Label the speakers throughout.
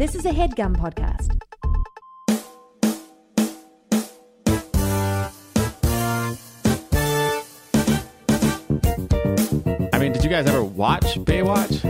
Speaker 1: This is a headgum podcast.
Speaker 2: I mean, did you guys ever watch Baywatch?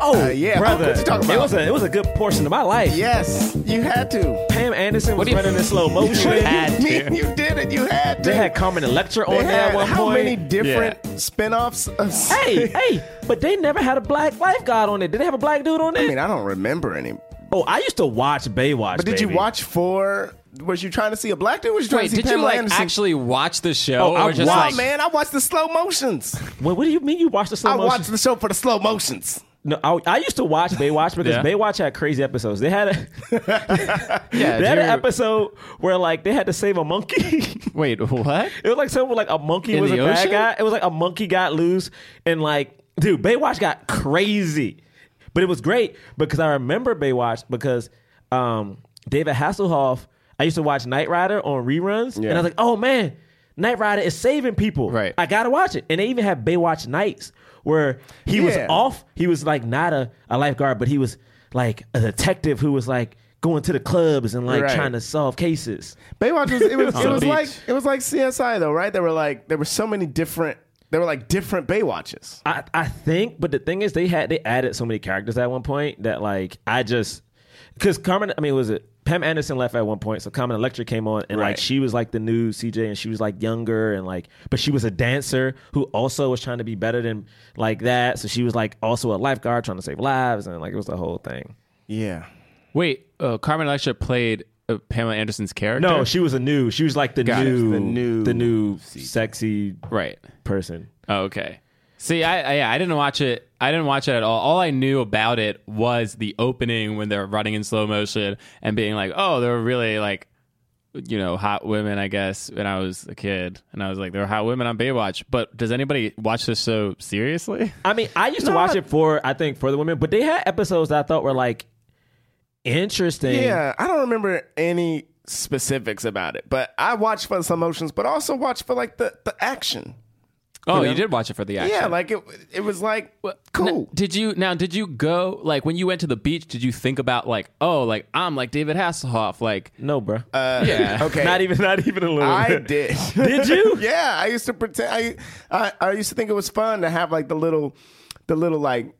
Speaker 3: Oh
Speaker 4: Uh, yeah. Oh,
Speaker 3: brother,
Speaker 4: what you talking about?
Speaker 3: it was a it was a good portion of my life.
Speaker 4: Yes, you had to.
Speaker 3: Pam Anderson was
Speaker 2: do you-
Speaker 3: running in slow motion.
Speaker 2: had
Speaker 4: you,
Speaker 2: to.
Speaker 4: mean you did it. You had to.
Speaker 3: They had Carmen Electra
Speaker 4: They
Speaker 3: on there
Speaker 4: had
Speaker 3: at one
Speaker 4: how
Speaker 3: point.
Speaker 4: many different spin-offs? Of
Speaker 3: hey, hey, but they never had a black lifeguard on it. Did they have a black dude on it?
Speaker 4: I mean, I don't remember any.
Speaker 3: oh, I used to watch Baywatch.
Speaker 4: But did you
Speaker 3: baby.
Speaker 4: watch four? Was you trying to see a black dude? Was you trying
Speaker 5: Wait,
Speaker 4: to see
Speaker 5: did you
Speaker 4: Pamela
Speaker 5: like
Speaker 4: Anderson?
Speaker 5: actually watch the show?
Speaker 3: Oh, I
Speaker 5: or just
Speaker 4: No,
Speaker 3: watched.
Speaker 5: like,
Speaker 4: man, I watched the slow motions.
Speaker 3: What, what do you mean you watched the slow
Speaker 4: I
Speaker 3: motion?
Speaker 4: watched the show for the slow motions.
Speaker 3: No, I, I used to watch Baywatch because
Speaker 5: Yeah.
Speaker 3: Baywatch had crazy episodes. They had a
Speaker 5: yeah,
Speaker 3: they had an
Speaker 5: you're-
Speaker 3: episode where like they had to save a monkey.
Speaker 2: Wait, what?
Speaker 3: It was like someone like a monkey
Speaker 5: In
Speaker 3: was a
Speaker 5: the
Speaker 3: bad
Speaker 5: ocean?
Speaker 3: guy. It was like a monkey got loose and like dude, Baywatch got crazy. But it was great because I remember Baywatch because um David Hasselhoff, I used to watch Knight Rider on reruns and I was like, "Oh man, Knight Rider is saving people.
Speaker 5: Right.
Speaker 3: I got to watch it." And they even had Baywatch nights where he was
Speaker 4: Yeah.
Speaker 3: off, he was like not a, a lifeguard, but he was like a detective who was like going to the clubs and like
Speaker 4: Right.
Speaker 3: trying to solve cases.
Speaker 4: Baywatch was it was
Speaker 2: On
Speaker 4: it
Speaker 2: the
Speaker 4: was
Speaker 2: beach.
Speaker 4: like it was like CSI though, right? There were like there were so many different there were like different Baywatches.
Speaker 3: I, I think, but the thing is, they had they added so many characters at one point that like I just because Carmen, I mean, was it Pam Anderson left at one point, so Carmen Electra came on, and like
Speaker 4: Right.
Speaker 3: she was like the new CJ, and she was like younger, and like but she was a dancer who also was trying to be better than like that, so she was like also a lifeguard trying to save lives, and like it was the whole thing.
Speaker 4: Yeah.
Speaker 2: Wait, uh, Carmen Electra played uh, Pamela Anderson's character.
Speaker 3: No, she was a new, she was like the
Speaker 2: Got it.
Speaker 3: new,
Speaker 4: The new
Speaker 3: the new sexy
Speaker 2: right.
Speaker 3: person.
Speaker 2: Oh, okay. See, I, I yeah, I didn't watch it. I didn't watch it at all. All I knew about it was the opening when they're running in slow motion and being like, "Oh, they're really like, you know, hot women." I guess when I was a kid, and I was like, "They're hot women on Baywatch." But does anybody watch this show seriously?
Speaker 3: I mean, I used to watch it for I think for the women, but they had episodes that I thought were like interesting.
Speaker 4: Yeah. I don't remember any specifics about it, but I watched for the slow motions, but also watched for like the, the action.
Speaker 2: Oh, you did watch it for the action.
Speaker 4: Yeah, like it it was like
Speaker 2: Now,
Speaker 4: cool.
Speaker 2: did you now? Did you go like when you went to the beach? Did you think about like, oh, like I'm like David Hasselhoff, like
Speaker 3: No, bro.
Speaker 4: Uh,
Speaker 2: yeah,
Speaker 4: Okay.
Speaker 3: Not even, not even a little.
Speaker 4: I
Speaker 3: bit.
Speaker 4: did.
Speaker 3: Did you?
Speaker 4: yeah, I used to pretend. I, I I used to think it was fun to have like the little, the little like,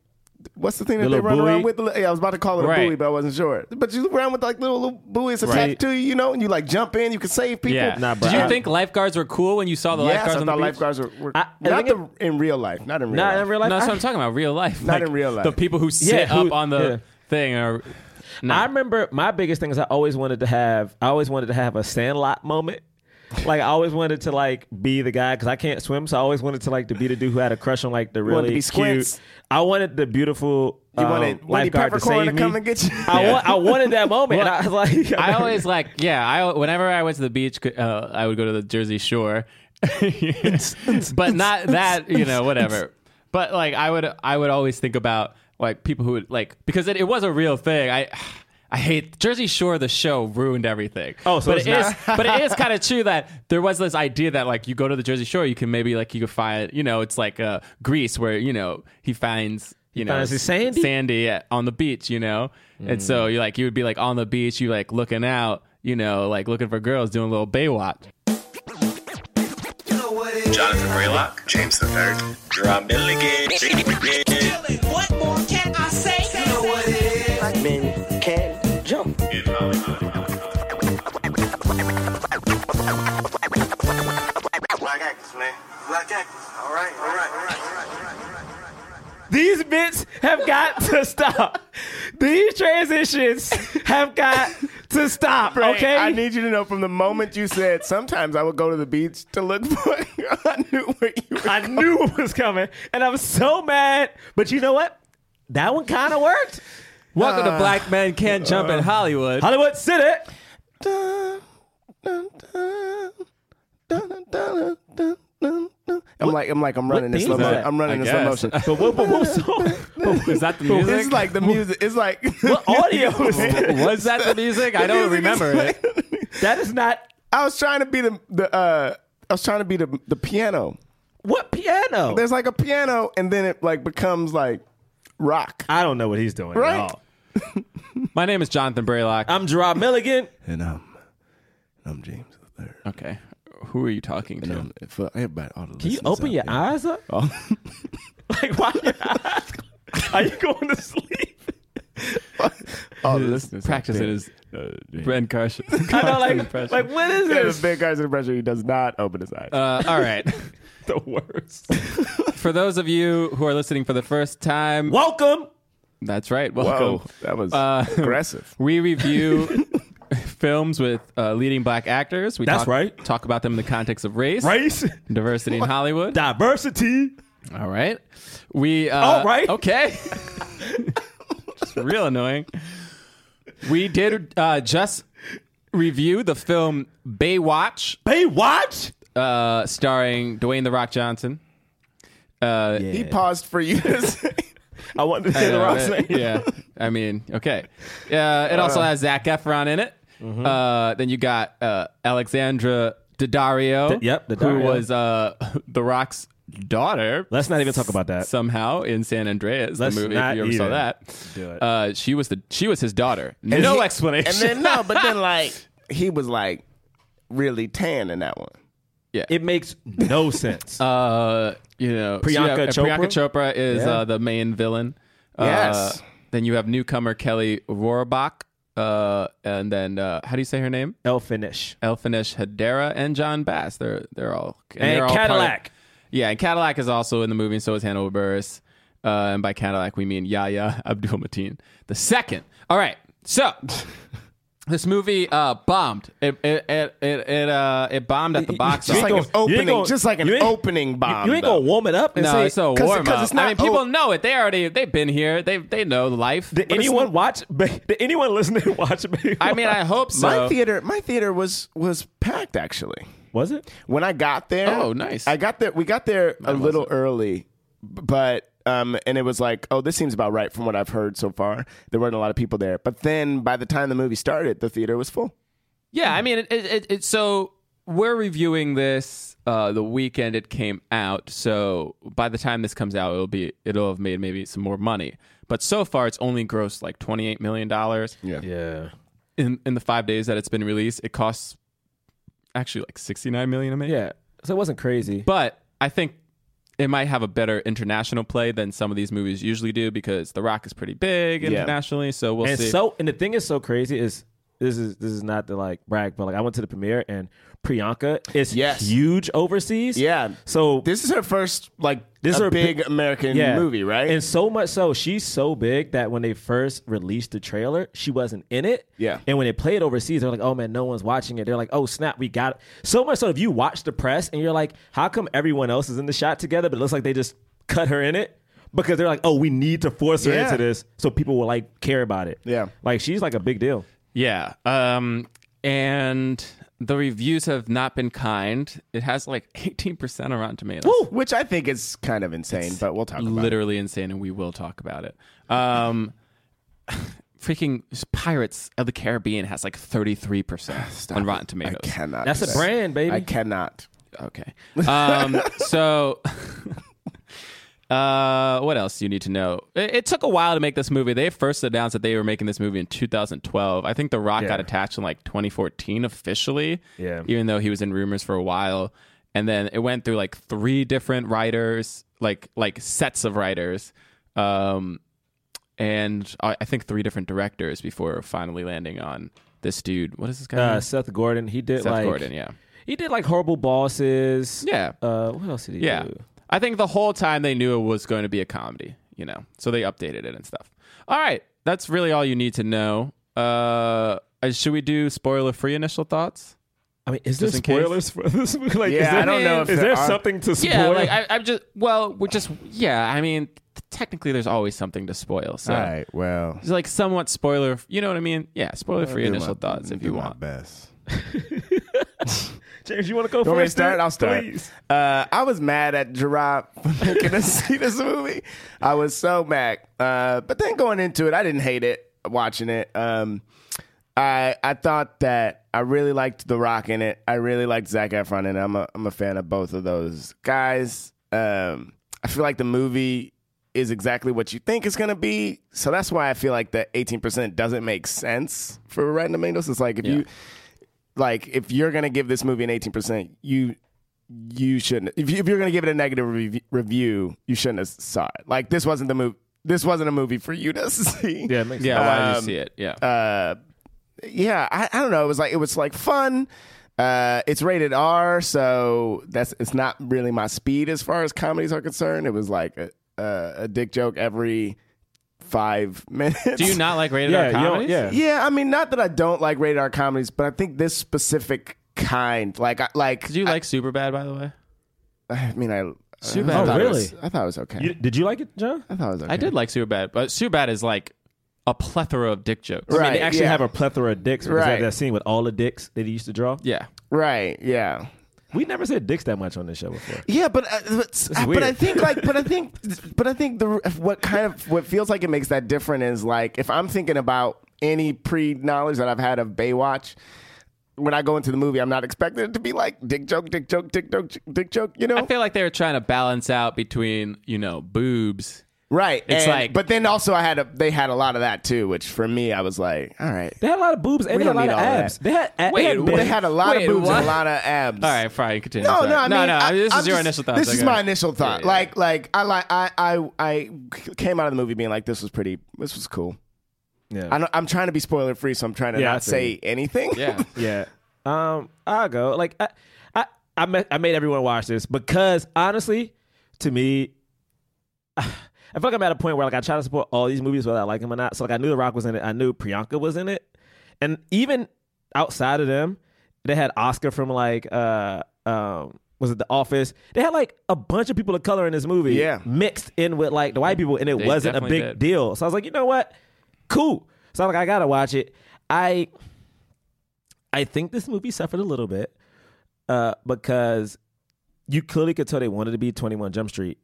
Speaker 4: what's the thing that they
Speaker 3: little
Speaker 4: run around
Speaker 3: buoy?
Speaker 4: with? The li- Yeah, I was about to call it a
Speaker 2: Right.
Speaker 4: buoy, but I wasn't sure. But you look around with like little, little buoys attached
Speaker 2: Right.
Speaker 4: to you, you know, and you like jump in, you can save people.
Speaker 2: yeah.
Speaker 3: Nah, bro,
Speaker 2: did you
Speaker 3: I-
Speaker 2: think lifeguards were cool when you saw the
Speaker 4: yes,
Speaker 2: lifeguards
Speaker 4: I
Speaker 2: on the
Speaker 4: thought
Speaker 2: beach?
Speaker 4: lifeguards were, were
Speaker 3: I- I
Speaker 4: not
Speaker 3: think
Speaker 4: the, in real life, not in real
Speaker 3: Not
Speaker 4: life.
Speaker 3: in real life.
Speaker 2: No, that's
Speaker 3: I,
Speaker 2: what I'm talking about. Real life,
Speaker 4: Not
Speaker 2: Like,
Speaker 4: in real life.
Speaker 2: The people who sit
Speaker 3: who-
Speaker 2: up on the
Speaker 3: yeah.
Speaker 2: thing are. No.
Speaker 3: I remember my biggest thing is I always wanted to have. I always wanted to have a Sandlot moment. Like I always wanted to like be the guy because I can't swim, so I always wanted to like to be the dude who had a crush on like the
Speaker 4: wanted to
Speaker 3: really
Speaker 4: be
Speaker 3: cute.
Speaker 4: Squints.
Speaker 3: I wanted the beautiful
Speaker 4: You
Speaker 3: um,
Speaker 4: wanted Wendy
Speaker 3: lifeguard to
Speaker 4: Peppercorn
Speaker 3: save
Speaker 4: to,
Speaker 3: me.
Speaker 4: come and get you.
Speaker 3: I, wa- I wanted that moment.
Speaker 2: Well,
Speaker 3: and I was like,
Speaker 2: I always like yeah. I whenever I went to the beach, uh, I would go to the Jersey Shore, but not that you know whatever. But like I would I would always think about like people who would like because it, it was a real thing. I I hate Jersey Shore. The show ruined everything.
Speaker 3: Oh, so
Speaker 2: but
Speaker 3: it's
Speaker 2: it
Speaker 3: not-
Speaker 2: is- but it is kind of true that there was this idea that like you go to the Jersey Shore, you can maybe like you could find you know it's like uh, Greece where you know he finds. You know,
Speaker 3: finds his Sandy?
Speaker 2: sandy at, on the beach, you know? And so you like you would be like on the beach, you like looking out, you know, like looking for girls, doing a little Baywatch.
Speaker 6: Jonathan Raylock, James the Third, Rob Milligan.
Speaker 7: What more can I say? You know what it is.
Speaker 8: men can jump.
Speaker 6: Black actors, man. Black actors. All right, all right, all right, all right, all right, all right, all right.
Speaker 3: These bits have got to stop. These transitions have got to stop. Okay.
Speaker 4: I need you to know from the moment you said, sometimes I would go to the beach to look for you. I knew where you were.
Speaker 3: I knew it was coming, and I'm so mad. But you know what? That one kind of worked.
Speaker 2: Welcome to Black Men Can't Jump in Hollywood.
Speaker 3: Hollywood City.
Speaker 4: Dun, dun, dun, dun, dun, dun, dun, dun, dun. I'm like I'm like I'm running in
Speaker 3: theme
Speaker 4: slow
Speaker 3: is
Speaker 4: motion.
Speaker 3: that?
Speaker 4: I'm running
Speaker 2: I
Speaker 4: in slow
Speaker 2: guess.
Speaker 4: motion.
Speaker 3: But what, what, what song?
Speaker 2: Is that the music?
Speaker 4: It's like the music. It's like
Speaker 3: What audio is that?
Speaker 2: was that the music? I don't remember it.
Speaker 3: That is not.
Speaker 4: I was trying to be the the uh, I was trying to be the the piano.
Speaker 3: What piano?
Speaker 4: There's like a piano, and then it like becomes like rock.
Speaker 3: I don't know what he's doing
Speaker 4: Right?
Speaker 3: at all.
Speaker 2: My name is Jonathan Braylock.
Speaker 3: I'm Gerard Milligan.
Speaker 4: and I'm, I'm James the Third.
Speaker 2: okay. Who are you talking
Speaker 4: And
Speaker 2: to?
Speaker 4: I'm Um, for everybody, all the
Speaker 3: Can you open your eyes up?
Speaker 4: Oh.
Speaker 3: Like, why your eyes? Are you going to sleep?
Speaker 4: Oh, listen,
Speaker 2: Practice it is Brent Carson.
Speaker 3: I know, like, like what is
Speaker 4: There's
Speaker 3: this?
Speaker 4: a big Carson pressure. He does not open his eyes.
Speaker 2: Uh, all right.
Speaker 3: the worst.
Speaker 2: For those of you who are listening for the first time,
Speaker 3: Welcome.
Speaker 2: that's right.
Speaker 4: Whoa,
Speaker 2: Welcome.
Speaker 4: that was
Speaker 2: Uh,
Speaker 4: aggressive.
Speaker 2: We review films with uh, leading black actors. We
Speaker 3: That's
Speaker 2: talk,
Speaker 3: right.
Speaker 2: Talk about them in the context of race,
Speaker 3: Race,
Speaker 2: diversity in Hollywood.
Speaker 3: diversity.
Speaker 2: All right. We uh,
Speaker 3: All right.
Speaker 2: Okay. Just real annoying. We did uh, just review the film Baywatch,
Speaker 3: Baywatch.
Speaker 2: uh, starring Dwayne the Rock Johnson. Uh,
Speaker 4: he paused for you to say.
Speaker 3: I wanted to say the wrong
Speaker 2: Uh,
Speaker 3: name.
Speaker 2: yeah. I mean, okay. Uh, it also has Zach Efron in it.
Speaker 3: Mm-hmm.
Speaker 2: Uh, then you got uh, Alexandra Daddario.
Speaker 3: D- yep,
Speaker 2: Who
Speaker 3: Daddario.
Speaker 2: was uh, The Rock's daughter.
Speaker 3: Let's not even talk about that.
Speaker 2: Somehow in San Andreas,
Speaker 3: Let's
Speaker 2: the movie.
Speaker 3: not
Speaker 2: if you ever saw
Speaker 3: even
Speaker 2: that,
Speaker 3: do it.
Speaker 2: Uh, she was the she was his daughter. no
Speaker 4: he-
Speaker 2: explanation.
Speaker 4: And then no, but then like he was like really tan in that one.
Speaker 3: It makes no sense.
Speaker 2: uh, you know, so you
Speaker 3: Priyanka
Speaker 2: have- and Priyanka
Speaker 3: Chopra?
Speaker 2: Chopra is
Speaker 3: Yeah.
Speaker 2: uh, the main villain. Uh,
Speaker 4: Yes.
Speaker 2: Then you have newcomer Kelly Rohrbach, uh, and then uh, how do you say her name?
Speaker 3: El finish.
Speaker 2: Elfinesh Hedera and John Bass. They're they're all
Speaker 3: And
Speaker 2: they're all
Speaker 3: Cadillac.
Speaker 2: part- yeah, and Cadillac is also in the movie, and so is Hannibal Burris. Uh, and by Cadillac, we mean Yahya Abdul Mateen the second. All right, so this movie uh, bombed. It it it it, it, uh, it bombed at the box
Speaker 4: Just
Speaker 2: office.
Speaker 4: like oh, an
Speaker 3: gonna- you ain't
Speaker 4: opening,
Speaker 3: gonna-
Speaker 4: just like an
Speaker 3: you ain't-
Speaker 4: opening bomb.
Speaker 3: You ain't
Speaker 4: though.
Speaker 3: gonna warm it up and
Speaker 2: no,
Speaker 3: say.
Speaker 2: it's a
Speaker 4: 'cause-
Speaker 2: warm
Speaker 4: 'cause it's
Speaker 2: up. I
Speaker 4: not oh.
Speaker 2: mean, people
Speaker 4: o-
Speaker 2: know it. They already they've been here. They they know life.
Speaker 3: Did
Speaker 2: But it's
Speaker 3: anyone
Speaker 2: not-
Speaker 3: watch? Ba- Did anyone listening watch? Baywatch?
Speaker 2: I mean, I hope so.
Speaker 4: My theater, my theater was was packed actually.
Speaker 3: was it?
Speaker 4: When I got there,
Speaker 2: Oh, nice.
Speaker 4: I got there. We got there a little early, but um, and it was like, oh, this seems about right from what I've heard so far. There weren't a lot of people there, but then by the time the movie started, the theater was full.
Speaker 2: Yeah,
Speaker 3: Hmm.
Speaker 2: I mean, it, it, it, it, so we're reviewing this uh, the weekend it came out. So by the time this comes out, it'll be it'll have made maybe some more money. But so far, it's only grossed like twenty eight million dollars
Speaker 3: Yeah.
Speaker 2: in in the five days that it's been released. It costs actually like sixty nine million to make.
Speaker 3: Yeah. So it wasn't crazy.
Speaker 2: But I think it might have a better international play than some of these movies usually do because The Rock is pretty big internationally. So we'll
Speaker 3: and
Speaker 2: see.
Speaker 3: so and the thing is so crazy is this is this is not to like brag, but like I went to the premiere and Priyanka is
Speaker 4: Yes.
Speaker 3: huge overseas.
Speaker 4: Yeah.
Speaker 3: So
Speaker 4: This is her first like this
Speaker 3: This is her
Speaker 4: a big
Speaker 3: big-
Speaker 4: American
Speaker 3: yeah.
Speaker 4: movie, right?
Speaker 3: And so much so, she's so big that when they first released the trailer, she wasn't in it.
Speaker 4: Yeah.
Speaker 3: And when they played overseas, they're like, "Oh man, no one's watching it." They're like, "Oh snap, we got it." So much so, if you watch the press and you're like, "How come everyone else is in the shot together?" But it looks like they just cut her in it because they're like, "Oh, we need to force her
Speaker 4: Yeah.
Speaker 3: into this so people will like care about it."
Speaker 4: Yeah.
Speaker 3: Like she's like a big deal.
Speaker 2: Yeah. Um, and the reviews have not been kind. It has like 18% around tomatoes.
Speaker 4: which I think is kind of insane, but we'll talk about it.
Speaker 2: Literally insane, and we will talk about it. Um, freaking Pirates of the Caribbean has like 33% on Rotten Tomatoes.
Speaker 4: Ah, I cannot.
Speaker 3: That's a
Speaker 4: say-
Speaker 3: brand, baby.
Speaker 4: I cannot.
Speaker 2: Okay. Um, so, uh, what else do you need to know? It, it took a while to make this movie. They first announced that they were making this movie in 2012. I think The Rock got attached in like 2014 officially.
Speaker 3: Yeah.
Speaker 2: Even though he was in rumors for a while, and then it went through like three different writers, like like sets of writers. Um, and uh, I I think three different directors before finally landing on this dude. What is this guy?
Speaker 3: Uh,
Speaker 2: name?
Speaker 3: Seth Gordon, he did
Speaker 2: Seth
Speaker 3: like
Speaker 2: Gordon. Yeah.
Speaker 3: He did like horrible bosses.
Speaker 2: Yeah.
Speaker 3: Uh, what else did he
Speaker 2: Yeah.
Speaker 3: do?
Speaker 2: I think the whole time they knew it was going to be a comedy, you know. So they updated it and stuff. All right. That's really all you need to know. Uh uh, should we do spoiler free initial thoughts?
Speaker 3: I mean, is
Speaker 2: Just
Speaker 3: there
Speaker 2: in case.
Speaker 3: spoilers for this? movie? like, is
Speaker 4: Yeah,
Speaker 3: there,
Speaker 4: I don't know if
Speaker 3: is
Speaker 4: there
Speaker 3: there
Speaker 4: are-
Speaker 3: something to spoil?
Speaker 2: Yeah, like I, I'm just well, we're just yeah, I mean technically there's always something to spoil. So
Speaker 4: All right. Well,
Speaker 2: it's like somewhat spoiler you know what I mean? Yeah, spoiler free
Speaker 4: do my-
Speaker 2: initial thoughts if
Speaker 4: do
Speaker 2: you
Speaker 4: my
Speaker 2: want.
Speaker 4: best.
Speaker 3: James, you want to go
Speaker 4: You want me to
Speaker 3: first? dude?
Speaker 4: start? I'll start.
Speaker 3: Please.
Speaker 4: Uh, I was mad at Gerard for making us see this movie. I was so mad. Uh, but then going into it, I didn't hate it watching it. Um, I I thought that I really liked The Rock in it. I really liked Zac Efron in it. I'm a I'm a fan of both of those guys. Um, I feel like the movie is exactly what you think it's gonna be. So that's why I feel like the eighteen percent doesn't make sense for Rotten Tomatoes. It's like if you like if you're gonna give this movie an eighteen percent, you you shouldn't. If, you, if you're gonna give it a negative rev- review, you shouldn't have saw it. Like this wasn't the movie. This wasn't a movie for you to see.
Speaker 3: Yeah, it makes
Speaker 2: Yeah, why did
Speaker 4: Um,
Speaker 2: you see it? Yeah.
Speaker 4: yeah I, I don't know it was like it was like fun uh it's rated r so that's it's not really my speed as far as comedies are concerned it was like a, a, a dick joke every five minutes
Speaker 2: Do you not like rated
Speaker 3: Yeah,
Speaker 2: R
Speaker 3: you don't-
Speaker 2: comedies?
Speaker 3: yeah.
Speaker 4: yeah i mean not that i don't like rated r comedies but i think this specific kind like I like
Speaker 2: Did you like Super Bad by the way?
Speaker 4: i mean i
Speaker 2: Superbad.
Speaker 4: I thought
Speaker 3: Oh,
Speaker 4: it was-
Speaker 3: really?
Speaker 4: i thought it was okay
Speaker 3: You, did you like it, John?
Speaker 4: i thought it was okay
Speaker 2: I did like Super Bad, but Super Bad is like a plethora of dick jokes.
Speaker 4: Right.
Speaker 3: I mean, they actually
Speaker 4: yeah.
Speaker 3: have a plethora of dicks. Right.
Speaker 4: Right.
Speaker 3: That, that scene with all the dicks that he used to draw.
Speaker 2: Yeah.
Speaker 4: right yeah
Speaker 3: We never said dicks that much on this show before.
Speaker 4: Yeah, but uh, but, but
Speaker 3: weird.
Speaker 4: I think like but I think but I think the what kind of what feels like it makes that different is like if I'm thinking about any pre knowledge that I've had of Baywatch. When I go into the movie, I'm not expecting it to be like dick joke, dick joke, dick joke, dick joke. You know,
Speaker 2: I feel like they were trying to balance out between, you know, boobs.
Speaker 4: right?
Speaker 2: it's
Speaker 4: and-
Speaker 2: like-
Speaker 4: but then also I had a they had a lot of that too, which for me I was like, all right,
Speaker 3: They had a lot of boobs and
Speaker 4: We
Speaker 3: they had a
Speaker 4: don't
Speaker 3: lot of
Speaker 4: need all
Speaker 3: abs.
Speaker 4: that.
Speaker 3: They had, a-
Speaker 2: Wait,
Speaker 3: they had,
Speaker 2: what?
Speaker 4: they had a lot
Speaker 2: Wait,
Speaker 4: of boobs
Speaker 2: what?
Speaker 4: and a lot of abs.
Speaker 2: All right, fine, continue.
Speaker 4: No,
Speaker 2: Sorry.
Speaker 4: no, I mean,
Speaker 2: no, no.
Speaker 4: I-
Speaker 2: this
Speaker 4: I'm
Speaker 2: is your
Speaker 4: just-
Speaker 2: initial thought.
Speaker 4: This is
Speaker 2: Okay.
Speaker 4: my initial thought.
Speaker 2: Yeah, yeah.
Speaker 4: Like, like I like I I I came out of the movie being like, this was pretty, this was cool.
Speaker 3: Yeah.
Speaker 4: I don't, I'm trying to be spoiler free, so I'm trying to
Speaker 3: Yeah, I
Speaker 4: not
Speaker 3: see.
Speaker 4: say anything.
Speaker 2: Yeah.
Speaker 3: Yeah. Um, I'll go. Like I, I, I, ma- I made everyone watch this because honestly, to me, I feel like I'm at a point where like I try to support all these movies whether I like them or not. So like I knew The Rock was in it. I knew Priyanka was in it, and even outside of them, they had Oscar from like uh um. Was it The Office? They had like a bunch of people of color in this movie,
Speaker 4: Yeah.
Speaker 3: mixed in with like the white people, and it
Speaker 2: They
Speaker 3: wasn't a
Speaker 2: definitely
Speaker 3: big
Speaker 2: did.
Speaker 3: deal. So I was like, you know what? Cool. So I'm like, I gotta watch it. I I think this movie suffered a little bit uh, because you clearly could tell they wanted to be 21 Jump Street.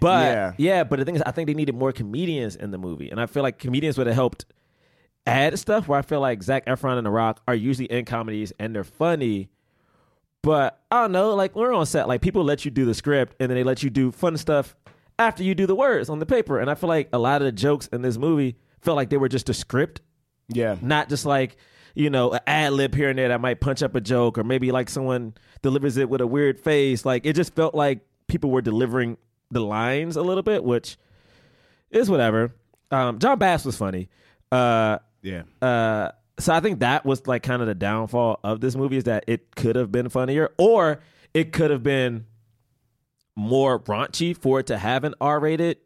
Speaker 3: But
Speaker 4: Yeah.
Speaker 3: yeah. but the thing is, I think they needed more comedians in the movie. And I feel like comedians would have helped add stuff where I feel like Zach Efron and The Rock are usually in comedies and they're funny. But I don't know, like we're on set, like people let you do the script and then they let you do fun stuff after you do the words on the paper. And I feel like a lot of the jokes in this movie felt like they were just a script
Speaker 4: yeah,
Speaker 3: not just like you know an ad lib here and there that might punch up a joke or maybe like someone delivers it with a weird face like it just felt like people were delivering the lines a little bit which is whatever um john bass was funny uh
Speaker 4: yeah.
Speaker 3: uh, so I think that was like kind of the downfall of this movie is that it could have been funnier or it could have been more raunchy for it to have an R rated.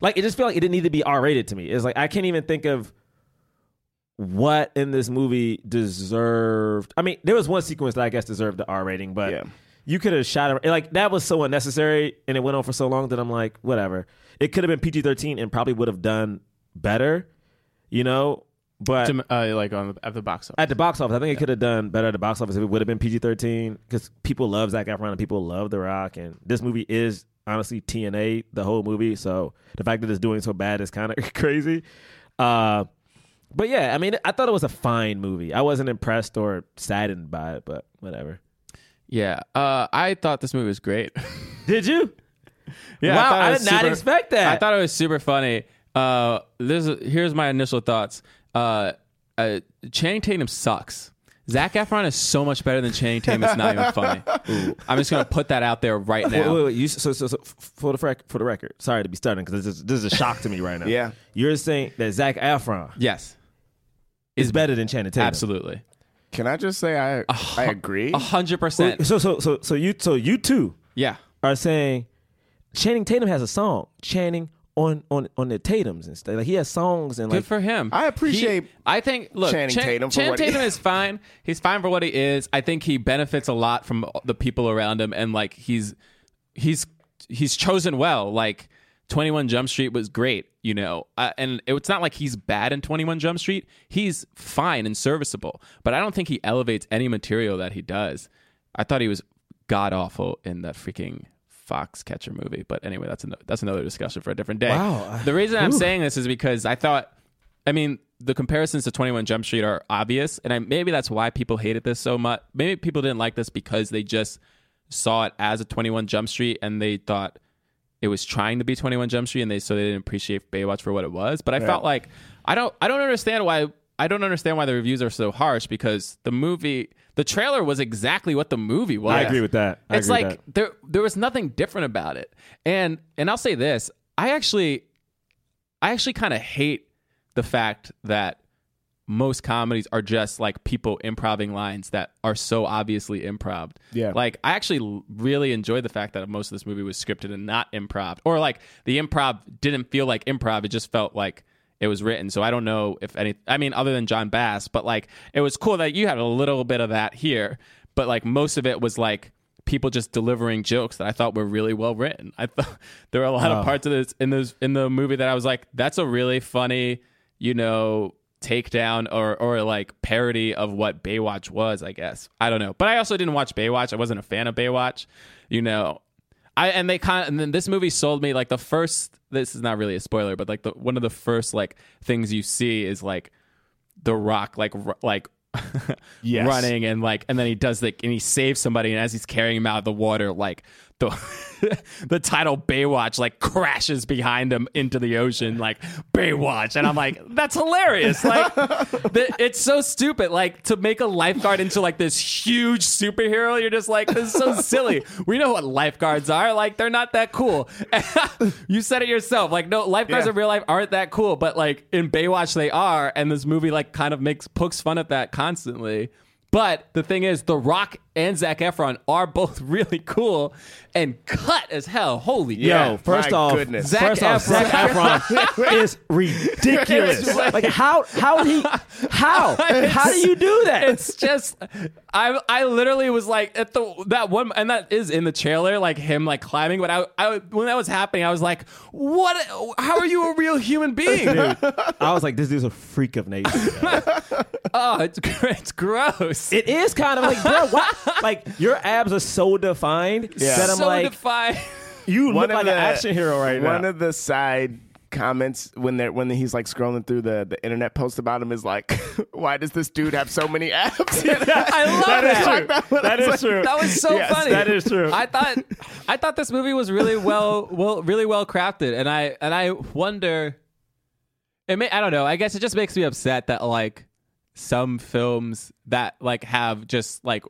Speaker 3: Like it just felt like it didn't need to be R rated to me. It's like I can't even think of what in this movie deserved. I mean, there was one sequence that I guess deserved the R rating, but
Speaker 4: Yeah.
Speaker 3: you could have shot it like that was so unnecessary and it went on for so long that I'm like, whatever. It could have been PG thirteen and probably would have done better, you know. But
Speaker 2: To, uh, like on the, at the box office.
Speaker 3: at the box office. I think it could have done better at the box office if it would have been PG thirteen because people love Zach Efron and people love The Rock, and this movie is honestly TNA the whole movie. So the fact that it's doing so bad is kind of crazy. Uh, but yeah, I mean, I thought it was a fine movie. I wasn't impressed or saddened by it, but whatever.
Speaker 2: Yeah. Uh, I thought this movie was great.
Speaker 3: Did you?
Speaker 2: Yeah,
Speaker 3: Wow,
Speaker 2: thought it
Speaker 3: I
Speaker 2: was
Speaker 3: did not expect that.
Speaker 2: I thought it was super funny. Uh, this is- here's my initial thoughts. Uh, uh, Channing Tatum sucks. Zach Efron is so much better than Channing Tatum. It's not even funny. I'm just gonna put that out there right
Speaker 3: Wait,
Speaker 2: now.
Speaker 3: wait, wait, you, so, so, so f- for the rec- for the record, sorry to be starting because this is, this is a shock to me right now.
Speaker 4: Yeah.
Speaker 3: you're saying that Zach Efron
Speaker 2: Yes,
Speaker 3: is better than Channing Tatum.
Speaker 2: absolutely,
Speaker 4: Can I just say I I agree?
Speaker 2: hundred
Speaker 3: Well,
Speaker 2: percent.
Speaker 3: So so so so you so you too
Speaker 2: Yeah,
Speaker 3: are saying Channing Tatum has a song Channing on on on the Tatum's and stuff. Like he has songs and
Speaker 2: good
Speaker 3: like
Speaker 2: for him.
Speaker 4: I appreciate
Speaker 2: He- I think look,
Speaker 4: Channing
Speaker 2: Chan-
Speaker 4: Tatum for
Speaker 2: Channing
Speaker 4: what he-
Speaker 2: Tatum is fine. He's fine for what he is. I think he benefits a lot from the people around him, and like he's he's he's chosen well. Like Twenty One Jump Street was great, you know, uh, and it- it's not like he's bad in Twenty One Jump Street. He's fine and serviceable, but I don't think he elevates any material that he does. I thought he was god awful in that freaking Foxcatcher movie, but anyway, that's another that's another discussion for a different day.
Speaker 3: Wow.
Speaker 2: The reason I'm saying this is because I thought, I mean, the comparisons to 21 Jump Street are obvious, and I, maybe that's why people hated this so much. Maybe people didn't like this because they just saw it as a 21 Jump Street and they thought it was trying to be 21 Jump Street and they so they didn't appreciate Baywatch for what it was. But I felt like I don't I don't understand why I don't understand why the reviews are so harsh because the movie the trailer was exactly what the movie was.
Speaker 3: I agree with that. I
Speaker 2: it's
Speaker 3: agree with
Speaker 2: like there there was nothing different about it. And and I'll say this, I actually I actually kind of hate the fact that most comedies are just like people improving lines that are so obviously improv.
Speaker 4: Yeah.
Speaker 2: Like I actually l- really enjoyed the fact that most of this movie was scripted and not improv, or like the improv didn't feel like improv. It just felt like it was written. So I don't know if any. I mean, other than John Bass, but like it was cool that you had a little bit of that here, but like most of it was like people just delivering jokes that I thought were really well written. I thought there were a lot of parts of this in those in the movie that I was like, that's a really funny, you know, takedown or or like parody of what Baywatch was, I guess. I don't know. But I also didn't watch Baywatch. I wasn't a fan of Baywatch, you know. I and they kind of, and then this movie sold me like the first this is not really a spoiler, but like the one of the first like things you see is like the rock like ru- like
Speaker 4: Yes.
Speaker 2: running and like and then he does like and he saves somebody and as he's carrying him out of the water like the the title Baywatch like crashes behind him into the ocean like Baywatch and I'm like that's hilarious like the, it's so stupid like to make a lifeguard into like this huge superhero you're just like this is so silly we know what lifeguards are like they're not that cool you said it yourself like no lifeguards
Speaker 4: Yeah.
Speaker 2: in real life aren't that cool but like in Baywatch they are and this movie like kind of makes pokes fun at that constantly but the thing is, The Rock and Zach Efron are both really cool and cut as hell. Holy
Speaker 3: Yo,
Speaker 4: Yeah,
Speaker 3: first
Speaker 4: my
Speaker 3: off,
Speaker 4: goodness.
Speaker 3: Zac first off, Zac Efron is ridiculous. like how how he how how do you do that?
Speaker 2: it's just I I literally was like at the that one and that is in the trailer like him like climbing but I, I when that was happening I was like what how are you a real human being
Speaker 3: Dude, I was like, this dude's a freak of nature.
Speaker 2: oh it's gr- it's gross
Speaker 3: It is kind of like, bro, what? Like your abs are so defined that I'm
Speaker 2: so
Speaker 3: like,
Speaker 2: defined
Speaker 3: you
Speaker 4: One
Speaker 3: look
Speaker 4: of
Speaker 3: like
Speaker 4: the-
Speaker 3: an action hero right
Speaker 4: One
Speaker 3: now.
Speaker 4: of the side comments when they're when he's like scrolling through the the internet post about him is like, why does this dude have so many abs?
Speaker 2: I love that
Speaker 3: true. That is true.
Speaker 2: That was so
Speaker 4: Yes,
Speaker 2: funny.
Speaker 3: that is true.
Speaker 2: I thought I thought this movie was really well well really well crafted and I and I wonder it may I don't know. I guess it just makes me upset that like some films that like have just like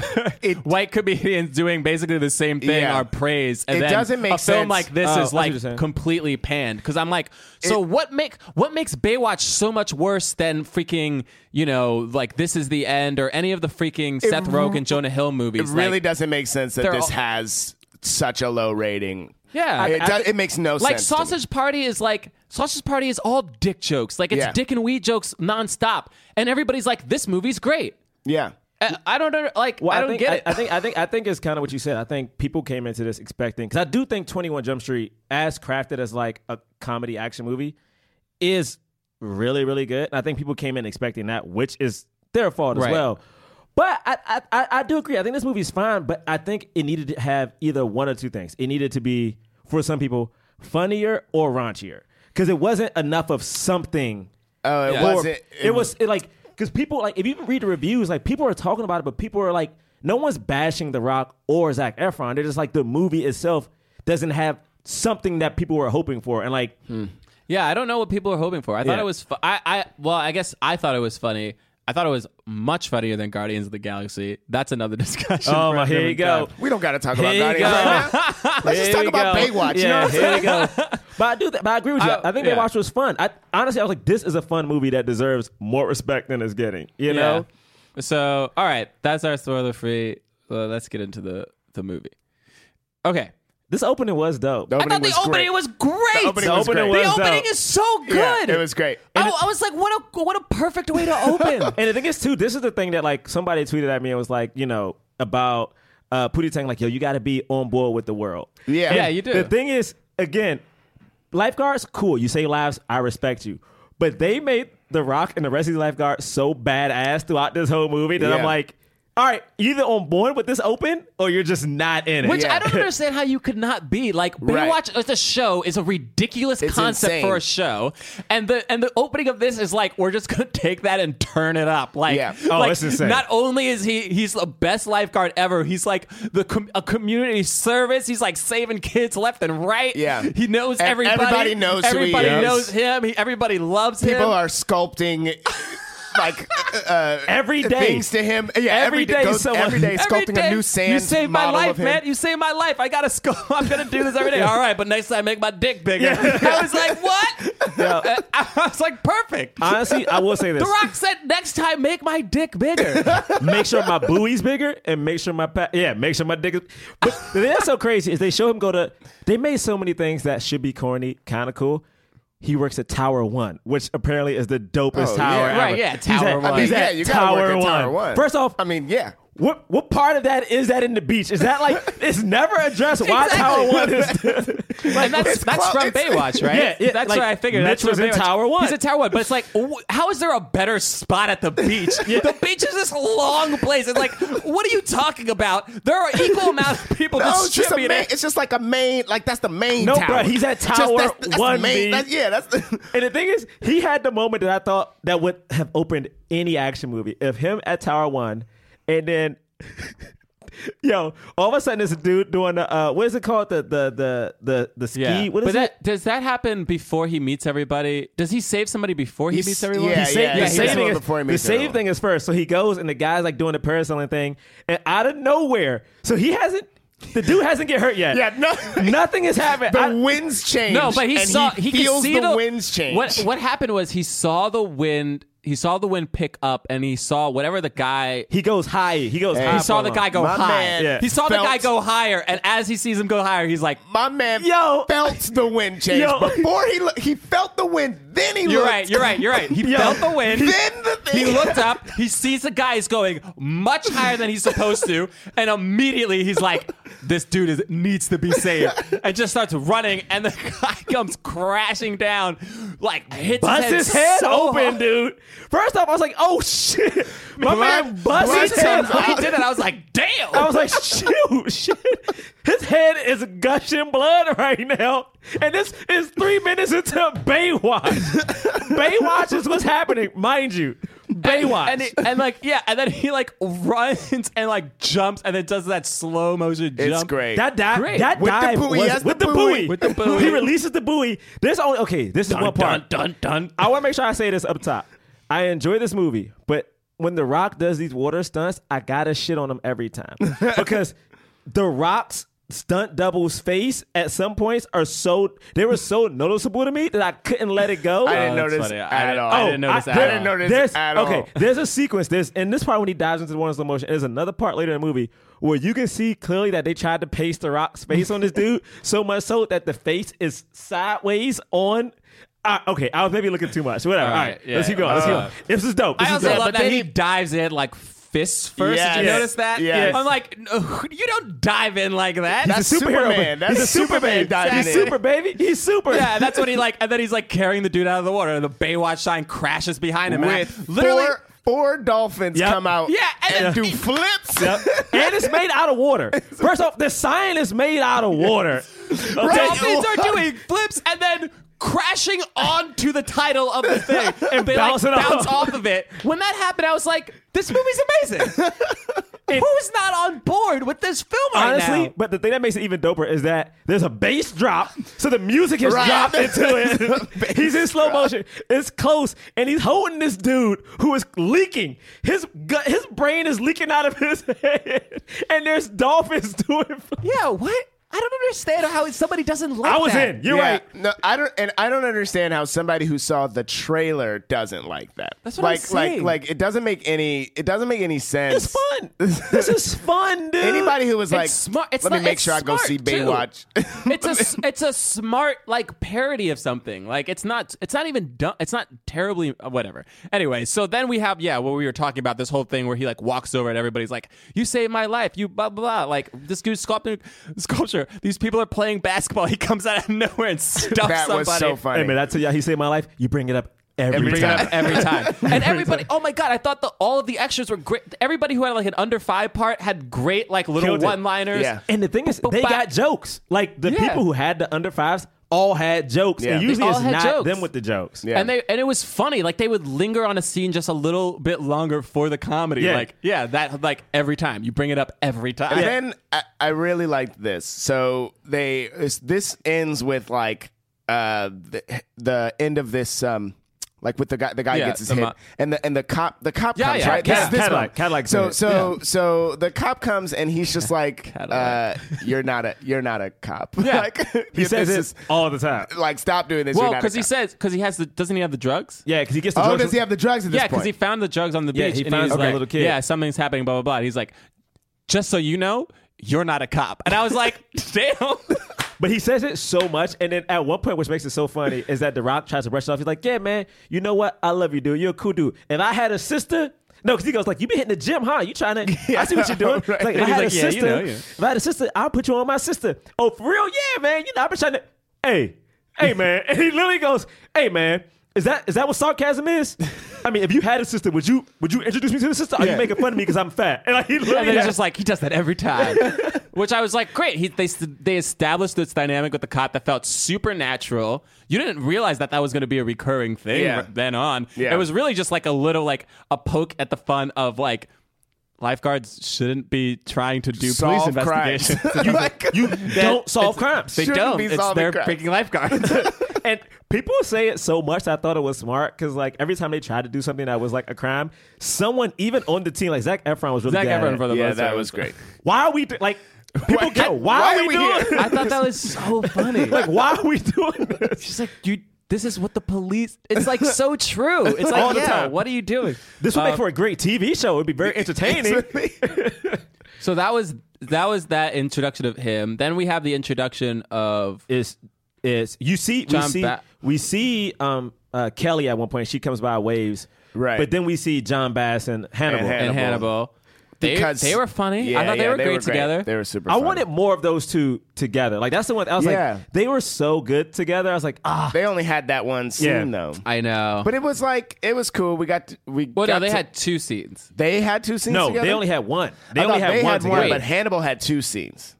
Speaker 2: white comedians doing basically the same thing
Speaker 4: Yeah.
Speaker 2: are praised and
Speaker 4: It
Speaker 2: then
Speaker 4: doesn't make
Speaker 2: a film
Speaker 4: sense.
Speaker 2: like this
Speaker 3: Oh, I
Speaker 2: is
Speaker 3: see what you're
Speaker 2: like
Speaker 3: saying.
Speaker 2: completely panned because I'm like, so what make what makes Baywatch so much worse than freaking you know like This Is the End or any of the freaking Seth Rogen Jonah Hill
Speaker 4: It
Speaker 2: movies?
Speaker 4: really
Speaker 2: like,
Speaker 4: doesn't make sense that
Speaker 2: they're
Speaker 4: this
Speaker 2: all-
Speaker 4: has such a low rating.
Speaker 2: Yeah.
Speaker 4: it,
Speaker 2: I-
Speaker 4: does, it makes no
Speaker 2: Like
Speaker 4: sense. to me.
Speaker 2: Sausage Party is like Sausage Party is all dick jokes. Like it's
Speaker 4: Yeah.
Speaker 2: dick and weed jokes nonstop, and everybody's like, this movie's great.
Speaker 4: Yeah,
Speaker 2: I, I don't know. Like
Speaker 3: Well,
Speaker 2: I don't
Speaker 3: think,
Speaker 2: get it.
Speaker 3: I, I think I think I think it's kind of what you said. I think people came into this expecting because I do think Twenty One Jump Street, as crafted as like a comedy action movie, is really really good. And I think people came in expecting that, which is their fault
Speaker 2: Right.
Speaker 3: as well. But I, I I I do agree. I think this movie's fine, but I think it needed to have either one or two things. It needed to be for some people funnier or raunchier because it wasn't enough of something.
Speaker 4: Oh, it
Speaker 2: Yeah.
Speaker 3: Or-
Speaker 4: wasn't.
Speaker 3: it was it like because people like if you read the reviews, like people are talking about it, but people are like, no one's bashing The Rock or Zach Efron. They're just like the movie itself doesn't have something that people were hoping for, and like
Speaker 2: Yeah, I don't know what people are hoping for. I thought
Speaker 3: Yeah.
Speaker 2: it was. Fu- I, I well, I guess I thought it was funny. I thought it was much funnier than Guardians of the Galaxy. That's another discussion.
Speaker 3: Oh,
Speaker 2: for
Speaker 3: my- here
Speaker 2: another
Speaker 3: you go.
Speaker 2: time.
Speaker 4: We don't got to talk about
Speaker 3: Here you
Speaker 4: Guardians
Speaker 3: go.
Speaker 4: right now. Let's just
Speaker 3: here
Speaker 4: talk
Speaker 3: you
Speaker 4: about
Speaker 3: go.
Speaker 4: Baywatch.
Speaker 3: Yeah,
Speaker 4: you know what I'm
Speaker 3: here you go. But I do, th- but I agree with you.
Speaker 2: I-
Speaker 3: I, think
Speaker 2: yeah.
Speaker 3: Baywatch was fun. I honestly, I was like, this is a fun movie that deserves more respect than it's getting. You know,
Speaker 2: Yeah. So, all right, that's our spoiler free. Uh, let's get into the the movie. Okay.
Speaker 3: this opening was dope.
Speaker 4: The
Speaker 2: I thought
Speaker 4: opening
Speaker 2: the
Speaker 4: was
Speaker 2: opening
Speaker 4: great.
Speaker 2: was great.
Speaker 4: The opening
Speaker 3: The
Speaker 4: was
Speaker 3: opening
Speaker 4: great.
Speaker 3: was- uh,
Speaker 2: The opening
Speaker 3: dope.
Speaker 2: is so
Speaker 4: Yeah,
Speaker 2: good. Oh,
Speaker 4: it was great.
Speaker 2: I, I was like, what a what a perfect way to open.
Speaker 3: And the thing is, too, this is the thing that like somebody tweeted at me and was like, you know, about uh Pootie Tang, like, yo, you got to be on board with the world.
Speaker 4: Yeah.
Speaker 3: And
Speaker 4: Yeah,
Speaker 2: you do.
Speaker 3: The thing is, again, lifeguards, cool. You save lives, I respect you. But they made The Rock and the rest of the lifeguards so badass throughout this whole movie that
Speaker 4: Yeah.
Speaker 3: I'm like, all right, you either on board with this open or you're just not in it.
Speaker 2: Which
Speaker 4: Yeah.
Speaker 2: I don't understand how you could not be like
Speaker 4: Right.
Speaker 2: Baywatch as a show is a ridiculous
Speaker 4: It's
Speaker 2: concept
Speaker 4: insane.
Speaker 2: for a show, and the and the opening of this is like we're just gonna take that and turn it up. Like,
Speaker 4: Yeah.
Speaker 3: Oh,
Speaker 2: like,
Speaker 3: it's insane.
Speaker 2: Not only is he he's the best lifeguard ever, he's like the com- a community service. He's like saving kids left and right.
Speaker 4: Yeah.
Speaker 2: he knows
Speaker 4: E-
Speaker 2: everybody.
Speaker 4: everybody knows who he
Speaker 2: Everybody
Speaker 4: is.
Speaker 2: knows him. He, everybody loves him.
Speaker 4: People are sculpting like uh,
Speaker 3: Every day.
Speaker 4: things to him. Yeah,
Speaker 2: every day,
Speaker 4: goes-
Speaker 2: someone,
Speaker 4: every day
Speaker 2: every
Speaker 4: sculpting
Speaker 2: day,
Speaker 4: a new sand
Speaker 2: You saved my
Speaker 4: model of
Speaker 2: life,
Speaker 4: him.
Speaker 2: man. You saved my life. I gotta sculpt. I'm gonna do this every day. All right, but next time make my dick bigger. I was like, what? Uh, I, was like, perfect.
Speaker 3: Honestly, I will say this.
Speaker 2: the Rock said, next time make my dick bigger.
Speaker 3: make sure my buoy's bigger and make sure my pa- yeah, make sure my dick is. But the thing that's so crazy is they show him go to. They made so many things that should be corny, kind of cool. He works at Tower One, which apparently is the dopest
Speaker 4: Oh,
Speaker 3: tower
Speaker 4: yeah.
Speaker 2: Right,
Speaker 3: ever.
Speaker 2: yeah,
Speaker 3: He's
Speaker 2: Tower
Speaker 3: at-
Speaker 2: One. I mean,
Speaker 3: He's
Speaker 4: yeah,
Speaker 3: at
Speaker 4: you gotta
Speaker 3: Tower,
Speaker 4: work at
Speaker 3: one.
Speaker 4: Tower One.
Speaker 3: First off,
Speaker 4: I mean, yeah.
Speaker 3: what what part of that is that in the beach? Is that like it's never addressed? Why Tower One is?
Speaker 2: and that's,
Speaker 4: it's
Speaker 2: that's
Speaker 4: clo-
Speaker 2: from
Speaker 4: it's-
Speaker 2: Baywatch, right?
Speaker 3: Yeah, yeah,
Speaker 2: That's
Speaker 3: like,
Speaker 2: where I figured. That's
Speaker 3: Mitch
Speaker 2: from
Speaker 3: was in
Speaker 2: Baywatch.
Speaker 3: Tower One.
Speaker 2: He's in Tower One, but it's like, wh- how is there a better spot at the beach? The beach is this long place. It's like, what are you talking about? There are equal amount of people
Speaker 4: No, Oh, it's just a
Speaker 2: distributed.
Speaker 4: main, it's just like a main, like that's the main
Speaker 3: No,
Speaker 4: tower.
Speaker 3: bruh, he's at
Speaker 4: Just
Speaker 3: Tower
Speaker 4: that's, that's the
Speaker 3: One, B.
Speaker 4: main, that's, yeah, that's the,
Speaker 3: And the thing is, he had the moment that I thought that would have opened any action movie. If him at Tower One, and then, yo, all of a sudden this dude doing the uh, what is it called the the the the the ski? What is
Speaker 2: but
Speaker 3: it?
Speaker 2: that, does that happen before he meets everybody? Does he save somebody before he
Speaker 4: He's-
Speaker 2: meets everyone?
Speaker 4: yeah,
Speaker 3: The save,
Speaker 4: yeah,
Speaker 3: the
Speaker 4: he
Speaker 3: saving
Speaker 4: does one
Speaker 3: is-
Speaker 4: before he
Speaker 3: the
Speaker 4: meets
Speaker 3: save
Speaker 4: everyone.
Speaker 3: thing is first. So he goes and the guy's like doing the parasailing thing, and out of nowhere, so he hasn't. The dude hasn't get hurt yet.
Speaker 4: Yeah, no-
Speaker 3: nothing has happened.
Speaker 4: the
Speaker 3: I-
Speaker 4: winds change.
Speaker 2: No, but he
Speaker 4: and
Speaker 2: saw
Speaker 4: he,
Speaker 2: he, could
Speaker 4: feels
Speaker 2: see
Speaker 4: the, winds change.
Speaker 2: What what happened was he saw the wind. He saw the wind pick up, and he saw whatever the guy.
Speaker 3: he goes high. He goes. high
Speaker 2: He saw
Speaker 3: for
Speaker 2: the
Speaker 3: a
Speaker 2: guy
Speaker 3: long-
Speaker 2: go
Speaker 4: my
Speaker 2: high.
Speaker 4: man
Speaker 3: Yeah.
Speaker 2: He saw the
Speaker 4: felt-
Speaker 2: guy go higher, and as he sees him go higher, he's like,
Speaker 4: My man
Speaker 3: Yo.
Speaker 4: felt the wind change
Speaker 3: Yo.
Speaker 4: before he lo- he felt the wind. Then he
Speaker 2: "You're
Speaker 4: looked.
Speaker 2: right, you're right, you're right." He
Speaker 3: Yo.
Speaker 2: felt the wind.
Speaker 4: Then the thing.
Speaker 2: He looked up. He sees the guy is going much higher than he's supposed to, and immediately he's like, "This dude is, needs to be saved," and just starts running. And the guy comes crashing down, like hits
Speaker 3: Bust
Speaker 2: his head,
Speaker 3: his head
Speaker 2: so
Speaker 3: open,
Speaker 2: hard.
Speaker 3: dude. First off, I was like, "Oh shit!" My man bust
Speaker 4: blood
Speaker 3: his head.
Speaker 4: comes
Speaker 2: When he
Speaker 3: open.
Speaker 2: did it, I was like, "Damn!"
Speaker 3: I was like, "Shoot, shit!" His head is gushing blood right now, and this is three minutes into Baywatch. Baywatch is what's happening, mind you. Baywatch.
Speaker 2: And, it- and like yeah, and then he like runs and like jumps and then does that slow motion jump.
Speaker 4: It's great.
Speaker 3: that dive,
Speaker 2: Great.
Speaker 3: that
Speaker 4: With the
Speaker 3: dive
Speaker 4: buoy,
Speaker 3: was-
Speaker 4: yes,
Speaker 3: with the
Speaker 4: the
Speaker 3: buoy.
Speaker 4: buoy.
Speaker 2: With the buoy.
Speaker 3: he releases the buoy. This only okay. This is one part.
Speaker 2: Dun dun.
Speaker 3: I want to make sure I say this up top. I enjoy this movie, but when The Rock does these water stunts, I gotta shit on him every time because The Rock's stunt double's face at some points are so they were so noticeable to me that I couldn't let it go.
Speaker 4: I didn't
Speaker 2: Oh, that's
Speaker 4: notice
Speaker 2: funny. I
Speaker 4: at
Speaker 2: didn't-
Speaker 4: all.
Speaker 2: I didn't notice
Speaker 4: I,
Speaker 2: at all.
Speaker 4: didn't notice
Speaker 3: there's,
Speaker 4: at all.
Speaker 3: Oh, okay, there's a sequence. There's in this part when he dives into the water in slow motion. There's another part later in the movie where you can see clearly that they tried to paste the rock's face on this dude so much so that the face is sideways on. Uh, okay, I was maybe looking too much. Whatever. All right,
Speaker 2: right, yeah. Uh,
Speaker 3: let's keep going. let's keep going. This is dope. This
Speaker 2: I
Speaker 3: is
Speaker 2: also
Speaker 3: dope.
Speaker 2: love
Speaker 4: but
Speaker 2: that
Speaker 4: then
Speaker 2: he
Speaker 4: he-
Speaker 2: dives in like fists first. Did you
Speaker 4: Yes.
Speaker 2: notice that?
Speaker 4: Yes.
Speaker 2: I'm like, no, you don't dive in like that.
Speaker 4: That's
Speaker 3: He's a superhero.
Speaker 4: Superman. That's
Speaker 3: He's a super
Speaker 4: Superman
Speaker 3: baby.
Speaker 4: diving
Speaker 3: He's
Speaker 4: in.
Speaker 3: super baby. He's super.
Speaker 2: yeah, that's what he like, and then he's like carrying the dude out of the water, and the Baywatch sign crashes behind him. and I
Speaker 4: With
Speaker 2: literally,
Speaker 4: four, four dolphins
Speaker 3: Yep.
Speaker 4: come out
Speaker 2: Yeah, and-
Speaker 4: and, do flips.
Speaker 3: and it's made out of water. First off, the sign is made out of water. Okay.
Speaker 2: dolphins are doing flips and then crashing onto the title of the thing, and they
Speaker 3: bouncing
Speaker 2: like
Speaker 3: off.
Speaker 2: bounce off of it. When that happened, I was like, this movie's amazing. Who's not on board with this film right
Speaker 3: honestly,
Speaker 2: now?
Speaker 3: but the thing that makes it even doper is that there's a bass drop, so the music is
Speaker 4: Right.
Speaker 3: dropped into it.
Speaker 4: Bass
Speaker 3: he's in slow motion. It's close, and he's holding this dude who is leaking. His gut, his brain is leaking out of his head, and there's dolphins doing.
Speaker 2: Yeah, what? I don't understand how somebody doesn't like
Speaker 3: I was
Speaker 2: that.
Speaker 3: in. You're
Speaker 4: Yeah.
Speaker 3: right.
Speaker 4: No, I don't, and I don't understand how somebody who saw the trailer doesn't like that.
Speaker 2: That's what I'm
Speaker 4: like,
Speaker 2: saying.
Speaker 4: like, like it doesn't make any, it doesn't make any sense.
Speaker 3: It's fun. this is fun, dude.
Speaker 4: Anybody who was
Speaker 2: It's
Speaker 4: like,
Speaker 2: smart- it's
Speaker 4: let
Speaker 2: not-
Speaker 4: me make
Speaker 2: it's
Speaker 4: sure I go
Speaker 2: smart,
Speaker 4: see
Speaker 2: too.
Speaker 4: Baywatch.
Speaker 2: it's a s- it's a smart like parody of something. Like it's not it's not even dumb. It's not terribly uh, whatever. Anyway, so then we have yeah what we were talking about this whole thing where he like walks over and everybody's like you saved my life you blah blah blah like this dude's sculpting sculpture these people are playing basketball he comes out of nowhere and stuffs
Speaker 4: that
Speaker 2: somebody.
Speaker 4: was so funny.
Speaker 3: Hey man, I tell y'all, he saved my life. You bring it up every,
Speaker 2: bring
Speaker 3: time.
Speaker 2: it up every time. and everybody, oh my god, I thought the, all of the extras were great. Everybody who had like an under five part had great like little
Speaker 3: Killed it.
Speaker 2: one-liners.
Speaker 4: Yeah.
Speaker 3: And the thing is,
Speaker 2: But-
Speaker 3: they
Speaker 2: but-
Speaker 3: got jokes. Like the
Speaker 2: Yeah.
Speaker 3: people who had the under fives all had jokes,
Speaker 4: Yeah.
Speaker 3: and
Speaker 4: They
Speaker 3: usually
Speaker 2: all
Speaker 3: it's
Speaker 2: had
Speaker 3: not
Speaker 2: jokes.
Speaker 3: them with the jokes.
Speaker 4: Yeah.
Speaker 2: And they and it was funny. Like they would linger on a scene just a little bit longer for the comedy.
Speaker 3: Yeah.
Speaker 2: Like yeah, that like every time you bring it up every time.
Speaker 4: And then I, I really liked this. So they this- this ends with like uh the, the end of this um like with the guy the guy
Speaker 2: Yeah,
Speaker 4: gets his
Speaker 2: the
Speaker 4: hit
Speaker 2: mo-
Speaker 4: and the and the cop the cop
Speaker 2: Yeah,
Speaker 4: comes
Speaker 2: yeah,
Speaker 4: right
Speaker 2: yeah.
Speaker 4: This is this
Speaker 3: Cadillac,
Speaker 4: one.
Speaker 3: Cadillac's in
Speaker 4: so
Speaker 3: it.
Speaker 4: so so the cop comes and he's just like uh, you're not a you're not a cop
Speaker 2: Yeah.
Speaker 4: like
Speaker 3: He says
Speaker 4: this
Speaker 3: this all the time.
Speaker 4: is- like stop doing this
Speaker 2: well,
Speaker 4: because
Speaker 2: because he says because he has the doesn't he have the drugs?
Speaker 3: Yeah, because he gets the
Speaker 4: oh
Speaker 3: jokes.
Speaker 4: does he have the drugs at this
Speaker 2: Yeah,
Speaker 4: point
Speaker 2: because he found the drugs on the beach.
Speaker 3: Yeah, he
Speaker 2: and
Speaker 3: found
Speaker 2: he's
Speaker 3: it with a
Speaker 2: like,
Speaker 3: little kid.
Speaker 2: Yeah, something's happening. Blah blah blah. And he's like, just so you know, you're not a cop. And I was like, damn.
Speaker 3: But he says it so much, and then at one point, which makes it so funny, is that The Rock tries to brush it off. He's like, "Yeah, man, you know what? I love you, dude. You're a cool dude. If I had a sister." No, because he goes like, "You been hitting the gym, huh? You trying to? I see what you're doing.
Speaker 4: Right.
Speaker 3: It's Like, if I
Speaker 2: He's
Speaker 3: had a
Speaker 2: like, "Yeah, you
Speaker 3: sister,
Speaker 2: know, yeah."
Speaker 3: if I had a sister, I'll put you on my sister. Oh, for real? Yeah, man. You know, I've been trying to. Hey, hey, man. And he literally goes, "Hey, man. Is that is that what sarcasm is? I mean, if you had a sister, would you would you introduce me to the sister? Are
Speaker 4: Yeah.
Speaker 3: you making fun of me because I'm fat? And like, he literally
Speaker 2: And then it's
Speaker 3: has-
Speaker 2: just like he does that every time, which I was like, great. He, they they established this dynamic with the cop that felt supernatural. You didn't realize that that was going to be a recurring thing
Speaker 4: Yeah.
Speaker 2: r- then on.
Speaker 4: Yeah.
Speaker 2: It was really just like a little like a poke at the fun of like lifeguards shouldn't be trying to do
Speaker 4: Solve
Speaker 2: police investigations.
Speaker 4: crimes. Like,
Speaker 3: you don't solve
Speaker 2: it's-
Speaker 3: crimes.
Speaker 2: They
Speaker 4: Shouldn't
Speaker 2: don't.
Speaker 4: be
Speaker 2: It's
Speaker 4: solving
Speaker 2: their
Speaker 4: crimes.
Speaker 2: freaking lifeguards.
Speaker 3: and people say it so much. I thought it was smart because like every time they tried to do something that was like a crime, someone even on the team like Zach Efron was really
Speaker 2: Zac
Speaker 3: good at
Speaker 2: Efron
Speaker 3: it.
Speaker 2: for the
Speaker 4: yeah
Speaker 2: most
Speaker 4: that
Speaker 2: part.
Speaker 4: was great
Speaker 3: Why are we do- like people
Speaker 4: Why-
Speaker 3: get why,
Speaker 4: why
Speaker 3: are
Speaker 4: are
Speaker 3: we,
Speaker 4: we
Speaker 3: doing
Speaker 4: here?
Speaker 2: I thought that was so funny.
Speaker 3: like why are we doing this?
Speaker 2: She's like, dude, this is what the police. It's like so true. It's like,
Speaker 3: All the
Speaker 2: yeah,
Speaker 3: time.
Speaker 2: what are you doing?
Speaker 3: This would make for a great TV show. It'd be very entertaining.
Speaker 2: So that was that was that introduction of him. Then we have the introduction of
Speaker 3: is is you see we
Speaker 2: John
Speaker 3: see
Speaker 2: Ba-
Speaker 3: we see um uh, Kelly at one point. She comes by waves.
Speaker 4: Right.
Speaker 3: But then we see John Bass and Hannibal.
Speaker 4: And
Speaker 2: and
Speaker 4: Hannibal.
Speaker 2: Hannibal. They,
Speaker 4: because
Speaker 2: they were funny.
Speaker 4: Yeah,
Speaker 2: I thought they
Speaker 4: yeah,
Speaker 2: were great together.
Speaker 4: they were super
Speaker 3: I
Speaker 4: funny.
Speaker 3: wanted more of those two together. Like that's the one I was
Speaker 4: Yeah.
Speaker 3: like, they were so good together. I was like, ah,
Speaker 4: they only had that one scene
Speaker 3: Yeah.
Speaker 4: though
Speaker 2: I know.
Speaker 4: But it was like it was cool. We got to, we.
Speaker 2: well, no,
Speaker 4: got
Speaker 2: they
Speaker 4: to-
Speaker 2: had two scenes.
Speaker 4: they had two scenes.
Speaker 3: No,
Speaker 4: together?
Speaker 3: they only had one. They
Speaker 4: I
Speaker 3: only
Speaker 4: thought
Speaker 3: had
Speaker 4: they
Speaker 3: one
Speaker 4: had
Speaker 3: together.
Speaker 4: one, but Hannibal had two scenes.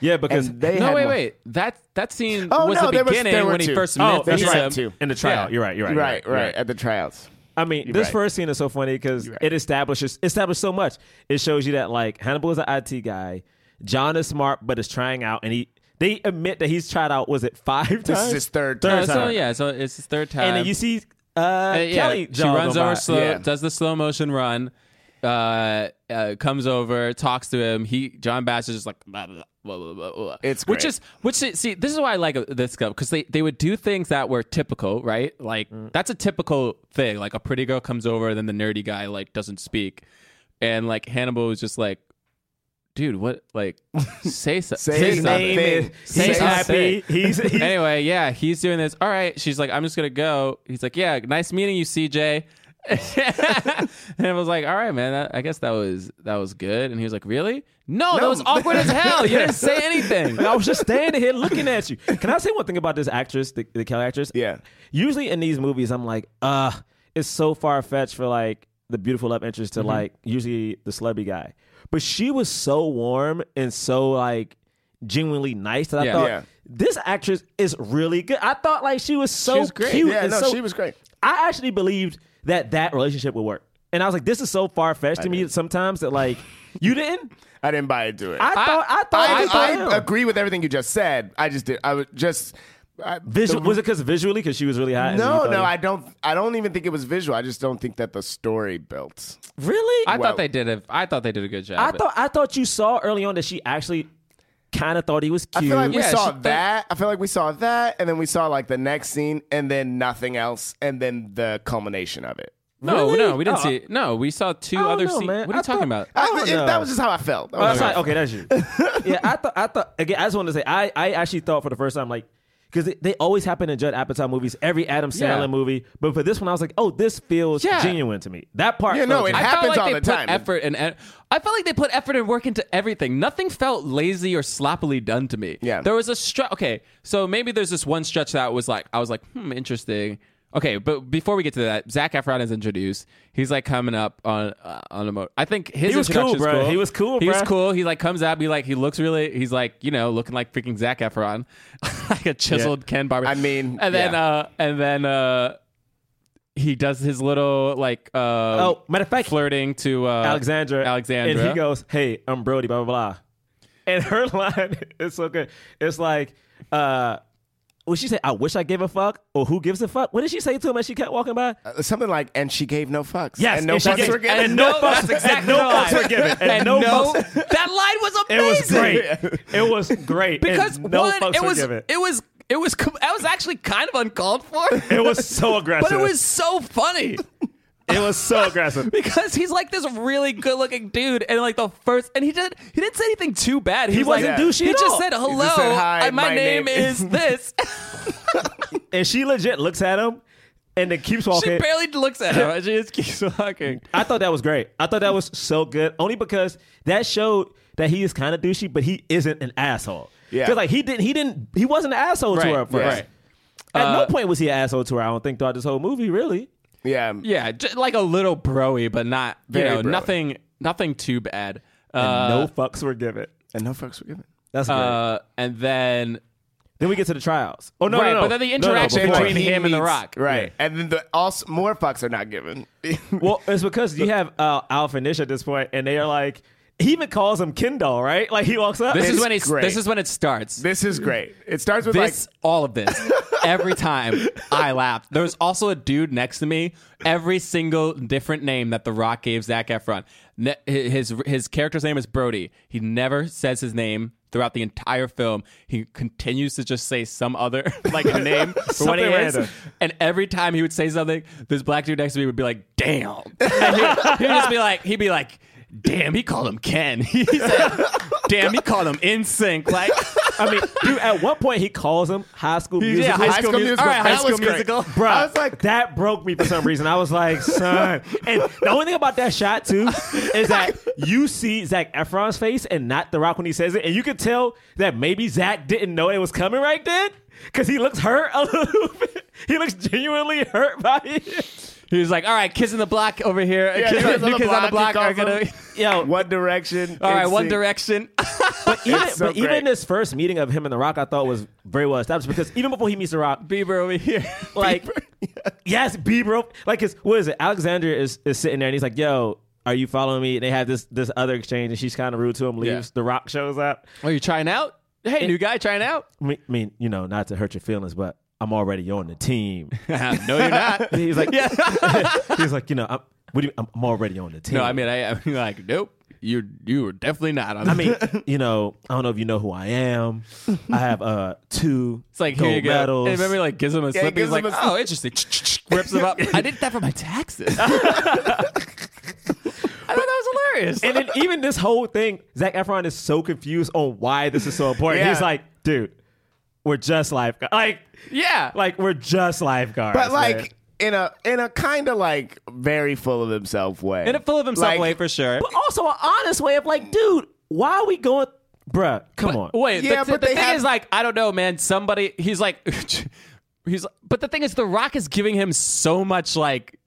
Speaker 3: yeah, because
Speaker 4: And they
Speaker 2: No,
Speaker 4: had
Speaker 2: wait,
Speaker 4: one.
Speaker 2: wait. That that scene
Speaker 4: Oh,
Speaker 2: was
Speaker 4: no,
Speaker 2: the
Speaker 4: there was-
Speaker 2: beginning
Speaker 4: there were
Speaker 2: when he
Speaker 4: two.
Speaker 2: first
Speaker 3: oh,
Speaker 2: met
Speaker 3: that's
Speaker 4: They
Speaker 2: Lisa.
Speaker 4: had
Speaker 3: right.
Speaker 4: two.
Speaker 3: In the trial,
Speaker 2: Yeah.
Speaker 3: you're right. You're right.
Speaker 4: Right,
Speaker 3: you're
Speaker 4: right,
Speaker 3: you're
Speaker 4: at the tryouts.
Speaker 3: I mean, this
Speaker 4: right.
Speaker 3: first scene is so funny because
Speaker 4: You're right.
Speaker 3: it establishes established so much. It shows you that like Hannibal is an IT guy, John is smart but is trying out, and he they admit that he's tried out. Was it five times?
Speaker 4: This is his third
Speaker 3: Third
Speaker 2: Uh,
Speaker 4: time.
Speaker 2: so
Speaker 3: time.
Speaker 2: yeah, so it's his third time.
Speaker 3: and then you see uh,
Speaker 2: Uh, yeah,
Speaker 3: Kelly.
Speaker 2: she
Speaker 3: jog
Speaker 2: runs
Speaker 3: on
Speaker 2: over
Speaker 3: by.
Speaker 2: slow,
Speaker 4: Yeah.
Speaker 2: does the slow motion run, uh, uh, comes over, talks to him. He John Bass is just like blah, blah, blah, blah, blah, blah.
Speaker 4: It's
Speaker 2: which
Speaker 4: great.
Speaker 2: is which is, see this is why I like uh, this go because they they would do things that were typical, right? Like that's a typical thing. Like a pretty girl comes over, then the nerdy guy like doesn't speak, and like Hannibal is just like. Dude, what? Like, say, so-
Speaker 4: Say
Speaker 3: His
Speaker 2: something.
Speaker 3: name is.
Speaker 4: Something.
Speaker 2: Say
Speaker 3: He's happy.
Speaker 2: something.
Speaker 3: He's, he's
Speaker 2: Anyway, yeah, he's doing this. All right. She's like, I'm just going to go. He's like, yeah, nice meeting you, CJ. and I was like, all right, man, that, I guess that was that was good. And he was like, really? No, that was awkward as hell. You didn't say anything.
Speaker 3: And I was just standing here looking at you. Can I say one thing about this actress, the, the Kelly actress?
Speaker 4: Yeah.
Speaker 3: Usually in these movies, I'm like, uh, it's so far fetched for like the beautiful love interest to
Speaker 4: Mm-hmm.
Speaker 3: like usually the slubby guy. But she was so warm and so like genuinely nice that I
Speaker 2: Yeah.
Speaker 3: thought
Speaker 4: Yeah.
Speaker 3: this actress is really good. I thought like she was so
Speaker 2: was great.
Speaker 3: cute.
Speaker 4: Yeah,
Speaker 3: and
Speaker 4: no,
Speaker 3: so-
Speaker 4: she was great.
Speaker 3: I actually believed that that relationship would work. And I was like, this is so far fetched to me sometimes that like you didn't.
Speaker 4: I didn't buy into it.
Speaker 3: I, thought I thought it was
Speaker 4: I,
Speaker 3: real.
Speaker 4: I agree with everything you just said. I just did. I was just. I,
Speaker 3: Visu- was it because visually? Because she was really hot. and you
Speaker 4: no,
Speaker 3: thought
Speaker 4: no,
Speaker 3: it-
Speaker 4: I don't. I don't even think it was visual. I just don't think that the story built.
Speaker 3: really.
Speaker 2: I
Speaker 3: I,
Speaker 4: Wow.
Speaker 2: thought they did a, I thought they did a good job.
Speaker 3: thought I thought you saw early on that she actually kind of thought he was
Speaker 4: I
Speaker 3: cute.
Speaker 4: feel like we
Speaker 2: Yeah,
Speaker 4: saw
Speaker 2: she-
Speaker 4: that. I feel like we saw that, and then we saw like the next scene, and then nothing else, and then the culmination of it.
Speaker 2: no,
Speaker 3: Really?
Speaker 2: no, we didn't
Speaker 3: Oh,
Speaker 2: see. No, we saw two
Speaker 3: don't
Speaker 2: other
Speaker 3: know,
Speaker 2: scenes.
Speaker 3: man.
Speaker 2: What are you
Speaker 3: I
Speaker 2: talking about?
Speaker 3: thought-
Speaker 4: I,
Speaker 3: don't
Speaker 4: it-
Speaker 3: know.
Speaker 4: that was just how I felt. That
Speaker 3: Oh,
Speaker 4: was
Speaker 3: that's right. Okay, that's you. yeah, I thought I thought again. I just want to say I I actually thought for the first time like. Because they, they always happen in Judd Apatow movies, every Adam Sandler
Speaker 2: Yeah.
Speaker 3: movie. But for this one, I was like, "Oh, this feels
Speaker 2: Yeah.
Speaker 3: genuine to me." That part,
Speaker 4: Yeah, no,
Speaker 3: felt
Speaker 4: it
Speaker 3: genuine.
Speaker 2: I
Speaker 4: happens
Speaker 2: felt like
Speaker 4: all
Speaker 2: they
Speaker 4: the
Speaker 2: put
Speaker 4: time.
Speaker 2: effort and and- I felt like they put effort and work into everything. Nothing felt lazy or sloppily done to me.
Speaker 4: Yeah.
Speaker 2: There was a stretch. Okay, so maybe there's this one stretch that was like I was like, hmm, interesting. Okay, but before we get to that, Zach Efron is introduced. He's like coming up on uh, on a motor. I think his
Speaker 3: He was cool,
Speaker 2: introduction's
Speaker 3: bro. He was cool,
Speaker 2: He was
Speaker 3: bro.
Speaker 2: cool. He like comes up. He like he looks really. He's like you know looking like freaking Zach Efron, like a chiseled Ken Barber.
Speaker 4: I mean,
Speaker 2: and then
Speaker 4: yeah.
Speaker 2: uh and then uh he does his little like uh
Speaker 3: Oh, matter of fact,
Speaker 2: flirting to uh
Speaker 3: Alexandra.
Speaker 2: Alexandra.
Speaker 3: And he goes, Hey, I'm Brody, blah, blah, blah. And her line is so good. It's like, uh, would she say, I wish I gave a fuck? Or who gives a fuck? What did she say to him as she kept walking by?
Speaker 4: Uh, Something like, and she gave no fucks.
Speaker 3: Yes,
Speaker 4: and no
Speaker 3: and she
Speaker 4: fucks
Speaker 3: gave-
Speaker 4: were given.
Speaker 3: and no fucks-
Speaker 2: that's exactly
Speaker 3: and no
Speaker 2: the line.
Speaker 3: fucks were given. And no fucks-
Speaker 2: that line was
Speaker 3: It
Speaker 2: amazing.
Speaker 3: was great. It was great.
Speaker 2: because
Speaker 3: and no
Speaker 2: one,
Speaker 3: fucks
Speaker 2: it
Speaker 3: were
Speaker 2: was
Speaker 3: given.
Speaker 2: it was it was com- that was actually kind of uncalled for,
Speaker 3: It was so aggressive.
Speaker 2: but it was so funny
Speaker 3: it was so aggressive.
Speaker 2: because he's like this really good looking dude, and like the first, and he did he didn't say anything too bad. He, was like,
Speaker 3: wasn't douchey
Speaker 2: He
Speaker 3: at all.
Speaker 2: just said hello.
Speaker 4: said, "Hi,
Speaker 2: I- my,
Speaker 4: my
Speaker 2: name,
Speaker 4: name
Speaker 2: is this.
Speaker 3: And she legit looks at him and then keeps
Speaker 2: she
Speaker 3: walking.
Speaker 2: barely looks at him. and She just keeps walking.
Speaker 3: I thought that was great. I thought that was so good, only because that showed that he is kind of douchey, but he isn't an asshole.
Speaker 4: Yeah.
Speaker 3: because like he didn't, he didn't, he wasn't an asshole to
Speaker 2: Right,
Speaker 3: her at first.
Speaker 2: right.
Speaker 3: At no
Speaker 2: Uh,
Speaker 3: point was he an asshole to her. I don't think throughout this whole movie, really.
Speaker 4: Yeah.
Speaker 2: Yeah, j- like a little broy, but not you
Speaker 4: Very
Speaker 2: know
Speaker 4: bro-y.
Speaker 2: nothing nothing too bad. Uh,
Speaker 3: no fucks were given.
Speaker 4: And no fucks were given.
Speaker 3: That's great.
Speaker 2: uh, and then
Speaker 3: then we get to the trials. Oh no,
Speaker 2: right,
Speaker 3: no, no.
Speaker 2: but then the
Speaker 3: No, no,
Speaker 2: interaction
Speaker 3: before.
Speaker 2: between him and The Rock.
Speaker 4: Right. And then the also more fucks are not given.
Speaker 3: Well, it's because you have uh, Alf and Nish at this point, and they are like. He even calls him Kindle, right? Like he walks up.
Speaker 2: This
Speaker 4: It's
Speaker 2: is when it's
Speaker 4: great.
Speaker 2: this is when it starts. This,
Speaker 4: this is great. It starts with like
Speaker 2: all of this. Every time I laughed. There was also a dude next to me. Every single different name that The Rock gave Zach Efron. Ne- his his character's name is Brody. He never says his name throughout the entire film. He continues to just say some other like a name for what he
Speaker 3: Something
Speaker 2: is.
Speaker 3: random.
Speaker 2: And every time he would say something, this black dude next to me would be like, "Damn." And he, he would just be like, he'd be like, "Damn, he called him Ken." He said, "Damn, he called him in sync." Like.
Speaker 3: I mean, dude, at one point he calls him High School Musical.
Speaker 2: High
Speaker 4: High
Speaker 2: School
Speaker 4: School
Speaker 2: Music-
Speaker 4: Musical.
Speaker 2: all right, High
Speaker 4: That was
Speaker 2: School
Speaker 4: great.
Speaker 2: Musical.
Speaker 3: Bro,
Speaker 4: I was like,
Speaker 3: that broke me for some reason. I was like, son. And the only thing about that shot too is that you see Zach Efron's face and not The Rock when he says it, and you could tell that maybe Zach didn't know it was coming right then because he looks hurt a little bit. He looks genuinely hurt by it.
Speaker 2: He was like, "All right, kids in the block over here.
Speaker 4: Yeah,
Speaker 2: kids,
Speaker 4: Kids on
Speaker 2: new
Speaker 4: the
Speaker 2: kids on the
Speaker 4: Block,
Speaker 2: block
Speaker 4: he
Speaker 2: are
Speaker 4: calls
Speaker 2: gonna."
Speaker 4: them.
Speaker 3: Yo,
Speaker 4: One Direction.
Speaker 2: All right, One
Speaker 4: NSYNC.
Speaker 2: Direction.
Speaker 3: even,
Speaker 4: so
Speaker 3: but
Speaker 4: great.
Speaker 3: even this first meeting of him and The Rock, I thought was very well established because even before he meets The Rock,
Speaker 2: Bieber over here.
Speaker 3: like yes bieber like it's what is it alexandria is, is sitting there and he's like yo are you following me and they have this this other exchange and she's kind of rude to him leaves
Speaker 2: Yeah.
Speaker 3: the rock shows up
Speaker 2: Are you trying out? Hey, new guy, trying out?
Speaker 3: I mean, I mean you know not to hurt your feelings but i'm already on the team
Speaker 2: no, you're not.
Speaker 3: he's like he's like you know i'm what do you, I'm, I'm already on the team
Speaker 2: no, I mean, I, I'm like, nope. You, you were definitely not. i
Speaker 3: I mean, you know, I don't know if you know who I am. I have uh two
Speaker 2: it's like
Speaker 3: gold
Speaker 2: here you go.
Speaker 3: medals.
Speaker 2: And remember, like gives him a slip.
Speaker 4: gives
Speaker 2: He's like,
Speaker 4: him a
Speaker 2: oh, interesting. Rips him up. I did that for my taxes. I thought that was hilarious.
Speaker 3: And then even this whole thing, Zach Efron is so confused on why this is so important.
Speaker 4: Yeah.
Speaker 3: He's like, dude, we're just lifeguards. Like,
Speaker 2: yeah,
Speaker 3: like we're just lifeguards.
Speaker 4: But
Speaker 3: man.
Speaker 4: like in a in a kind of like very full of himself way.
Speaker 2: in a full of himself
Speaker 4: Like,
Speaker 2: way for sure.
Speaker 3: but also an honest way of like, dude, why are we going? Bruh, come on.
Speaker 2: Wait,
Speaker 4: Yeah,
Speaker 2: the,
Speaker 4: but
Speaker 2: the
Speaker 4: they
Speaker 2: thing
Speaker 4: have-
Speaker 2: is, like, I don't know, man. Somebody, he's like, he's. But the thing is, The Rock is giving him so much like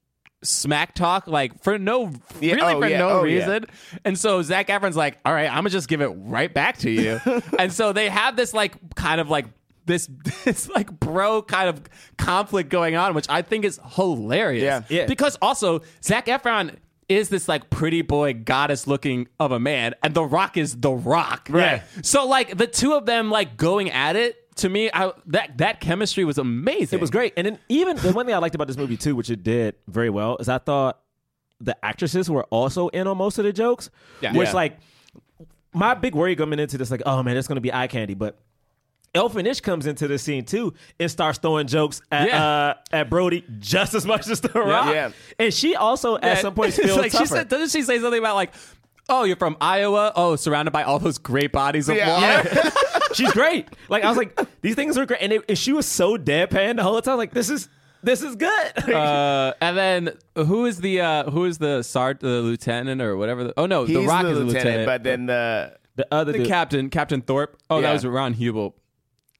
Speaker 2: smack talk, like for no,
Speaker 4: Yeah,
Speaker 2: really
Speaker 4: oh,
Speaker 2: for
Speaker 4: yeah,
Speaker 2: no
Speaker 4: oh, yeah.
Speaker 2: reason. And so Zach Efron's like, all right, I'm gonna just give it right back to you. and so they have this like kind of like this this like bro kind of conflict going on, which I think is hilarious.
Speaker 4: Yeah.
Speaker 3: Yeah.
Speaker 2: Because also Zach Efron is this like pretty boy goddess looking of a man, and The Rock is The Rock.
Speaker 3: Right.
Speaker 2: So like the two of them like going at it to me, I, that that chemistry was amazing.
Speaker 3: It was great. And then even the one thing I liked about this movie too, which it did very well, is I thought the actresses were also in on most of the jokes.
Speaker 2: Yeah.
Speaker 3: Which
Speaker 2: Yeah.
Speaker 3: like my big worry coming into this, like, oh man, it's gonna be eye candy, but Elfinish comes into the scene too and starts throwing jokes at
Speaker 2: Yeah.
Speaker 3: uh, at Brody just as much as the Rock.
Speaker 4: Yeah.
Speaker 3: And she also at some point
Speaker 2: It's
Speaker 3: feels
Speaker 2: like
Speaker 3: tougher.
Speaker 2: she said, doesn't she say something about like, oh, you're from Iowa? Oh, surrounded by all those great bodies of
Speaker 4: Yeah.
Speaker 2: water.
Speaker 3: She's great. Like I was like, these things are great, and, it, and she was so deadpan the whole time. Like this is this is good.
Speaker 2: Uh, and then who is the uh, who is the sart the lieutenant or whatever? The, oh no,
Speaker 4: He's
Speaker 2: the Rock
Speaker 4: the
Speaker 2: is the
Speaker 4: lieutenant,
Speaker 2: lieutenant,
Speaker 4: but then the
Speaker 3: the other
Speaker 2: the
Speaker 3: dude,
Speaker 2: captain, Captain Thorpe. Oh,
Speaker 4: Yeah.
Speaker 2: that was Ron Hubel.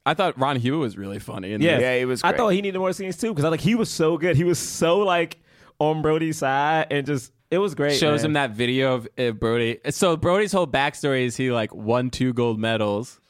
Speaker 2: I thought Ron Hubert was really funny. in
Speaker 3: Yeah,
Speaker 2: this.
Speaker 4: Yeah, he was
Speaker 3: I
Speaker 4: great.
Speaker 3: thought he needed more scenes too because like he was so good. He was so like on Brody's side and just it was great.
Speaker 2: shows
Speaker 3: man.
Speaker 2: him that video of uh, Brody. So Brody's whole backstory is he like won two gold medals.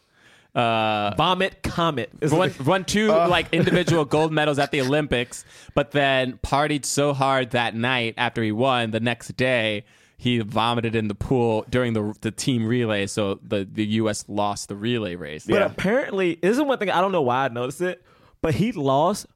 Speaker 2: Uh,
Speaker 3: vomit comet. It's
Speaker 2: won,
Speaker 3: like-
Speaker 2: won two like individual gold medals at the Olympics, but then partied so hard that night after he won. The next day, he vomited in the pool during the the team relay. So the the U.S. lost the relay race.
Speaker 3: But apparently, this is one thing I don't know why I noticed it, but he lost.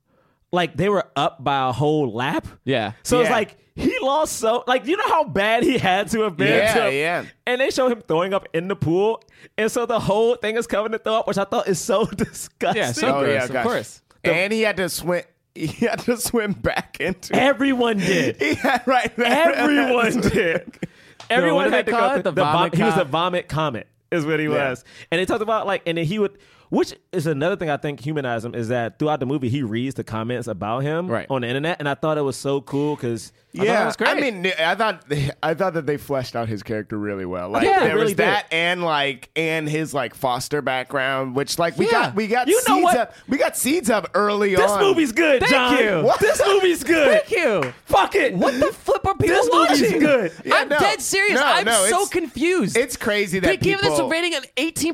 Speaker 3: Like they were up by a whole lap.
Speaker 2: Yeah.
Speaker 3: So it's
Speaker 4: Yeah.
Speaker 3: like he lost so like you know how bad he had to have been.
Speaker 4: Yeah,
Speaker 3: to-
Speaker 4: yeah.
Speaker 3: And they show him throwing up in the pool, and so the whole thing is coming to throw up, which I thought is so disgusting.
Speaker 2: Yeah, so-
Speaker 4: oh yeah,
Speaker 2: Gross, of
Speaker 4: gosh.
Speaker 2: course.
Speaker 4: and he had to swim. He had to swim back into.
Speaker 3: Everyone did.
Speaker 4: he had right.
Speaker 3: Everyone did.
Speaker 2: what
Speaker 3: Everyone
Speaker 2: do
Speaker 3: had
Speaker 2: they
Speaker 3: to
Speaker 2: call it?
Speaker 3: go through-
Speaker 2: The
Speaker 3: vom-
Speaker 2: vomit
Speaker 3: He was
Speaker 2: cop?
Speaker 3: a vomit comet, is what he was. And they talked about like, and then he would, which is another thing I think humanize him is that throughout the movie he reads the comments about him
Speaker 2: Right.
Speaker 3: on the internet, and I thought it was so cool because
Speaker 4: yeah,
Speaker 2: was great.
Speaker 4: I mean, I thought I thought that they fleshed out his character really well. Like
Speaker 3: Yeah, they
Speaker 4: there
Speaker 3: really
Speaker 4: was
Speaker 3: did.
Speaker 4: that, and like and his like foster background, which like we
Speaker 2: Yeah.
Speaker 4: got we got
Speaker 3: You know
Speaker 4: seeds
Speaker 3: what?
Speaker 4: up. We got seeds up early
Speaker 3: this
Speaker 4: on.
Speaker 3: movie's good,
Speaker 2: Thank
Speaker 3: John.
Speaker 2: you.
Speaker 4: What?
Speaker 3: This movie's good.
Speaker 2: Thank you.
Speaker 3: Fuck it.
Speaker 2: What the flip are people
Speaker 3: This movie's
Speaker 2: watching?
Speaker 3: good.
Speaker 4: Yeah,
Speaker 2: I'm
Speaker 4: no.
Speaker 2: dead serious.
Speaker 4: No,
Speaker 2: I'm
Speaker 4: no,
Speaker 2: so
Speaker 4: it's-
Speaker 2: confused.
Speaker 4: It's crazy that
Speaker 2: they give this a
Speaker 4: people-
Speaker 2: rating of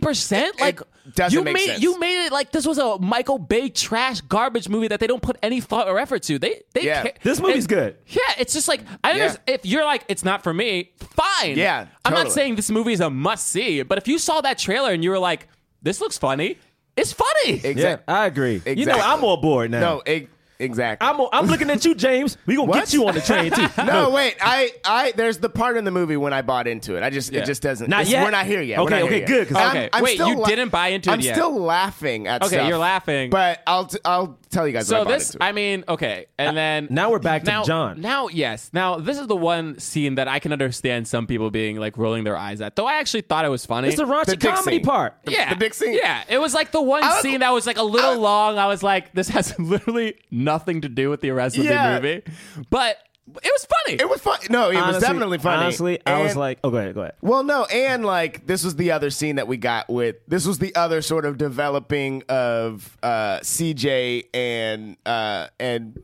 Speaker 2: 18%. Like
Speaker 4: doesn't
Speaker 2: you
Speaker 4: make
Speaker 2: made
Speaker 4: sense.
Speaker 2: you made it like this was a Michael Bay trash garbage movie that they don't put any thought or effort to. They they
Speaker 4: Yeah.
Speaker 2: ca-
Speaker 3: This movie's
Speaker 2: and-
Speaker 3: good.
Speaker 2: Yeah, it's just like I
Speaker 4: Yeah.
Speaker 2: understand if you're like it's not for me, fine.
Speaker 4: Yeah,
Speaker 2: I'm not
Speaker 4: totally.
Speaker 2: saying this movie is a must see, but if you saw that trailer and you were like this looks funny, it's funny.
Speaker 3: Yeah,
Speaker 4: Exactly.
Speaker 3: I agree. You know,
Speaker 4: Exactly.
Speaker 3: I'm on board now.
Speaker 4: No, e- exactly.
Speaker 3: I'm on, I'm looking at you, James. We gonna get
Speaker 4: What?
Speaker 3: you on the train too.
Speaker 4: no, wait. I, I, there's the part in the movie when I bought into it. I just,
Speaker 2: Yeah.
Speaker 4: it just doesn't.
Speaker 3: Not
Speaker 4: it's-
Speaker 3: yet?
Speaker 4: We're not here yet.
Speaker 3: Okay,
Speaker 4: We're not here
Speaker 3: okay,
Speaker 4: yet.
Speaker 3: good, 'cause
Speaker 4: I'm-
Speaker 2: Okay,
Speaker 4: I'm
Speaker 2: wait,
Speaker 4: still
Speaker 2: you didn't buy into it
Speaker 4: I'm
Speaker 2: yet.
Speaker 4: still laughing at.
Speaker 2: Okay,
Speaker 4: stuff,
Speaker 2: you're laughing.
Speaker 4: But I'll, t- I'll tell you guys.
Speaker 2: So
Speaker 4: what I bought
Speaker 2: this,
Speaker 4: into.
Speaker 2: I mean, okay, and then
Speaker 3: Uh, now we're back to
Speaker 2: now-
Speaker 3: John.
Speaker 2: Now, yes, now this is the one scene that I can understand some people being like rolling their eyes at. Though I actually thought it was funny.
Speaker 3: It's the raunchy
Speaker 4: The dick
Speaker 3: comedy
Speaker 4: scene.
Speaker 3: part.
Speaker 4: The-
Speaker 2: yeah,
Speaker 4: the dick scene?
Speaker 2: Yeah, it was like the one
Speaker 4: I was-
Speaker 2: scene that was like a little
Speaker 4: I-
Speaker 2: long. I was like, this has literally nothing to do with the rest of
Speaker 4: Yeah.
Speaker 2: the movie, but it was funny.
Speaker 4: it was fun. No, it was
Speaker 3: Honestly-
Speaker 4: definitely funny.
Speaker 3: Honestly, I was
Speaker 4: And-
Speaker 3: like, oh, go ahead, go ahead.
Speaker 4: Well, no, and like this was the other scene that we got with this was the other sort of developing of uh CJ and uh and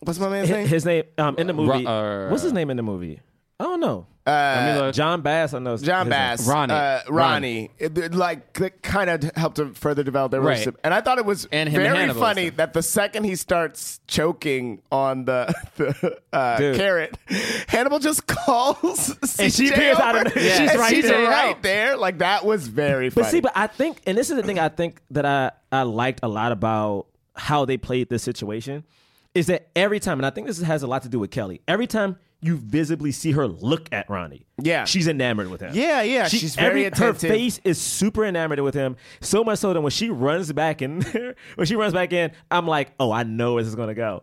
Speaker 4: what's my man's name?
Speaker 3: His, his name um, in the movie.
Speaker 2: Ru- uh,
Speaker 3: what's his name in the movie? I don't know.
Speaker 4: Uh,
Speaker 3: John Bass. I know. his-
Speaker 4: John
Speaker 3: his
Speaker 4: Bass,
Speaker 3: name.
Speaker 2: Ronnie.
Speaker 4: uh,
Speaker 2: Ronnie.
Speaker 4: Ronnie, It- it, like that kind of helped to further develop their
Speaker 2: Right.
Speaker 4: relationship, and I thought it was
Speaker 2: And him and
Speaker 4: very
Speaker 2: Hannibal
Speaker 4: funny
Speaker 2: stuff.
Speaker 4: that the second he starts choking on the, the uh,
Speaker 3: Dude.
Speaker 4: carrot, Hannibal just calls,
Speaker 3: And she
Speaker 4: CJ
Speaker 3: appears out of
Speaker 4: over,
Speaker 3: nowhere.
Speaker 4: and
Speaker 3: She's right there.
Speaker 4: right there. Like that was very funny.
Speaker 3: But see, but I think, and this is the thing I think that I I liked a lot about how they played this situation is that every time, and I think this has a lot to do with Kelly. Every time you visibly see her look at Ronnie,
Speaker 4: Yeah.
Speaker 3: she's enamored with him.
Speaker 4: Yeah, yeah,
Speaker 3: She-
Speaker 4: she's very
Speaker 3: Her
Speaker 4: attentive.
Speaker 3: face is super enamored with him, so much so that when she runs back in there, when she runs back in, I'm like, oh, I know where this is gonna go.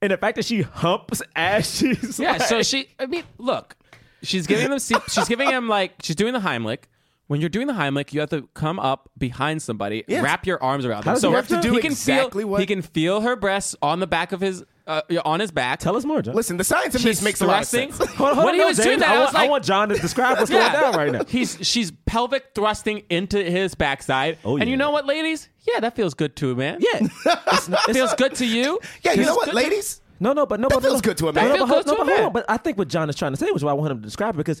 Speaker 3: And the fact that she humps as she's
Speaker 2: yeah. So
Speaker 3: like-
Speaker 2: she, I mean, look, she's giving them, se- she's giving him like she's doing the Heimlich. When you're doing the Heimlich, you have to come up behind somebody, wrap your arms around them.
Speaker 3: does
Speaker 2: So
Speaker 3: he have to
Speaker 4: do
Speaker 2: he can
Speaker 4: exactly
Speaker 2: feel,
Speaker 4: what-
Speaker 2: he can feel her breasts on the back of his uh, on his back.
Speaker 3: tell us more, John.
Speaker 4: listen, the science of
Speaker 2: She's
Speaker 4: this makes a lot of
Speaker 2: thrusting.
Speaker 4: sense.
Speaker 3: Hold on, hold
Speaker 2: when
Speaker 3: on,
Speaker 2: he
Speaker 3: no,
Speaker 2: was doing
Speaker 3: James,
Speaker 2: that, I,
Speaker 3: wa-
Speaker 2: was like,
Speaker 3: want John to describe what's
Speaker 2: Yeah.
Speaker 3: going down right now.
Speaker 2: He's she's pelvic thrusting into his backside.
Speaker 3: Oh,
Speaker 2: And
Speaker 3: yeah.
Speaker 2: you know what, ladies? Yeah, that feels good too, man.
Speaker 3: Yeah, it's not, it's
Speaker 2: Feels
Speaker 3: not-
Speaker 2: good to you.
Speaker 4: Yeah, you
Speaker 2: Feels
Speaker 4: know what,
Speaker 2: good to-
Speaker 4: ladies?
Speaker 3: No, no, but no, but
Speaker 4: feels
Speaker 3: no,
Speaker 4: good to a
Speaker 3: no,
Speaker 4: man.
Speaker 3: no,
Speaker 4: That
Speaker 3: but
Speaker 2: feels
Speaker 3: hold-
Speaker 2: good
Speaker 3: no,
Speaker 2: to a
Speaker 3: but hold
Speaker 2: man.
Speaker 3: on. But I think what John is trying to say, which is why I want him to describe it, because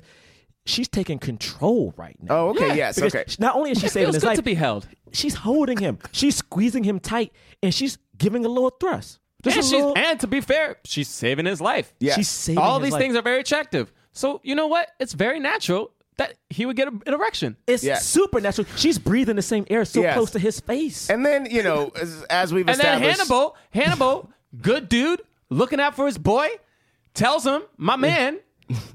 Speaker 3: she's taking control right now.
Speaker 4: Oh, okay, yes,
Speaker 3: Because
Speaker 4: okay.
Speaker 3: she- Not only is she
Speaker 2: It
Speaker 3: saving
Speaker 2: feels
Speaker 3: his
Speaker 2: good
Speaker 3: life,
Speaker 2: to be held.
Speaker 3: she's holding him, she's squeezing him tight, and she's giving a little thrust. Just
Speaker 2: And,
Speaker 3: a
Speaker 2: she's,
Speaker 3: little,
Speaker 2: and to be fair, she's saving his life.
Speaker 4: Yeah.
Speaker 3: she's saving
Speaker 2: All
Speaker 3: his
Speaker 2: these
Speaker 3: life.
Speaker 2: things are very attractive. So you know what? It's very natural that he would get a- an erection.
Speaker 3: It's
Speaker 4: Yeah.
Speaker 3: supernatural. She's breathing the same air so
Speaker 4: Yes.
Speaker 3: close to his face.
Speaker 4: And then you know, as, as we've
Speaker 2: And then
Speaker 4: established,
Speaker 2: Hannibal, Hannibal, good dude, looking out for his boy, tells him, "My man,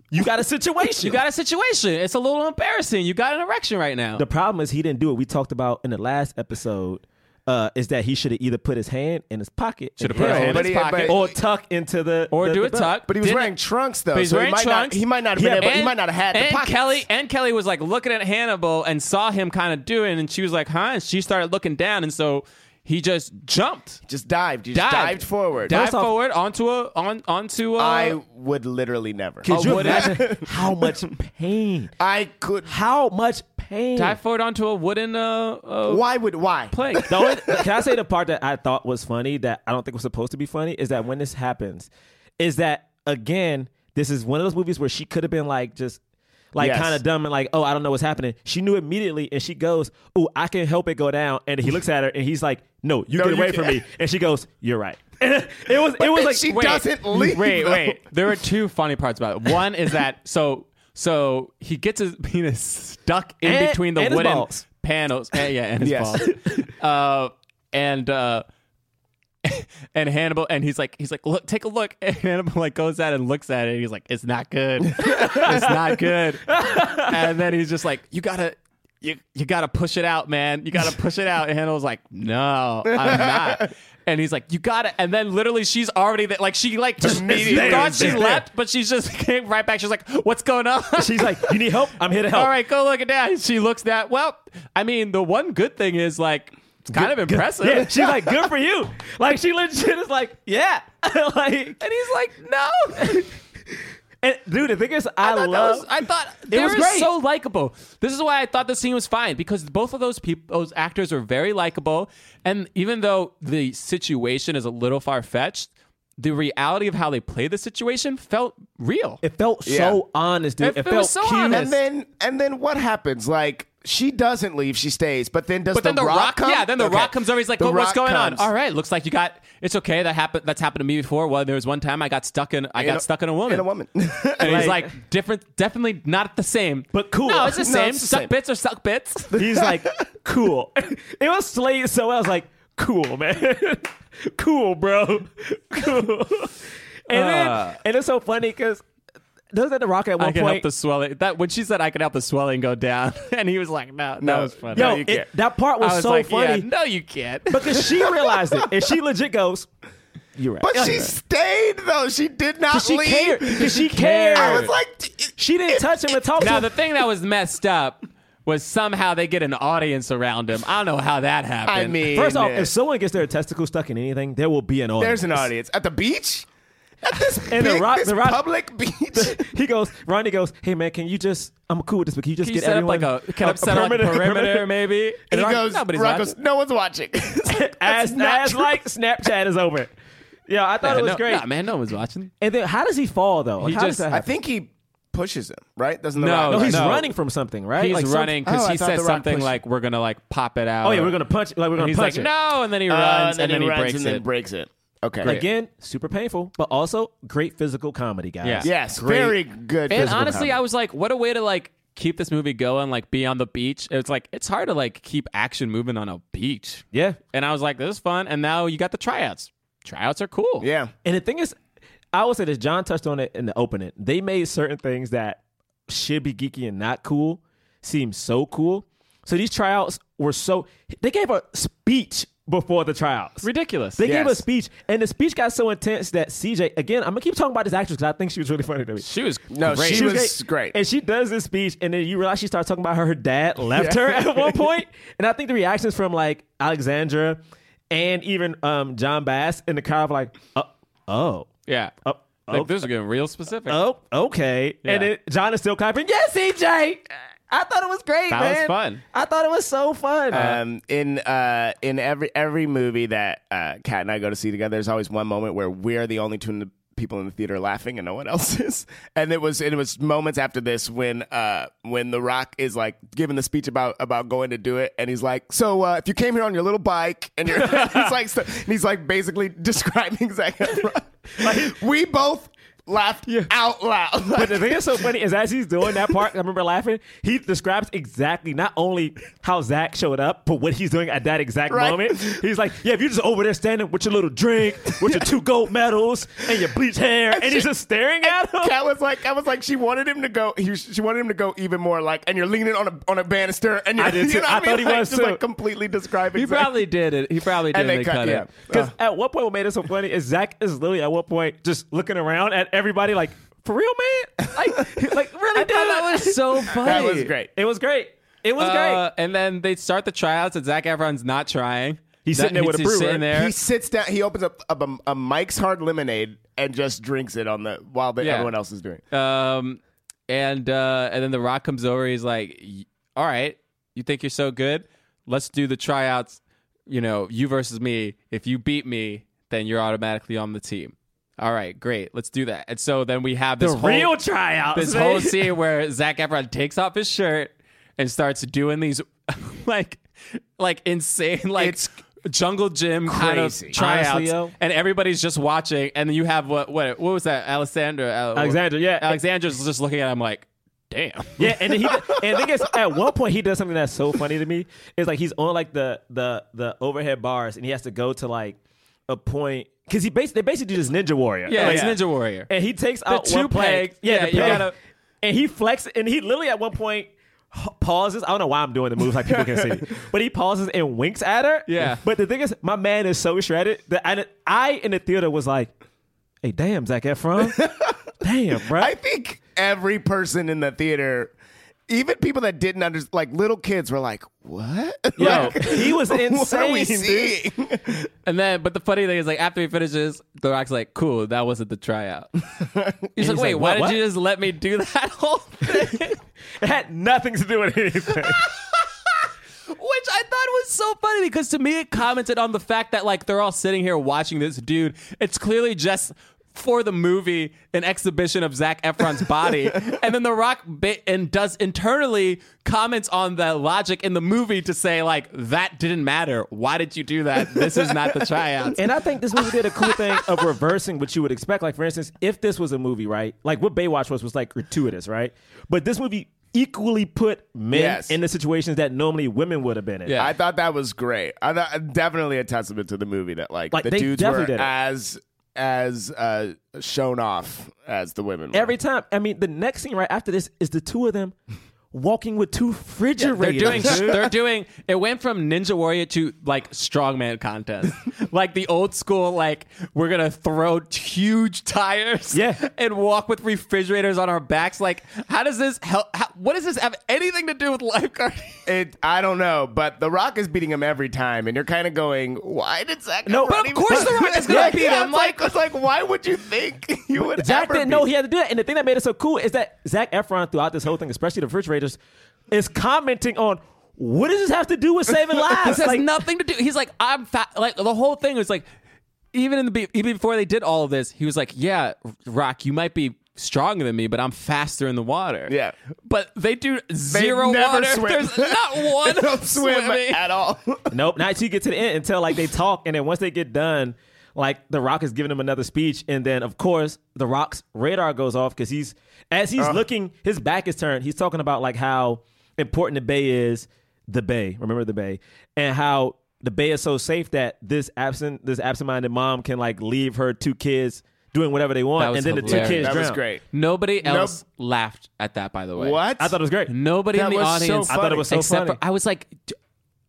Speaker 3: you got a situation.
Speaker 2: you got a situation. It's a little embarrassing. You got an erection right now."
Speaker 3: The problem is he didn't do it. We talked about in the last episode uh, is that he should have either put his hand in his pocket, should
Speaker 2: put his hand in
Speaker 4: but
Speaker 2: his
Speaker 4: he-
Speaker 2: pocket.
Speaker 4: but-
Speaker 3: or tuck into the
Speaker 2: or
Speaker 3: the-
Speaker 2: do
Speaker 3: the
Speaker 2: a
Speaker 3: belt.
Speaker 2: tuck.
Speaker 4: But he was
Speaker 2: Didn't-
Speaker 4: wearing trunks though,
Speaker 2: But he's
Speaker 4: so
Speaker 2: wearing
Speaker 4: he might
Speaker 2: trunks.
Speaker 4: not. He might not have been able. He might not have had
Speaker 2: and
Speaker 4: the pockets.
Speaker 2: Kelly and Kelly was like looking at Hannibal and saw him kind of doing, and she was like, "Huh?" And she started looking down, and so he just jumped,
Speaker 4: just dived. You just dived, forward.
Speaker 2: dived
Speaker 3: First off-
Speaker 2: forward onto a on onto a.
Speaker 4: I would literally never.
Speaker 3: Could you
Speaker 2: would it?
Speaker 3: imagine how much pain?
Speaker 4: I could.
Speaker 3: How much pain.
Speaker 2: Tie Ford onto a wooden uh, uh
Speaker 4: Why would why?
Speaker 2: plank.
Speaker 3: The only, can I say the part that I thought was funny that I don't think was supposed to be funny is that when this happens, is that again, this is one of those movies where she could have been like just like
Speaker 4: Yes.
Speaker 3: kind of dumb and like, oh, I don't know what's happening. She knew immediately and she goes, Oh, I can help it go down. And he looks at her and he's like, No, you
Speaker 4: No,
Speaker 3: get
Speaker 4: you
Speaker 3: away from
Speaker 4: can't.
Speaker 3: me. And she goes, You're right. it was it was
Speaker 4: then
Speaker 3: like
Speaker 4: she
Speaker 3: wait,
Speaker 4: doesn't leave.
Speaker 2: Wait,
Speaker 4: though.
Speaker 2: wait. There are two funny parts about it. One is that so so he gets his penis stuck in
Speaker 3: And-
Speaker 2: between the
Speaker 3: and his
Speaker 2: wooden
Speaker 3: balls.
Speaker 2: panels. Eh, yeah, and his
Speaker 4: Yes.
Speaker 2: balls. Uh, and uh, and Hannibal and he's like he's like look take a look and Hannibal like goes out and looks at it and he's like it's not good it's not good and then he's just like you gotta you you gotta push it out man you gotta push it out and Hannibal's like no I'm not and he's like you gotta and then literally she's already there like she like just she
Speaker 4: there,
Speaker 2: thought she
Speaker 4: there.
Speaker 2: left but she just came right back she's like what's going on
Speaker 3: She's like, You need help? I'm here to help.
Speaker 2: all right, go look at that. She looks that. Well, I mean, the one good thing is like it's kind of impressive.
Speaker 3: Yeah, she's like, good for you. Like she legit is like, yeah. like
Speaker 2: and he's like, no.
Speaker 3: and dude, the thing is I,
Speaker 2: I thought, that
Speaker 3: love
Speaker 2: was, I thought they
Speaker 3: was
Speaker 2: were
Speaker 3: great.
Speaker 2: so likable. This is why I thought the scene was fine because both of those people, those actors, are very likable. And even though the situation is a little far fetched, the reality of how they play the situation felt real.
Speaker 3: It felt
Speaker 4: Yeah.
Speaker 3: so honest, dude.
Speaker 2: It-
Speaker 3: It,
Speaker 2: it
Speaker 3: felt
Speaker 2: was so
Speaker 3: cute.
Speaker 2: honest.
Speaker 4: And then and then what happens? Like she doesn't leave, she stays. But then does
Speaker 2: But
Speaker 4: the,
Speaker 2: then the rock,
Speaker 4: rock, come?
Speaker 2: yeah, then the
Speaker 4: Okay.
Speaker 2: rock comes over. He's like,
Speaker 4: The
Speaker 2: "Oh, "What's
Speaker 4: Rock
Speaker 2: going
Speaker 4: comes.
Speaker 2: on? All right, looks like you got. It's okay. That happened. That's happened to me before. Well, there was one time I got stuck in. I got
Speaker 4: a-
Speaker 2: stuck in a woman.
Speaker 4: In a woman.
Speaker 2: And he's
Speaker 3: Like-
Speaker 2: like, different, definitely not the same,
Speaker 3: But cool.
Speaker 2: No, it's the
Speaker 3: No,
Speaker 2: same.
Speaker 4: it's the
Speaker 2: suck
Speaker 4: same.
Speaker 2: bits or suck bits.
Speaker 3: He's like, cool. It was slayed so well. I was like, cool, man. cool, bro. Cool. And
Speaker 2: Uh.
Speaker 3: then and it's so funny because doesn't the rock at one
Speaker 2: I can help
Speaker 3: point?
Speaker 2: the swelling. That when she said I can help the swelling go down, and he was like, "No, that
Speaker 4: No.
Speaker 2: was funny."
Speaker 4: No,
Speaker 3: yo,
Speaker 4: you
Speaker 3: it-
Speaker 4: can't.
Speaker 3: that part was,
Speaker 2: I was
Speaker 3: so
Speaker 2: like,
Speaker 3: funny
Speaker 2: "Yeah, no, you can't.
Speaker 3: because she realized it, and she legit goes, "You're right."
Speaker 4: But she stayed though. She did not
Speaker 3: 'Cause she
Speaker 4: leave.
Speaker 3: cared. 'Cause she
Speaker 2: cared.
Speaker 3: cared.
Speaker 4: I was like,
Speaker 3: she didn't touch him and talk to
Speaker 2: now
Speaker 3: him.
Speaker 2: the thing that was messed up was somehow they get an audience around him. I don't know how that happened.
Speaker 4: I mean,
Speaker 3: First off,
Speaker 4: eh,
Speaker 3: if someone gets their testicle stuck in anything, there will be an audience.
Speaker 4: there's an audience at the beach. At this,
Speaker 3: And the
Speaker 4: big-
Speaker 3: rock-
Speaker 4: this
Speaker 3: the rock-
Speaker 4: public beach.
Speaker 3: he goes, Ronnie goes, hey man, can you just, I'm cool with this, but can you just
Speaker 2: Can you
Speaker 3: get
Speaker 2: set up
Speaker 3: everyone
Speaker 2: like a can I set up like a perimeter maybe?
Speaker 4: And he
Speaker 2: Rock-
Speaker 4: goes,
Speaker 2: nobody's
Speaker 4: rock
Speaker 2: watching.
Speaker 4: goes, no one's watching.
Speaker 3: as, as like Snapchat is over. Yeah, I thought it was
Speaker 2: no,
Speaker 3: great.
Speaker 2: nah, man, no one's watching.
Speaker 3: And then how does he fall though?
Speaker 2: He
Speaker 3: how
Speaker 2: just-
Speaker 3: does that
Speaker 4: I
Speaker 3: happen?
Speaker 4: think he pushes him, right? Doesn't the
Speaker 2: No,
Speaker 4: rock?
Speaker 2: no,
Speaker 3: no, he's
Speaker 2: no.
Speaker 3: running from something, right?
Speaker 2: He's
Speaker 3: Like, some-
Speaker 2: running because
Speaker 4: Oh, I
Speaker 2: he
Speaker 4: thought
Speaker 2: says
Speaker 4: the rock
Speaker 2: something
Speaker 4: pushed-
Speaker 2: like we're gonna like pop it out.
Speaker 3: oh yeah, we're gonna punch. Like we're gonna
Speaker 2: And he's like,
Speaker 3: punch it.
Speaker 2: no, and then he
Speaker 4: Uh,
Speaker 2: runs,
Speaker 4: then
Speaker 2: and then he,
Speaker 4: runs
Speaker 2: breaks
Speaker 4: and
Speaker 2: it.
Speaker 4: then breaks it. Okay.
Speaker 3: Again, super painful, but also great physical comedy, guys.
Speaker 2: Yeah.
Speaker 4: yes,
Speaker 3: Great.
Speaker 4: very good.
Speaker 2: and
Speaker 4: physical
Speaker 2: honestly,
Speaker 4: comedy.
Speaker 2: I was like, what a way to like keep this movie going, like be on the beach. It's like it's hard to like keep action moving on a beach.
Speaker 3: Yeah.
Speaker 2: And I was like, this is fun. And now you got the tryouts. Tryouts are cool.
Speaker 4: yeah.
Speaker 3: And the thing is, I would say this. John touched on it in the opening. They made certain things that should be geeky and not cool seem so cool. So these tryouts were so. They gave a speech before the tryouts.
Speaker 2: Ridiculous.
Speaker 3: They gave a
Speaker 4: Yes.
Speaker 3: speech, and the speech got so intense that CJ. Again, I'm gonna keep talking about this actress because I think she was really funny to me.
Speaker 2: she was
Speaker 4: No,
Speaker 2: great.
Speaker 4: she was great.
Speaker 3: And she does this speech, and then you realize she starts talking about how her dad left her at one point. And I think the reactions from like Alexandra and even um, John Bass in the crowd were like, oh, oh,
Speaker 2: yeah.
Speaker 3: oh,
Speaker 2: like this is getting real specific.
Speaker 3: oh, okay. And
Speaker 2: Yeah.
Speaker 3: then John is still clapping, yes, CJ. I thought it was great,
Speaker 2: That was
Speaker 3: man.
Speaker 2: fun.
Speaker 3: I thought it was so fun.
Speaker 4: Um, in uh, in every every movie that uh, Kat and I go to see together, there's always one moment where we're the only two in the people in the theater laughing and no one else is. And it was it was moments after this when uh, when The Rock is like giving the speech about about going to do it, and he's like, "So uh, if you came here on your little bike, and you're he's like, so, and he's like basically describing Zac Efron. we both laughed out loud.
Speaker 3: But the thing that's so funny is as he's doing that part, I remember laughing. He describes exactly not only how Zach showed up, but what he's doing at that exact
Speaker 4: Right.
Speaker 3: moment. He's like, "Yeah, if you're just over there standing with your little drink, with your two gold medals and your bleach hair," and, he's
Speaker 4: she-
Speaker 3: just staring at him.
Speaker 4: Cat was like, I was like, she wanted him to go. He, was- she wanted him to go even more like, and you're leaning on a on a banister, and you're,
Speaker 3: I did
Speaker 4: you
Speaker 3: too.
Speaker 4: know what
Speaker 3: I
Speaker 4: mean?
Speaker 3: thought he
Speaker 4: Like,
Speaker 3: was
Speaker 4: just
Speaker 3: too.
Speaker 4: like completely describing.
Speaker 2: He probably did it. He probably did.
Speaker 4: and they, cut, yeah. Uh.
Speaker 2: it.
Speaker 3: Because at one point, what made it so funny is Zach is literally at one point just looking around at everybody like, "For real, man? Like, like really?
Speaker 2: I
Speaker 3: dude?"
Speaker 2: thought that was so funny.
Speaker 4: that was great.
Speaker 3: It was great. It was
Speaker 2: Uh,
Speaker 3: great.
Speaker 2: and then they start the tryouts, and Zach Efron's not trying.
Speaker 3: He's sitting there with a
Speaker 2: just
Speaker 3: brewer.
Speaker 2: sitting there.
Speaker 4: He sits down. He opens up, up a, a Mike's Hard Lemonade and just drinks it on the while the,
Speaker 2: Yeah.
Speaker 4: everyone else is doing.
Speaker 2: Um, and uh, and then The Rock comes over. He's like, "Y- all right, you think you're so good? Let's do the tryouts. You know, you versus me. If you beat me, then you're automatically on the team. All right, great. Let's do that. And so then we have this
Speaker 3: The
Speaker 2: whole,
Speaker 3: real tryouts, eh?
Speaker 2: This
Speaker 3: man.
Speaker 2: whole scene where Zach Efron takes off his shirt and starts doing these like like insane like
Speaker 4: It's
Speaker 2: jungle gym kind
Speaker 4: crazy.
Speaker 2: of tryouts,
Speaker 3: Honestly, yo.
Speaker 2: and everybody's just watching. And then you have what what what was that? uh, Alexander Al-
Speaker 3: Alexander, yeah.
Speaker 2: Alexander's just looking at him like, damn.
Speaker 3: Yeah, and then he and I think it's at one point he does something that's so funny to me. It's like he's on like the the the overhead bars and he has to go to like a point because he basically they basically do this ninja warrior.
Speaker 2: Yeah,
Speaker 3: Like,
Speaker 2: it's Ninja Warrior.
Speaker 3: And he takes out
Speaker 2: two
Speaker 3: one plank.
Speaker 2: pegs. Yeah,
Speaker 3: the
Speaker 2: you
Speaker 3: peg.
Speaker 2: gotta-
Speaker 3: And he flexes and he literally at one point h- pauses. I don't know why I'm doing the moves like people can see, but he pauses and winks at her.
Speaker 2: Yeah.
Speaker 3: But the thing is, my man is so shredded that I, I in the theater was like, "Hey, damn, Zach Efron, damn, bro."
Speaker 4: I think every person in the theater, even people that didn't understand, like little kids, were like, "What?
Speaker 3: Yo, he was insane.
Speaker 4: what are we
Speaker 3: dude.
Speaker 4: seeing?"
Speaker 2: And then, but the funny thing is, like after he finishes, The Rock's like, "Cool, that wasn't the tryout." He's, like,
Speaker 3: he's
Speaker 2: "Wait,
Speaker 3: like,
Speaker 2: why
Speaker 3: "What,
Speaker 2: did
Speaker 3: what?"
Speaker 2: you just let me do that whole thing?"
Speaker 3: It had nothing to do with anything.
Speaker 2: Which I thought was so funny because to me it commented on the fact that like they're all sitting here watching this dude. It's clearly just for the movie an exhibition of Zach Efron's body, and then The Rock bit and does internally comments on the logic in the movie to say like that didn't matter. Why did you do that? This is not the tryouts.
Speaker 3: and I think this movie did a cool thing of reversing what you would expect. Like, for instance, if this was a movie, right? Like what Baywatch was was like gratuitous, right? But this movie equally put men
Speaker 4: Yes.
Speaker 3: in the situations that normally women would have been in.
Speaker 2: Yeah.
Speaker 4: I thought that was great. I thought definitely a testament to the movie that like,
Speaker 3: Like,
Speaker 4: the
Speaker 3: they
Speaker 4: dudes
Speaker 3: definitely
Speaker 4: were
Speaker 3: did it.
Speaker 4: as as uh, shown off as the women. Were.
Speaker 3: Every time. I mean, the next scene right after this is the two of them walking with two
Speaker 2: They're
Speaker 3: refrigerators.
Speaker 2: doing.
Speaker 3: dude.
Speaker 2: They're doing. It went from Ninja Warrior to like strongman contest, like the old school. Like we're gonna throw huge tires,
Speaker 3: Yeah.
Speaker 2: and walk with refrigerators on our backs. Like, how does this help? How, what does this have anything to do with lifeguarding?
Speaker 4: it, I don't know, but The Rock is beating him every time, and you're kind of going, "Why did Zach?"
Speaker 3: No,
Speaker 4: Efron
Speaker 3: but of
Speaker 4: even-
Speaker 2: course The Rock is gonna
Speaker 4: Yeah,
Speaker 2: beat
Speaker 4: yeah,
Speaker 2: him.
Speaker 4: It's like, it's like, why would you think you would?
Speaker 3: Zach
Speaker 4: ever
Speaker 3: didn't know
Speaker 4: beat-
Speaker 3: he had to do that. And the thing that made it so cool is that Zach Efron, throughout this whole thing, especially the refrigerators, is commenting on what does this have to do with saving lives?
Speaker 2: This has
Speaker 3: Like,
Speaker 2: nothing to do. He's like, I'm fat. Like the whole thing was like, even in the be- even before they did all of this, he was like, yeah, Rock, you might be stronger than me, but I'm faster in the water.
Speaker 4: Yeah.
Speaker 2: but they do zero
Speaker 4: never
Speaker 2: water.
Speaker 4: swim.
Speaker 2: There's not one
Speaker 4: They don't swim
Speaker 2: swimming.
Speaker 4: at all.
Speaker 3: Nope. Not until you get to the end until like they talk, and then once they get done, like The Rock is giving him another speech, and then of course The Rock's radar goes off because he's as
Speaker 4: Uh.
Speaker 3: he's looking, his back is turned. He's talking about like how important the Bay is, the Bay. Remember the Bay, and how the Bay is so safe that this absent this absent minded mom can like leave her two kids doing whatever they
Speaker 2: That
Speaker 3: want,
Speaker 2: was
Speaker 3: and then the
Speaker 2: hilarious.
Speaker 3: two kids
Speaker 4: that
Speaker 3: drown.
Speaker 4: was great.
Speaker 2: Nobody else laughed at that, by the way.
Speaker 4: What?
Speaker 3: I thought it was great.
Speaker 2: Nobody
Speaker 4: That
Speaker 2: in the
Speaker 4: was so
Speaker 2: audience.
Speaker 4: funny. I thought it
Speaker 3: was so
Speaker 2: except
Speaker 3: funny.
Speaker 2: For, I was like, "D-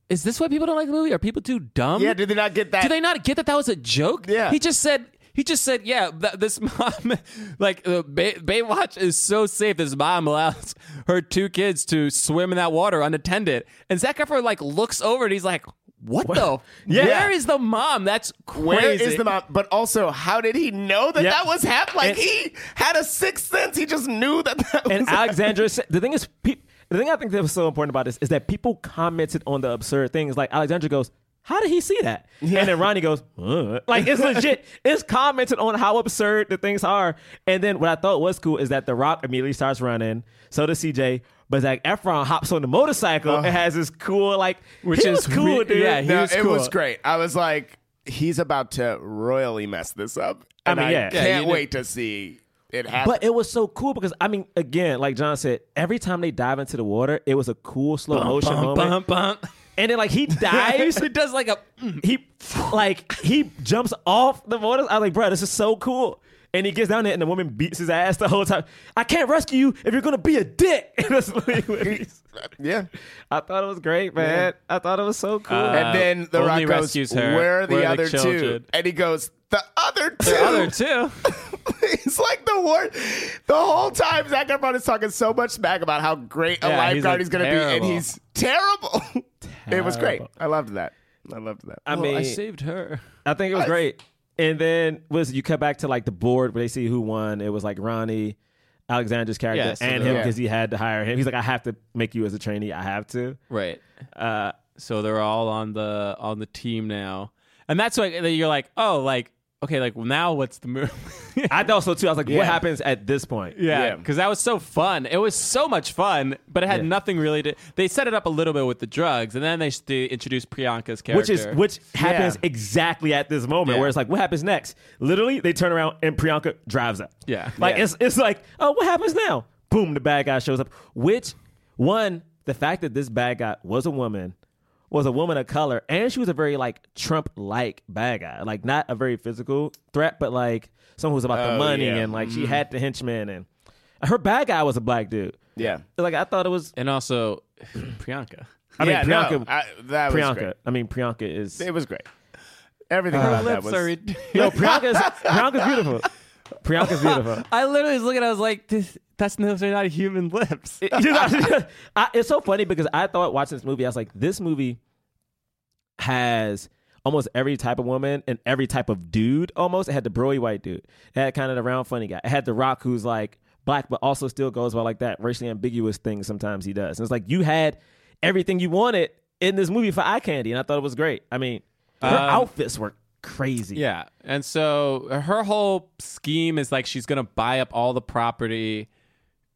Speaker 2: is this why people don't like the movie? Are people too dumb?
Speaker 4: Yeah, did they not get that?
Speaker 2: Do they not get that that was a joke?
Speaker 4: Yeah.
Speaker 2: He just said. He just said, "Yeah, th- this mom, like uh, Bay- Baywatch, is so safe. This mom allows her two kids to swim in that water unattended." And Zac Efron like looks over and he's like, "What, the?
Speaker 3: Yeah.
Speaker 2: Where is the mom? That's crazy.
Speaker 4: Where is the mom? But also, how did he know that
Speaker 3: Yeah.
Speaker 4: that was happening? Like
Speaker 3: And-
Speaker 4: he had a sixth sense. He just knew that that
Speaker 3: and
Speaker 4: was.
Speaker 3: Alexandra said, the thing is, pe- the thing I think that was so important about this is that people commented on the absurd things. Like Alexandra goes, "How did he see that?" And then Ronnie goes, "Uh." "Like it's legit. It's commented on how absurd the things are." And then what I thought was cool is that The Rock immediately starts running. So does CJ. But Zach Efron hops on the motorcycle and has this cool like, which
Speaker 2: Uh. is
Speaker 3: is cool,
Speaker 2: re-
Speaker 3: dude.
Speaker 2: yeah, he
Speaker 4: No,
Speaker 2: was
Speaker 4: it
Speaker 2: cool.
Speaker 4: was great. I was like, he's about to royally mess this up.
Speaker 3: I
Speaker 4: And
Speaker 3: mean, yeah. Yeah,
Speaker 4: can't
Speaker 2: you
Speaker 4: wait to see it happen.
Speaker 3: But it was so cool because I mean, again, like John said, every time they dive into the water, it was a cool slow motion moment.
Speaker 2: Bump, bump.
Speaker 3: And then like he dives,
Speaker 2: It does like a. mm.
Speaker 3: he like he jumps off the motor. I was like, bro, this is so cool. And he gets down there, and the woman beats his ass the whole time. I can't rescue you if you're gonna be a dick. And that's literally what he said.
Speaker 4: yeah.
Speaker 3: I thought it was great, man. I thought it was so cool.
Speaker 2: Uh,
Speaker 4: And then the
Speaker 2: only
Speaker 4: rock goes,
Speaker 2: rescues her.
Speaker 4: "Where are the
Speaker 2: Where are the
Speaker 4: other two?
Speaker 2: children?
Speaker 4: And he goes, "The other two."
Speaker 2: The other two.
Speaker 4: He's like the worst. The whole time Zach Efron is talking so much smack about how great a
Speaker 2: Yeah, he's,
Speaker 4: lifeguard
Speaker 2: like,
Speaker 4: he's going to be, and
Speaker 2: terrible.
Speaker 4: he's terrible. it was great. I loved that. I loved that.
Speaker 3: I mean,
Speaker 2: Uh, I
Speaker 3: I,
Speaker 2: saved her.
Speaker 3: think it was great. And then was you cut back to like the board where they see who won. It was like Ronnie, Alexander's character
Speaker 2: Yes,
Speaker 3: and
Speaker 2: so
Speaker 3: him
Speaker 4: they're-
Speaker 3: because he had to hire him. He's like, I have to make you as a trainee. I have to.
Speaker 2: Right.
Speaker 3: Uh,
Speaker 2: So they're all on the on the team now, and that's why you're like, oh, like okay, like now what's the move?
Speaker 3: I thought so too. I was like,
Speaker 4: Yeah.
Speaker 3: what happens at this point?
Speaker 2: Yeah,
Speaker 4: Yeah.
Speaker 2: because that was so fun. It was so much fun, but it had
Speaker 3: Yeah.
Speaker 2: nothing really to. They set it up a little bit with the drugs, and then they, s- they introduced Priyanka's character,
Speaker 3: Which is which happens
Speaker 4: Yeah.
Speaker 3: exactly at this moment
Speaker 2: Yeah.
Speaker 3: where it's like, what happens next? Literally, they turn around and Priyanka drives up.
Speaker 2: Yeah.
Speaker 3: like
Speaker 2: Yeah.
Speaker 3: it's it's like, oh, what happens now? Boom, the bad guy shows up. Which one? The fact that this bad guy was a woman, was a woman of color, and she was a very like Trump like bad guy, like not a very physical threat, but like someone who's about the
Speaker 4: Oh,
Speaker 3: money
Speaker 4: yeah.
Speaker 3: and like she had the henchman and her bad guy was a black dude.
Speaker 4: Yeah.
Speaker 3: Like I thought it was.
Speaker 2: and also Priyanka.
Speaker 3: I
Speaker 4: yeah,
Speaker 3: mean, Priyanka.
Speaker 4: no, I- that was
Speaker 3: Priyanka.
Speaker 4: great.
Speaker 3: I mean, Priyanka is.
Speaker 4: It was great. Everything
Speaker 2: Uh-huh.
Speaker 4: about that was.
Speaker 2: Sorry,
Speaker 3: Yo, Priyanka's Priyanka's beautiful. Priyanka's beautiful.
Speaker 2: I literally was looking. I was like, this, "That's no, they're not human lips."
Speaker 3: I, it's so funny because I thought watching this movie, I was like, this movie has almost every type of woman and every type of dude. Almost, it had the broy white dude. It had kind of the round funny guy. It had the Rock who's like black, but also still goes by like that racially ambiguous thing. Sometimes he does. And it's like you had everything you wanted in this movie for eye candy, and I thought it was great. I mean, her outfits were crazy.
Speaker 2: Yeah. And so uh, her whole scheme is like she's going to buy up all the property.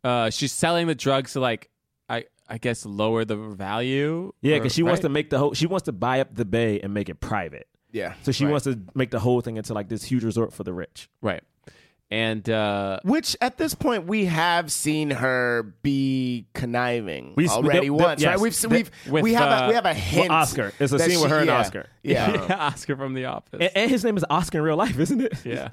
Speaker 2: Uh, she's selling the drugs to like I I guess lower the value.
Speaker 3: Yeah,
Speaker 2: or-
Speaker 3: because she wants
Speaker 2: right?
Speaker 3: to make the whole. She wants to buy up the bay and make it private.
Speaker 4: Yeah.
Speaker 3: So she
Speaker 4: right.
Speaker 3: wants to make the whole thing into like this huge resort for the rich.
Speaker 2: Right. And uh
Speaker 4: Which at this point we have seen her be conniving
Speaker 3: We-
Speaker 4: already
Speaker 3: the- the-
Speaker 4: once,
Speaker 3: yes.
Speaker 4: right? We've se-
Speaker 3: The-
Speaker 4: we've
Speaker 2: with,
Speaker 4: we have
Speaker 2: uh,
Speaker 4: a, we have a hint.
Speaker 3: Oscar. It's a
Speaker 4: that
Speaker 3: scene with
Speaker 4: she-
Speaker 3: her and
Speaker 4: yeah.
Speaker 3: Oscar.
Speaker 4: Yeah.
Speaker 2: Oscar from the office.
Speaker 3: And, and his name is Oscar in real life, isn't it?
Speaker 2: yeah.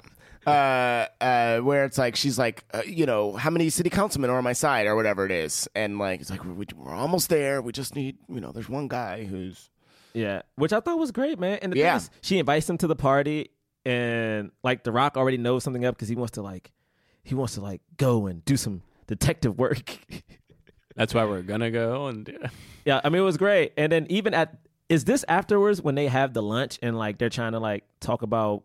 Speaker 4: uh, uh, where it's like she's like, uh, you know, how many city councilmen are on my side or whatever it is, and like it's like we, we're almost there. We just need, you know, there's one guy who's
Speaker 3: Yeah. Which I thought was great, man. And the
Speaker 4: Yeah.
Speaker 3: thing is, she invites him to the party, and like The Rock already knows something up because he wants to like, he wants to like go and do some detective work.
Speaker 2: That's why we're going to go and
Speaker 3: yeah. I mean, it was great. And then even at is this afterwards when they have the lunch and like they're trying to like talk about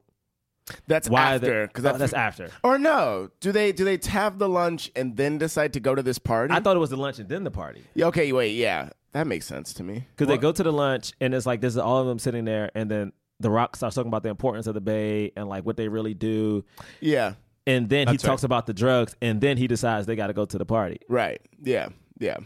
Speaker 4: that's
Speaker 3: why they-
Speaker 4: after because
Speaker 3: oh, that's after.
Speaker 4: or no? Do they do they have the lunch and then decide to go to this party?
Speaker 3: I thought it was the lunch and then the party.
Speaker 4: okay, wait, yeah, that makes sense to me.
Speaker 3: Because they go to the lunch and it's like this is all of them sitting there, and then The Rock starts talking about the importance of the Bay and like what they really do,
Speaker 4: Yeah,
Speaker 3: and then
Speaker 2: That's
Speaker 3: he
Speaker 2: right.
Speaker 3: talks about the drugs, and then he decides they got to go to the party.
Speaker 4: right, yeah, yeah.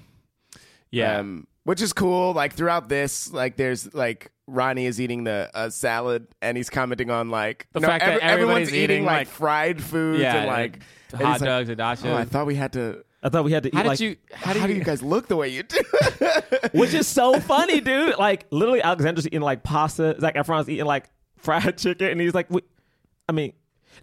Speaker 2: yeah.
Speaker 4: um, which is cool. Like throughout this, like there's like Ronnie is eating the uh, salad and he's commenting on like
Speaker 2: The fact that everybody's
Speaker 4: everyone's eating,
Speaker 2: eating,
Speaker 4: like,
Speaker 2: like-
Speaker 4: fried foods
Speaker 2: yeah.
Speaker 4: and like and
Speaker 2: hot
Speaker 4: he's like,
Speaker 2: dogs and dasha.
Speaker 4: oh, I thought we had to.
Speaker 3: I thought we had to eat
Speaker 2: how did
Speaker 3: like,
Speaker 2: you
Speaker 4: How, do, you guys look the way you do?
Speaker 3: which is so funny, dude. Like literally, Alexander's eating like pasta. Zac Efron's eating like fried chicken, and he's like, "Wait, I mean,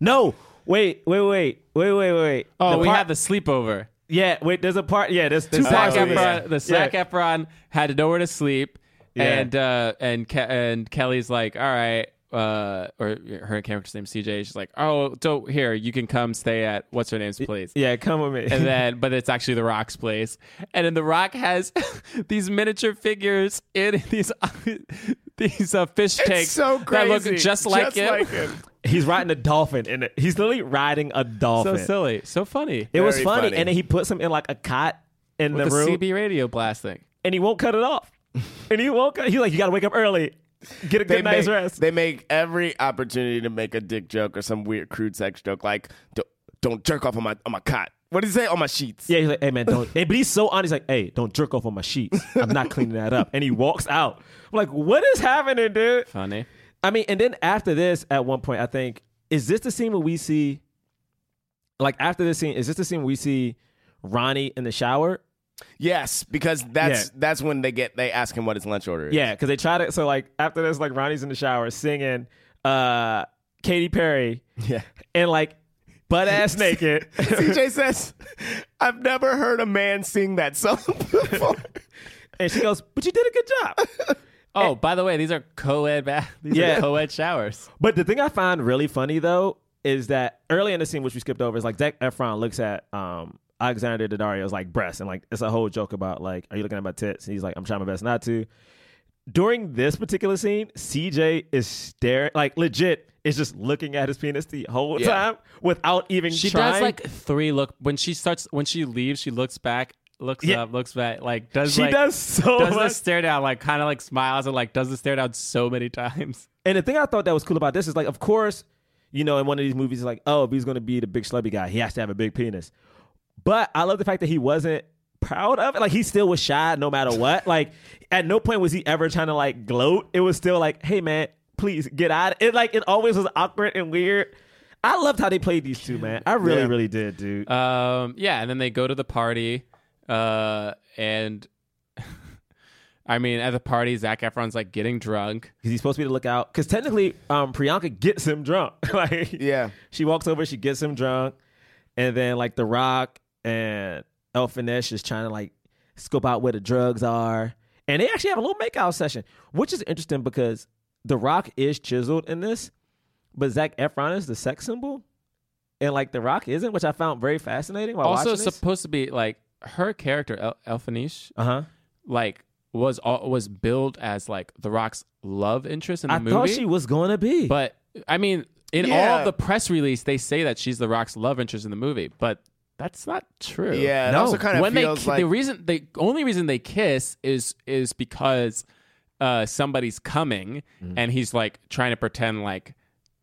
Speaker 3: no, wait, wait, wait, wait, wait, wait.
Speaker 2: Oh, we
Speaker 3: part-
Speaker 2: had the sleepover.
Speaker 3: yeah, wait. There's a part. Yeah, there's two
Speaker 2: Zac
Speaker 3: parts.
Speaker 4: Oh,
Speaker 3: of this.
Speaker 2: Efron, the Zac
Speaker 3: Yeah.
Speaker 2: Efron had nowhere to sleep,
Speaker 3: Yeah.
Speaker 2: and uh, and Ke- and Kelly's like, all right, uh, or her character's name CJ. She's like, oh, so here you can come stay at what's her name's place.
Speaker 3: Yeah, come with me.
Speaker 2: And then, but it's actually The Rock's place, and then The Rock has these miniature figures in these these uh, fish tanks
Speaker 4: so
Speaker 2: that
Speaker 4: crazy.
Speaker 2: look just like him.
Speaker 3: He's riding a dolphin, and he's literally riding a
Speaker 2: so
Speaker 3: dolphin.
Speaker 2: silly, so funny.
Speaker 3: It was
Speaker 4: Very
Speaker 3: funny.
Speaker 4: funny.
Speaker 3: And then he puts him in like a cot in
Speaker 2: the
Speaker 3: the room
Speaker 2: CB radio blasting.
Speaker 3: and he won't cut it off. and he won't cut He's like, you got to wake up early, get a
Speaker 4: They make,
Speaker 3: good night's rest.
Speaker 4: they make every opportunity to make a dick joke or some weird crude sex joke, like don't, don't jerk off on my on my cot. What did he say on my sheets?
Speaker 3: yeah, he's like, hey, man, don't. hey, but he's so honest. He's like, hey, don't jerk off on my sheets. I'm not cleaning that up. And he walks out. I'm like, what is happening, dude?
Speaker 2: Funny.
Speaker 3: I mean, and then after this, at one point, I think, is this the scene where we see, like, after this scene, is this the scene where we see Ronnie in the shower?
Speaker 4: Yes, because that's
Speaker 3: Yeah.
Speaker 4: that's when they get they ask him what his lunch order is.
Speaker 3: Yeah, because they tried it. So like after this, like Ronnie's in the shower singing uh Katy Perry
Speaker 4: yeah.
Speaker 3: and like butt ass naked.
Speaker 4: CJ says, I've never heard a man sing that song before.
Speaker 3: and she goes, But you did a good job.
Speaker 2: Oh, by the way, these are co-ed bath. These
Speaker 3: Yeah.
Speaker 2: are co-ed showers.
Speaker 3: But the thing I find really funny though is that early in the scene which we skipped over is like Zac Efron looks at um Alexander Daddario's like breasts and like it's a whole joke about like, are you looking at my tits? And he's like, I'm trying my best not to. During this particular scene, CJ is staring like legit is just looking at his penis the whole
Speaker 2: Yeah.
Speaker 3: time without even
Speaker 2: She
Speaker 3: trying.
Speaker 2: does like three look when she starts when she leaves. She looks back, looks
Speaker 3: Yeah.
Speaker 2: up, looks back. Like does
Speaker 3: she
Speaker 2: like,
Speaker 3: does so
Speaker 2: does the
Speaker 3: much.
Speaker 2: stare down like kind of like smiles and like does the stare down so many times.
Speaker 3: And the thing I thought that was cool about this is like, of course, you know, in one of these movies, it's like, oh, if he's going to be the big schlubby guy, he has to have a big penis. But I love the fact that he wasn't proud of it. Like he still was shy no matter what. Like at no point was he ever trying to like gloat. It was still like, hey man, please get out. It like it always was awkward and weird. I loved how they played these two, man. I really,
Speaker 4: Yeah.
Speaker 3: really did, dude.
Speaker 2: Um, yeah, and then they go to the party, uh, and I mean at the party, Zach Efron's like getting drunk.
Speaker 3: Because he's supposed to be the lookout. Because technically, um, Priyanka gets him drunk. like,
Speaker 4: Yeah.
Speaker 3: she walks over, she gets him drunk, and then like The Rock and El Finesse is trying to like scope out where the drugs are, and they actually have a little makeout session, which is interesting because The Rock is chiseled in this, but Zach Efron is the sex symbol, and like The Rock isn't, which I found very fascinating while
Speaker 2: also
Speaker 3: watching this.
Speaker 2: supposed to be like her character El- Elfanish,
Speaker 3: uh huh.
Speaker 2: like was all, was billed as like The Rock's love interest in the
Speaker 3: I
Speaker 2: movie.
Speaker 3: thought she was going to be,
Speaker 2: But I mean, in all
Speaker 4: Yeah.
Speaker 2: of the press release, they say that she's The Rock's love interest in the movie, but that's not true.
Speaker 4: Yeah, it No. also kinda
Speaker 2: when they
Speaker 4: feels
Speaker 2: ki-
Speaker 4: like-
Speaker 2: the reason the only reason they kiss is is because uh, somebody's coming
Speaker 3: Mm-hmm.
Speaker 2: and he's like trying to pretend like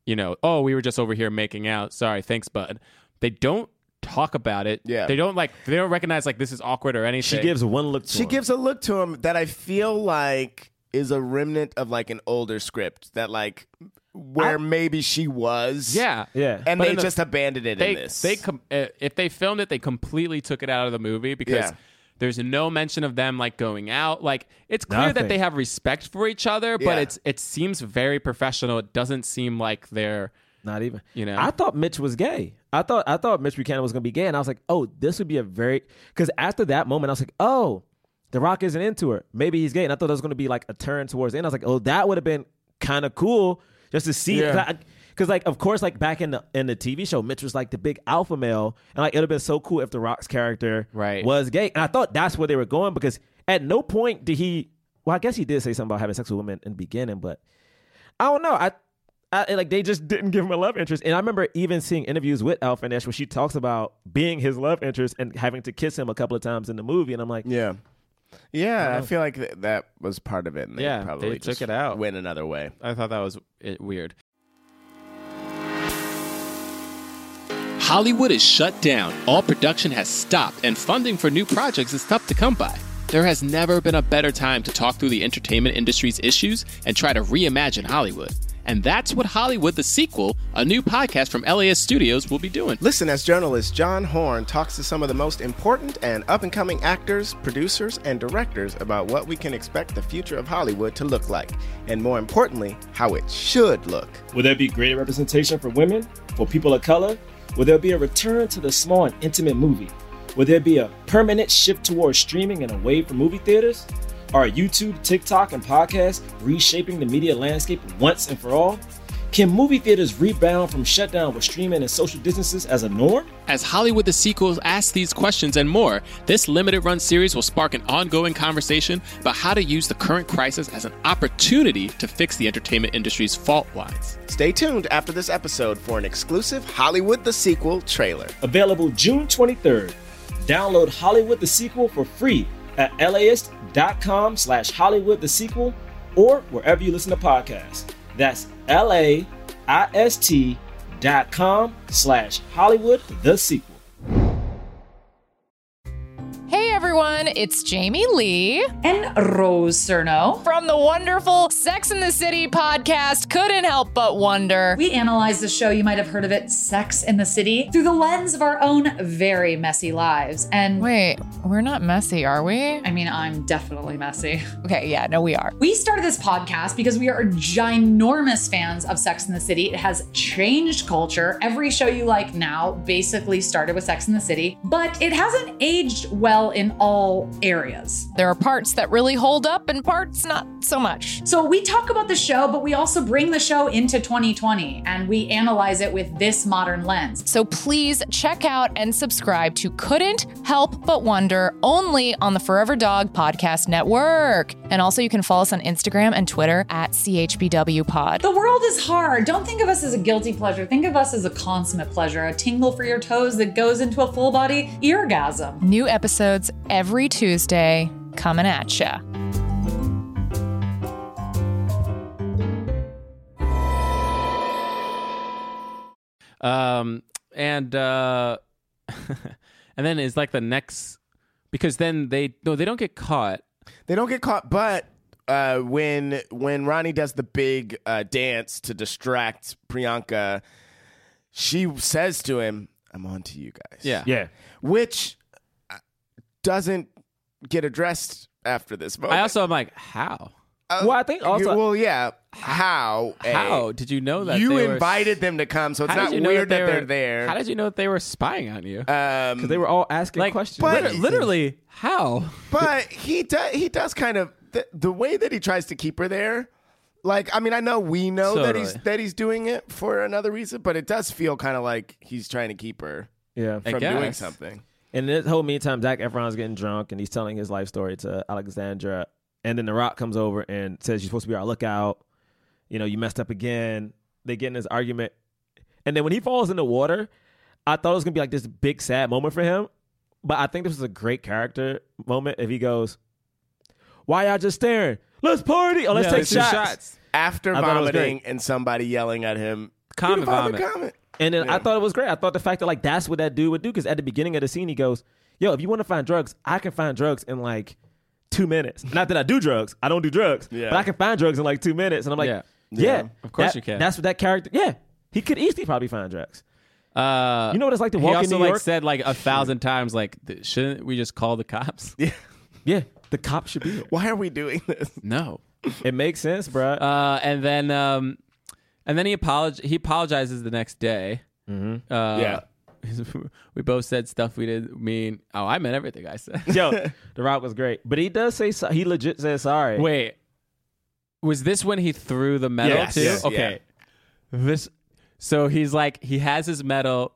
Speaker 2: you know, oh, we were just over here making out. Sorry, thanks, bud. They don't talk about it.
Speaker 4: Yeah.
Speaker 2: they don't like they don't recognize like this is awkward or anything.
Speaker 3: she gives one look. To
Speaker 4: She
Speaker 3: him.
Speaker 4: gives a look to him that I feel like is a remnant of like an older script that like where maybe she was.
Speaker 2: yeah,
Speaker 3: yeah,
Speaker 4: And
Speaker 2: But
Speaker 4: they
Speaker 2: in the-
Speaker 4: just abandoned it
Speaker 2: they
Speaker 4: in this.
Speaker 2: they com- uh, if they filmed it, they completely took it out of the movie because
Speaker 4: Yeah.
Speaker 2: there's no mention of them like going out. Like it's clear
Speaker 3: Nothing.
Speaker 2: that they have respect for each other,
Speaker 4: Yeah.
Speaker 2: but it's it seems very professional. It doesn't seem like they're
Speaker 3: Not even.
Speaker 2: You know?
Speaker 3: I thought Mitch was gay. I thought I thought Mitch Buchanan was gonna be gay, and I was like, oh, this would be a very because after that moment, I was like, oh, The Rock isn't into her. Maybe he's gay, and I thought it was gonna be like a turn towards the end. I was like, oh, that would have been kind of cool just to see. Because like of course like back in the in the TV show, Mitch was like the big alpha male, and like it would have been so cool if The Rock's character
Speaker 2: Right.
Speaker 3: was gay, and I thought that's where they were going because at no point did he. Well, I guess he did say something about having sex with women in the beginning, but I don't know. I, I like they just didn't give him a love interest. And I remember even seeing interviews with Al Finesse where she talks about being his love interest and having to kiss him a couple of times in the movie. And I'm like,
Speaker 4: Yeah. Yeah, I feel like th- that was part of it. And they
Speaker 2: Yeah,
Speaker 4: probably
Speaker 2: they took
Speaker 4: just
Speaker 2: it out.
Speaker 4: Went another way.
Speaker 2: I thought that was uh, weird. Hollywood is shut down. All production has stopped, and funding for new projects is tough to come by. There has never been a better time to talk through the entertainment industry's issues and try to reimagine Hollywood. And that's what Hollywood the Sequel, a new podcast from LAS Studios, will be doing.
Speaker 4: Listen as journalist John Horn talks to some of the most important and up and coming actors, producers, and directors about what we can expect the future of Hollywood to look like, and more importantly, how it should look.
Speaker 9: Will there be greater representation for women, for people of color? Will there be a return to the small and intimate movie? Will there be a permanent shift towards streaming and away from movie theaters? Are YouTube, TikTok, and podcasts reshaping the media landscape once and for all? Can movie theaters rebound from shutdown with streaming and social distances as a norm?
Speaker 2: As Hollywood the Sequels asks these questions and more, this limited run series will spark an ongoing conversation about how to use the current crisis as an opportunity to fix the entertainment industry's fault lines.
Speaker 4: Stay tuned after this episode for an exclusive Hollywood the Sequel trailer.
Speaker 9: Available June 23rd. Download Hollywood the Sequel for free at LAist.com slash Hollywood the Sequel or wherever you listen to podcasts. That's L-A-I-S-T dot com slash Hollywood the Sequel.
Speaker 10: Hey everyone, it's Jamie Lee
Speaker 7: and Rose Cerno.
Speaker 10: from the wonderful Sex in the City podcast. Couldn't help but wonder.
Speaker 7: We analyze the show, you might have heard of it, Sex in the City, through the lens of our own very messy lives. And
Speaker 10: Wait, we're not messy, are we?
Speaker 7: I mean, I'm definitely messy.
Speaker 10: Okay, yeah, no, we are.
Speaker 7: We started this podcast because we are ginormous fans of Sex in the City. It has changed culture. Every show you like now basically started with Sex in the City, but it hasn't aged well in all all areas.
Speaker 10: There are parts that really hold up and parts not so much.
Speaker 7: So we talk about the show, but we also bring the show into 2020 and we analyze it with this modern lens.
Speaker 10: So please check out and subscribe to Couldn't Help But Wonder only on the Forever Dog Podcast Network. And also, you can follow us on Instagram and Twitter at CHBW Pod.
Speaker 7: The world is hard. Don't think of us as a guilty pleasure. Think of us as a consummate pleasure, a tingle for your toes that goes into a full body eargasm.
Speaker 10: New episodes every Tuesday coming at ya.
Speaker 2: um and uh and then it's like the next because then they no they don't get caught
Speaker 4: They don't get caught, but uh, when when Ronnie does the big uh, dance to distract Priyanka, she says to him, "I'm on to you guys."
Speaker 2: yeah
Speaker 3: Yeah.
Speaker 4: which uh, doesn't get addressed after this moment.
Speaker 2: i also am like how
Speaker 4: Uh,
Speaker 3: Well, I think also-
Speaker 4: you- well, yeah. How? A,
Speaker 2: how did you know that
Speaker 4: you
Speaker 2: they were-
Speaker 4: invited them to come? So it's
Speaker 2: How did
Speaker 4: not
Speaker 2: you know
Speaker 4: weird that,
Speaker 2: they
Speaker 4: they
Speaker 2: were-
Speaker 4: are there.
Speaker 2: how did you know that they were spying on you
Speaker 4: um,
Speaker 3: They were all asking
Speaker 2: like
Speaker 3: questions.
Speaker 2: liter-
Speaker 4: But-
Speaker 2: literally how
Speaker 4: but he does. He does kind of the, the way that he tries to keep her there. Like, I mean, I know we know that he's
Speaker 2: Totally.
Speaker 4: that he's doing it for another reason, but it does feel kind of like he's trying to keep her
Speaker 3: yeah.
Speaker 4: from doing
Speaker 2: guess.
Speaker 4: something.
Speaker 3: And this whole meantime, Zach Efron's getting drunk and he's telling his life story to Alexandra. And then The Rock comes over and says, You're supposed to be our lookout. You know, you messed up again. They get in this argument. And then when he falls in the water, I thought it was going to be like this big sad moment for him. But I think this was a great character moment if he goes, Why y'all just staring? Let's party. Or let's
Speaker 2: Yeah,
Speaker 3: take
Speaker 2: it's just
Speaker 3: shots.
Speaker 4: After
Speaker 3: I thought it was
Speaker 4: vomiting and somebody yelling at him,
Speaker 2: Common
Speaker 4: "Vomit,
Speaker 2: vomit.
Speaker 4: vomit."
Speaker 3: And then I thought it was great. I thought the fact that like that's what that dude would do because at the beginning of the scene he goes, "Yo, if you want to find drugs, I can find drugs in like two minutes. Not that I do drugs, I don't do drugs,
Speaker 4: Yeah.
Speaker 3: but I can find drugs in like two minutes." And I'm like, "Yeah,
Speaker 2: Yeah.
Speaker 4: Yeah.
Speaker 2: Of course
Speaker 3: that-
Speaker 2: you can.
Speaker 3: That's what that character. Yeah, he could easily probably find drugs.
Speaker 2: uh
Speaker 3: You know what it's like to
Speaker 2: he
Speaker 3: walk in
Speaker 2: also
Speaker 3: New
Speaker 2: like
Speaker 3: York.
Speaker 2: said like a thousand times like th- shouldn't we just call the cops
Speaker 3: yeah, the cop should be. Here.
Speaker 4: Why are we doing this?
Speaker 2: no
Speaker 3: it makes sense, bruh.
Speaker 2: uh and then um and then he apolog- he apologizes the next day mm-hmm. uh
Speaker 4: Yeah.
Speaker 2: we both said stuff we didn't mean oh i meant everything i said
Speaker 3: Yo, the rock was great, but he does say so- he legit says sorry.
Speaker 2: Wait, was this when he threw the medal
Speaker 4: Yes.
Speaker 2: too?
Speaker 4: Yes,
Speaker 2: okay, this. So he's like, he has his medal.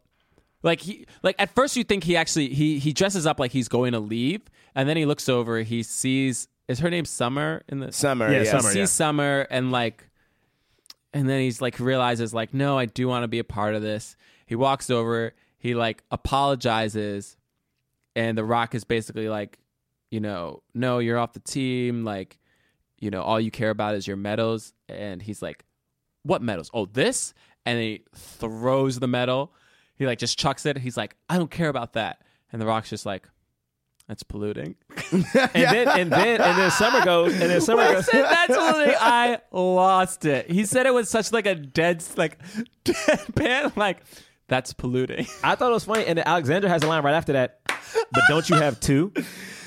Speaker 2: Like he, like at first you think he actually he he dresses up like he's going to leave, and then he looks over. He sees is her name Summer in the
Speaker 4: Summer,
Speaker 3: Yeah,
Speaker 4: yes.
Speaker 3: Summer,
Speaker 2: sees Summer and like, and then he's like realizes like, no, I do want to be a part of this. He walks over. He like apologizes, and The Rock is basically like, you know, no, you're off the team. Like, you know, all you care about is your medals. And he's like, what medals? Oh, this. And he throws the medal. He like just chucks it. He's like, I don't care about that. And The Rock's just like, that's polluting.
Speaker 3: and then and then and then Summer goes, and then Summer
Speaker 2: I
Speaker 3: goes.
Speaker 2: said that's literally I lost it. He said it was such like a dead like deadpan like that's polluting.
Speaker 3: I thought it was funny, and then Alexander has a line right after that. But don't you have two?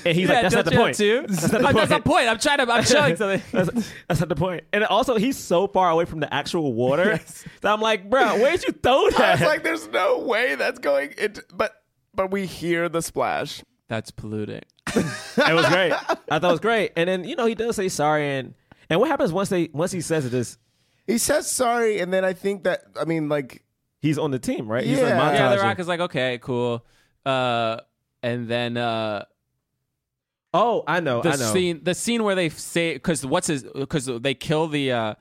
Speaker 3: And he's
Speaker 2: Yeah,
Speaker 3: like, "That's not
Speaker 2: don't
Speaker 3: the
Speaker 2: you have
Speaker 3: point.
Speaker 2: to?
Speaker 3: That's not the
Speaker 2: Oh,
Speaker 3: point.
Speaker 2: that's the point. I'm trying to I'm showing something.
Speaker 3: That's, that's not the point." And also, he's so far away from the actual water that I'm like, "Bro, where'd you throw
Speaker 4: I
Speaker 3: that?"
Speaker 4: was like, "There's no way that's going." It, but but we hear the splash.
Speaker 2: That's polluting.
Speaker 3: it was great. I thought it was great. And then you know he does say sorry, and and what happens once they once he says it is
Speaker 4: He says sorry, and then I think that I mean, like,
Speaker 3: he's on the team, right? He's
Speaker 4: Yeah.
Speaker 3: on
Speaker 2: Yeah, the rock is like, okay, cool. Uh and then uh
Speaker 3: oh, I know,
Speaker 2: the
Speaker 3: I know.
Speaker 2: scene the scene where they say because what's his because they kill the uh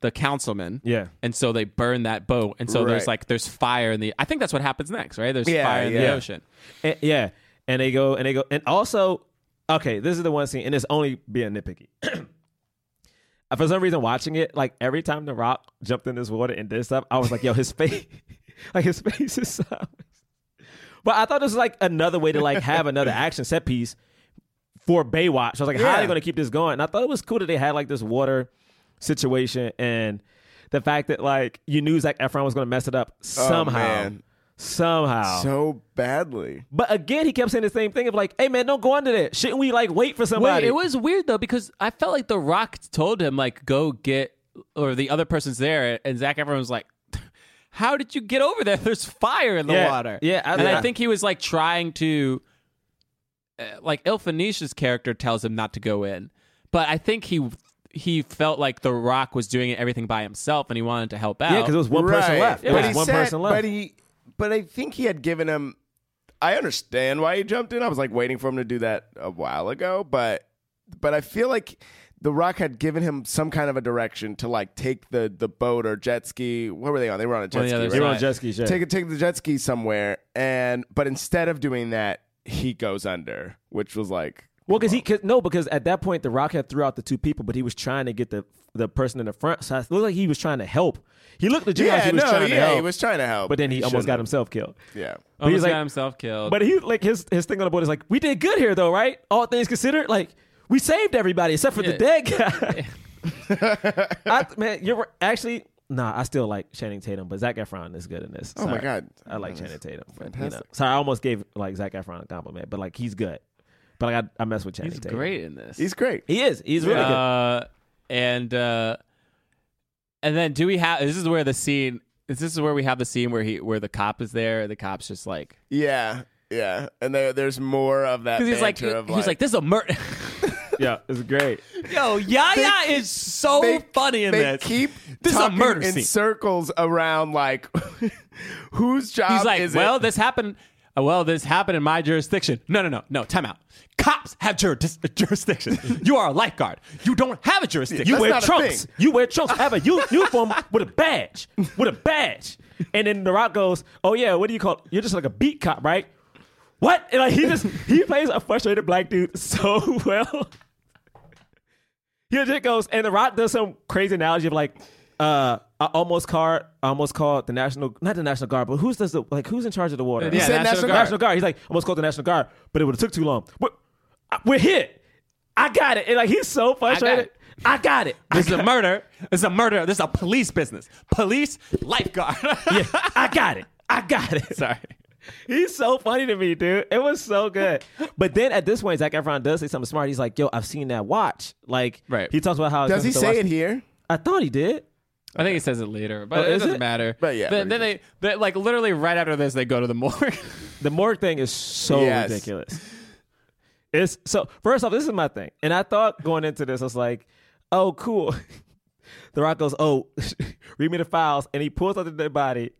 Speaker 2: the councilman
Speaker 3: Yeah.
Speaker 2: and so they burn that boat and so
Speaker 4: Right.
Speaker 2: there's like there's fire in the i think that's what happens next right there's
Speaker 4: Yeah,
Speaker 2: fire in
Speaker 4: yeah.
Speaker 2: the ocean
Speaker 3: And- yeah, and they go and they go and also okay, this is the one scene, and it's only being nitpicky. For some reason, watching it, like every time The Rock jumped in this water and did stuff, I was like, "Yo, his face, like his face is." So... But I thought this was like another way to like have another action set piece for Baywatch. I was like, "How are they
Speaker 4: Yeah.
Speaker 3: going to keep this going?" And I thought it was cool that they had like this water situation and the fact that like you knew Zach Efron was going to mess it up somehow,
Speaker 4: Oh, man.
Speaker 3: somehow.
Speaker 4: so badly.
Speaker 3: But again, he kept saying the same thing of like, "Hey man, don't go under there. Shouldn't we like wait for somebody?"
Speaker 2: Wait, it was weird though because I felt like The Rock told him like go get or the other person's there, and Zach Efron was like, "How did you get over there? There's fire in the
Speaker 3: Yeah,
Speaker 2: water."
Speaker 3: yeah, I-
Speaker 2: and
Speaker 3: yeah.
Speaker 2: I think he was like trying to uh, like Ilfanisha's character tells him not to go in, but I think he he felt like The Rock was doing everything by himself and he wanted to help out.
Speaker 3: Yeah, because it was one person
Speaker 4: Right.
Speaker 3: left. There
Speaker 4: But
Speaker 3: was
Speaker 4: he
Speaker 3: one
Speaker 4: said-
Speaker 3: person left.
Speaker 4: But he, but I think he had given him. I understand why he jumped in. I was like waiting for him to do that a while ago, but but I feel like The Rock had given him some kind of a direction to like take the the boat or jet ski. What were they on? They were on a jet
Speaker 2: the
Speaker 4: ski.
Speaker 2: other
Speaker 4: right?
Speaker 3: They were on
Speaker 2: Right.
Speaker 3: jet skis. Yeah.
Speaker 4: Take a- take the jet ski somewhere, and but instead of doing that, he goes under, which was like
Speaker 3: Well, because he cause, no, because at that point the Rock had threw out the two people, but he was trying to get the the person in the front. So it looked like he was trying to help. He looked legit like he was
Speaker 4: no,
Speaker 3: trying
Speaker 4: yeah,
Speaker 3: to help.
Speaker 4: he was trying to help,
Speaker 3: but then he, almost
Speaker 4: shouldn't
Speaker 3: got
Speaker 4: have.
Speaker 3: himself killed.
Speaker 4: Yeah,
Speaker 3: But he's
Speaker 2: Almost
Speaker 3: like-
Speaker 2: got himself killed.
Speaker 3: But he like his his thing on the board is like, we did good here though, right? All things considered, like we saved everybody except for the
Speaker 2: Yeah.
Speaker 3: dead guy. I, man, you're right. actually nah. I still like Channing Tatum, but Zach Efron is good in this.
Speaker 4: Oh my
Speaker 3: Sorry.
Speaker 4: God.
Speaker 3: I like Channing Tatum. But, you know,
Speaker 4: Fantastic.
Speaker 3: sorry, I almost gave like Zach Efron a compliment, but like he's good. But like I, I mess with Channing
Speaker 2: he's
Speaker 3: Tatum.
Speaker 2: great in this.
Speaker 4: he's great.
Speaker 3: He is. He's really good.
Speaker 2: uh, and uh, and then do we have? This is where the scene. This is where we have the scene where he where the cop is there. The cop's just like
Speaker 4: Yeah, yeah, and there, there's more of that.
Speaker 2: because he's like
Speaker 4: banter of,
Speaker 2: he's like this is a murder.
Speaker 3: Yeah, it's great.
Speaker 2: Yo, Yaya is so funny in
Speaker 4: they
Speaker 2: this.
Speaker 4: keep
Speaker 2: This is a
Speaker 4: talking
Speaker 2: murder
Speaker 4: in
Speaker 2: scene.
Speaker 4: circles around like whose job
Speaker 2: he's like,
Speaker 4: is it?
Speaker 2: well, this happened. uh, Well, this happened in my jurisdiction. No, no, no, no. Time out. Cops have jur- dis- jurisdiction. you are a lifeguard. You don't have a jurisdiction.
Speaker 3: You
Speaker 4: That's
Speaker 3: wear
Speaker 4: not a
Speaker 3: trunks.
Speaker 4: thing.
Speaker 3: You wear trunks. I have a u- uniform with a badge. With a badge. And then The Rock goes, "Oh yeah, what do you call? You're just like a beat cop, right? What? And like he just he plays a frustrated black dude so well. he just goes, and The Rock does some crazy analogy of like, uh, I almost called, I almost called the national, not the national guard, but who's does the like who's in charge of the water?
Speaker 2: Yeah,
Speaker 4: said National Guard.
Speaker 3: National Guard. He's like, I almost called the National Guard, but it would have took too long. But I- we're here. I got it. And like he's so frustrated.
Speaker 2: it.
Speaker 3: I got it. I
Speaker 2: This is
Speaker 3: got
Speaker 2: a murder. This is a murder. This is a police business. Police lifeguard.
Speaker 3: it. I got it. I got it.
Speaker 2: Sorry.
Speaker 3: He's so funny to me, dude. It was so good. But then at this point, Zach Efron does say something smart. He's like, "Yo, I've seen that watch." Like,
Speaker 2: Right.
Speaker 3: He talks about how
Speaker 4: does he
Speaker 3: the
Speaker 4: say
Speaker 3: watch-
Speaker 4: it here?
Speaker 3: I thought he did.
Speaker 2: I think he says it later, but
Speaker 3: Oh,
Speaker 2: it
Speaker 3: is
Speaker 2: doesn't
Speaker 3: it?
Speaker 2: matter.
Speaker 4: But yeah,
Speaker 2: Then,
Speaker 4: but
Speaker 2: then they, they, like, literally right after this, they go to the morgue.
Speaker 3: The Morg thing is so
Speaker 4: Yes.
Speaker 3: ridiculous. It's so first off, this is my thing. And I thought going into this, I was like, oh, cool. The Rock goes, oh, read me the files. And he pulls out the dead body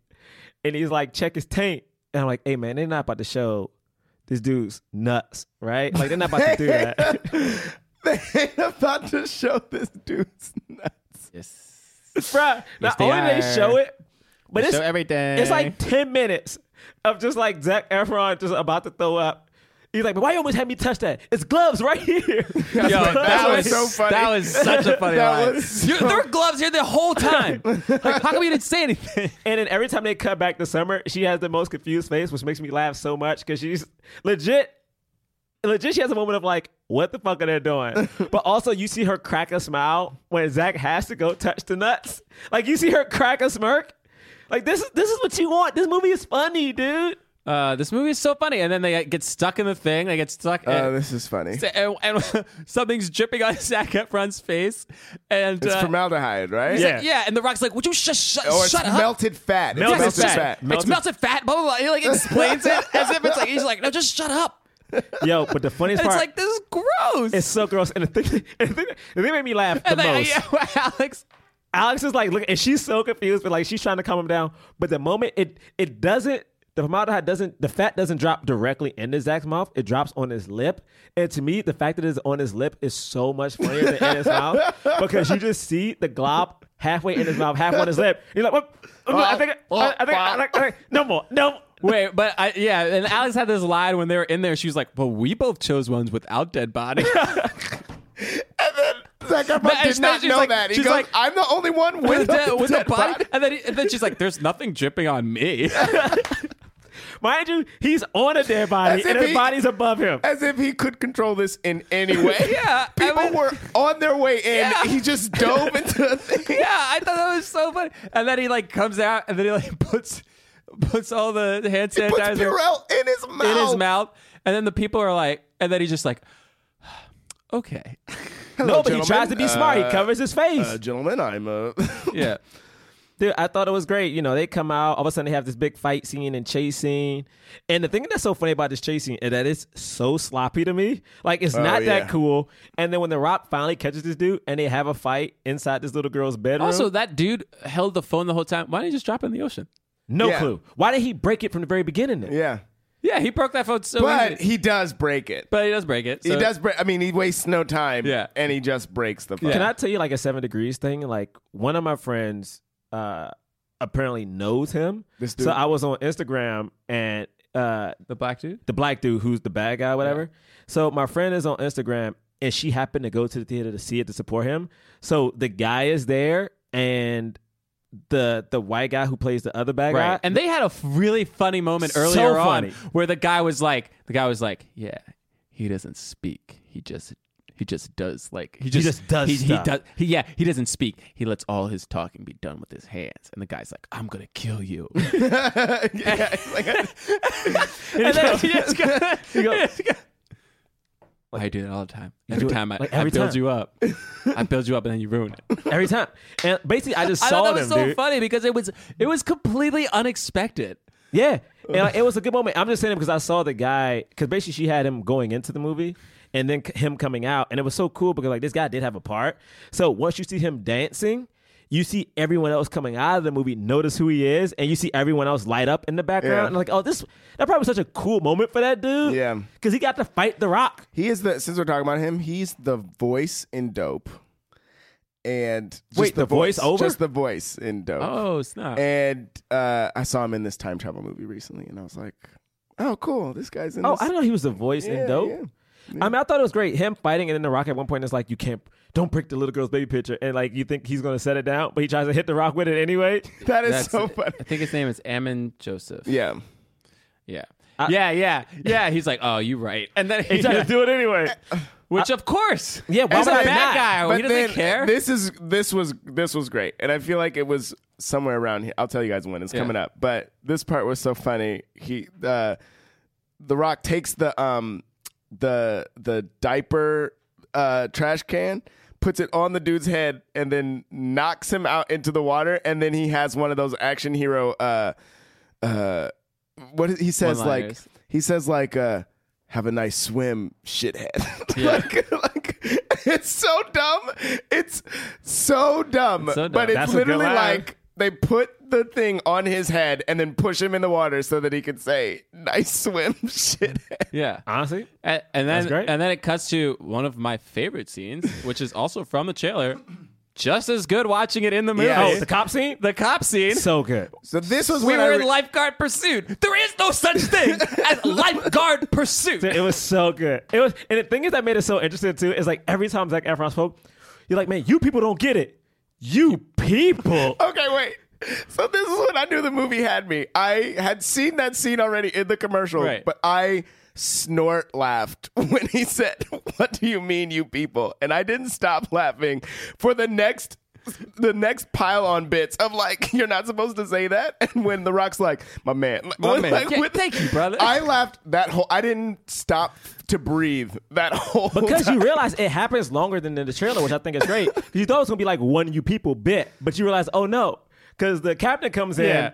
Speaker 3: and he's like, check his taint. And I'm like, hey man, they're not about to show this dude's nuts, right? Like they're not about to do that.
Speaker 4: they ain't about to show this dude's nuts.
Speaker 3: Bruh, not
Speaker 2: they
Speaker 3: only they
Speaker 2: are.
Speaker 3: show it, but
Speaker 2: They
Speaker 3: it's
Speaker 2: show everything.
Speaker 3: It's like ten minutes of just like Zac Efron just about to throw up. He's like, but why you almost had me touch that? It's gloves right here. Yo,
Speaker 4: that was so funny.
Speaker 2: That was such a funny
Speaker 4: That
Speaker 2: line.
Speaker 4: was
Speaker 2: You- there were gloves here the whole time. like, how come you didn't say anything?
Speaker 3: And then every time they cut back to Summer, she has the most confused face, which makes me laugh so much because she's legit, legit. She has a moment of like, what the fuck are they doing? but also, you see her crack a smile when Zach has to go touch the nuts. Like you see her crack a smirk. Like this is this is what you want. This movie is funny, dude.
Speaker 2: Uh, this movie is so funny. And then they get stuck in the thing. They get stuck.
Speaker 4: Uh,
Speaker 2: and-
Speaker 4: this is funny.
Speaker 2: and, and something's dripping on Zac Efron's face. And
Speaker 4: It's
Speaker 2: uh,
Speaker 4: formaldehyd, right?
Speaker 2: yeah. yeah, and The Rock's like, "Would you just shut,
Speaker 4: Or Oh, it's
Speaker 2: shut up?"
Speaker 4: melted fat.
Speaker 3: Melted
Speaker 4: it's melted fat.
Speaker 2: It's melted fat. Blah blah blah. He like explains it as if it's like he's like, no, just shut up.
Speaker 3: Yo, but the funniest
Speaker 2: And it's
Speaker 3: part,
Speaker 2: like this is gross.
Speaker 3: it's so gross. And the thing, and the thing, the thing that made me laugh the
Speaker 2: and then,
Speaker 3: most.
Speaker 2: yeah, Alex,
Speaker 3: Alex is like, look, and she's so confused, but like she's trying to calm him down. But the moment it it doesn't, the formaldehyde doesn't, the fat doesn't drop directly into Zach's mouth. It drops on his lip. And to me, the fact that it's on his lip is so much funnier than in his mouth because you just see the glob halfway in his mouth, half on his lip. You're like, what? Oh, I think, I, I think, I, I, I, no more, no.
Speaker 2: wait, but I, yeah, and Alex had this line when they were in there. She was like, "Well, we both chose ones without dead body."
Speaker 4: Zac Efron
Speaker 2: But
Speaker 4: did
Speaker 2: it's
Speaker 4: not
Speaker 2: not- she's
Speaker 4: know
Speaker 2: like-
Speaker 4: that. He
Speaker 2: she's
Speaker 4: goes,
Speaker 2: like-
Speaker 4: I'm the only one with,
Speaker 2: with
Speaker 4: a
Speaker 2: the, with the
Speaker 4: dead
Speaker 2: body, and then, he- and then she's like, "There's nothing dripping on me."
Speaker 3: Mind you, he's on a dead body,
Speaker 4: As if
Speaker 3: and his
Speaker 4: he-
Speaker 3: body's above him.
Speaker 4: As if he could control this in any way.
Speaker 2: Yeah, I
Speaker 4: People
Speaker 2: mean-
Speaker 4: were on their way in.
Speaker 2: Yeah.
Speaker 4: He just dove into the thing.
Speaker 2: yeah, I thought that was so funny. And then he like comes out, and then he like puts puts all the hand
Speaker 4: He puts
Speaker 2: sanitizer.
Speaker 4: Purell in his mouth.
Speaker 2: in his mouth, and then the people are like, and then he's just like, okay,
Speaker 3: no, but he
Speaker 4: gentlemen.
Speaker 3: tries to be smart. He
Speaker 4: Uh,
Speaker 3: covers his face.
Speaker 4: Uh, gentlemen, I'm uh,
Speaker 2: yeah.
Speaker 3: Dude, I thought it was great. You know, they come out, all of a sudden they have this big fight scene and chase scene. And the thing that's so funny about this chase scene is that it's so sloppy to me. Like, it's not
Speaker 4: Oh, yeah.
Speaker 3: that cool. And then when The Rock finally catches this dude and they have a fight inside this little girl's bedroom,
Speaker 2: Also, that dude held the phone the whole time. Why didn't he just drop it in the ocean?
Speaker 3: no
Speaker 4: Yeah.
Speaker 3: clue. Why did he break it from the very beginning then?
Speaker 4: Yeah.
Speaker 2: Yeah, he broke that phone so
Speaker 4: But
Speaker 2: easy.
Speaker 4: he does break it.
Speaker 2: But he does break it.
Speaker 4: he
Speaker 2: so-
Speaker 4: does break. I mean, he wastes no time.
Speaker 2: Yeah.
Speaker 4: And he just breaks the phone.
Speaker 3: Can I tell you like a seven degrees thing? Like one of my friends uh apparently knows him.
Speaker 4: This dude?
Speaker 3: So I was on Instagram and uh
Speaker 2: The black dude?
Speaker 3: the black dude who's the bad guy, whatever. So my friend is on Instagram and she happened to go to the theater to see it to support him. So the guy is there and the the white guy who plays the other bad guy.
Speaker 2: Right. And they had a f- really funny moment
Speaker 3: So
Speaker 2: earlier
Speaker 3: funny.
Speaker 2: on where the guy was like, the guy was like, yeah, he doesn't speak. He just he just does like he just,
Speaker 3: just does
Speaker 2: he, he
Speaker 3: stuff.
Speaker 2: does he, yeah he doesn't speak he lets all his talking be done with his hands and the guy's like i'm gonna kill you
Speaker 4: yeah. it's like a-
Speaker 2: and then he just goes,
Speaker 3: You go,
Speaker 2: i do it all the time every
Speaker 3: do it,
Speaker 2: time I,
Speaker 3: like,
Speaker 2: I
Speaker 3: every
Speaker 2: build
Speaker 3: time.
Speaker 2: you up i build you up and then you ruin it
Speaker 3: every time. And basically I just
Speaker 2: I
Speaker 3: saw
Speaker 2: thought that was
Speaker 3: them,
Speaker 2: so
Speaker 3: dude.
Speaker 2: funny because it was it was completely unexpected.
Speaker 3: Yeah, and like, it was a good moment. I'm just saying it because I saw the guy because basically she had him going into the movie and then c- him coming out, and it was so cool because like this guy did have a part. So once you see him dancing, you see everyone else coming out of the movie notice who he is, and you see everyone else light up in the background.
Speaker 4: Yeah.
Speaker 3: And like, oh, this that probably was such a cool moment for that dude.
Speaker 4: Yeah.
Speaker 3: because he got to fight the Rock.
Speaker 4: he is the, since we're talking about him, he's the voice in Dope. And just
Speaker 3: Wait, the voice over?
Speaker 4: Just the voice in Dope.
Speaker 2: Oh snap!
Speaker 4: And uh, I saw him in this time travel movie recently, and I was like, "Oh, cool! This guy's in."
Speaker 3: Oh,
Speaker 4: this.
Speaker 3: I didn't know he was the voice
Speaker 4: Yeah,
Speaker 3: in Dope.
Speaker 4: yeah.
Speaker 3: I mean, I thought it was great. Him fighting and then the rock at one point is like, you can't, don't break the little girl's baby picture. And like, you think he's going to set it down, but he tries to hit the rock with it anyway.
Speaker 4: That is
Speaker 2: That's-
Speaker 4: so funny.
Speaker 2: I think his name is Ammon Joseph.
Speaker 4: Yeah,
Speaker 2: yeah, yeah, yeah, yeah. He's like, oh, you right, and then
Speaker 3: He
Speaker 2: he
Speaker 3: tried to do it anyway.
Speaker 2: which of course,
Speaker 3: Yeah, why
Speaker 2: he's a
Speaker 3: would I
Speaker 2: bad
Speaker 3: not?
Speaker 2: guy.
Speaker 4: but
Speaker 2: he doesn't
Speaker 4: then uh,
Speaker 2: care.
Speaker 4: this is this was this was great, and I feel like it was somewhere around here. I'll tell you guys when it's
Speaker 2: Yeah.
Speaker 4: coming up. But this part was so funny. He uh, the Rock takes the um the the diaper uh, trash can. Puts it on the dude's head and then knocks him out into the water. And then he has one of those action hero uh, uh, what is- he says like
Speaker 2: One-liners.
Speaker 4: he says like uh have a nice swim shithead like, like it's so dumb it's so dumb,
Speaker 2: so dumb.
Speaker 4: but it's
Speaker 3: That's a good
Speaker 4: literally
Speaker 3: line.
Speaker 4: like they put the thing on his head and then push him in the water so that he could say nice swim shithead
Speaker 2: yeah,
Speaker 3: Honestly,
Speaker 2: and, and
Speaker 3: That's
Speaker 2: then
Speaker 3: great.
Speaker 2: and then it cuts to one of my favorite scenes, which is also from the trailer. Just as good watching it in the movie.
Speaker 4: Yeah.
Speaker 3: oh, the cop scene,
Speaker 2: the cop scene.
Speaker 3: so good.
Speaker 4: so this was
Speaker 2: we
Speaker 4: when I
Speaker 2: were in
Speaker 4: re-
Speaker 2: lifeguard pursuit. There is no such thing as lifeguard pursuit.
Speaker 3: It was so good. It was, and the thing is that made it so interesting too is like every time Zach Efron spoke, you're like, man, you people don't get it. You people.
Speaker 4: okay wait so this is when I knew the movie had me. I had seen that scene already in the commercial,
Speaker 2: Right.
Speaker 4: but I snort laughed when he said, "What do you mean, you people?" And I didn't stop laughing for the next the next pile on bits of like you're not supposed to say that. And when The Rock's like, "My man,
Speaker 2: My man. Yeah, thank you, brother.
Speaker 4: I laughed that whole. I didn't stop to breathe that whole
Speaker 3: Because
Speaker 4: time.
Speaker 3: you realize it happens longer than in the trailer, which I think is great. 'Cause you thought it was gonna be like one you people bit, but you realize, oh no, because the captain comes
Speaker 2: Yeah.
Speaker 3: in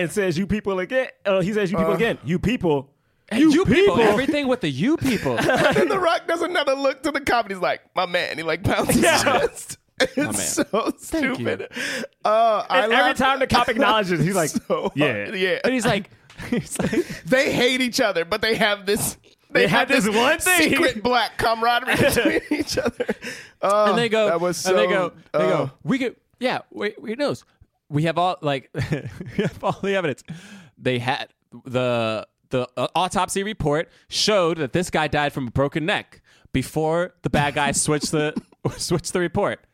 Speaker 3: and says, "You people again." Uh, he says, "You people again." You people.
Speaker 2: you, people. Everything with the you people.
Speaker 4: And then The Rock does another look to the cop and he's like, my man. He like pounds his chest. It's so stupid. Uh, I
Speaker 3: And every
Speaker 4: laughed-
Speaker 3: time the cop acknowledges, he's like,
Speaker 4: so
Speaker 3: "Yeah,
Speaker 4: hard. yeah.
Speaker 2: But he's like, he's like
Speaker 4: They hate each other, but they have this. They,
Speaker 3: have this one thing.
Speaker 4: secret black camaraderie between each other. Uh,
Speaker 2: and they go,
Speaker 4: That was so.
Speaker 2: and they go, they
Speaker 4: uh,
Speaker 2: go, we could, yeah, wait, who knows? We have all, like, we have all the evidence. They had the, the uh, autopsy report showed that this guy died from a broken neck before the bad guy switched the, switched the report.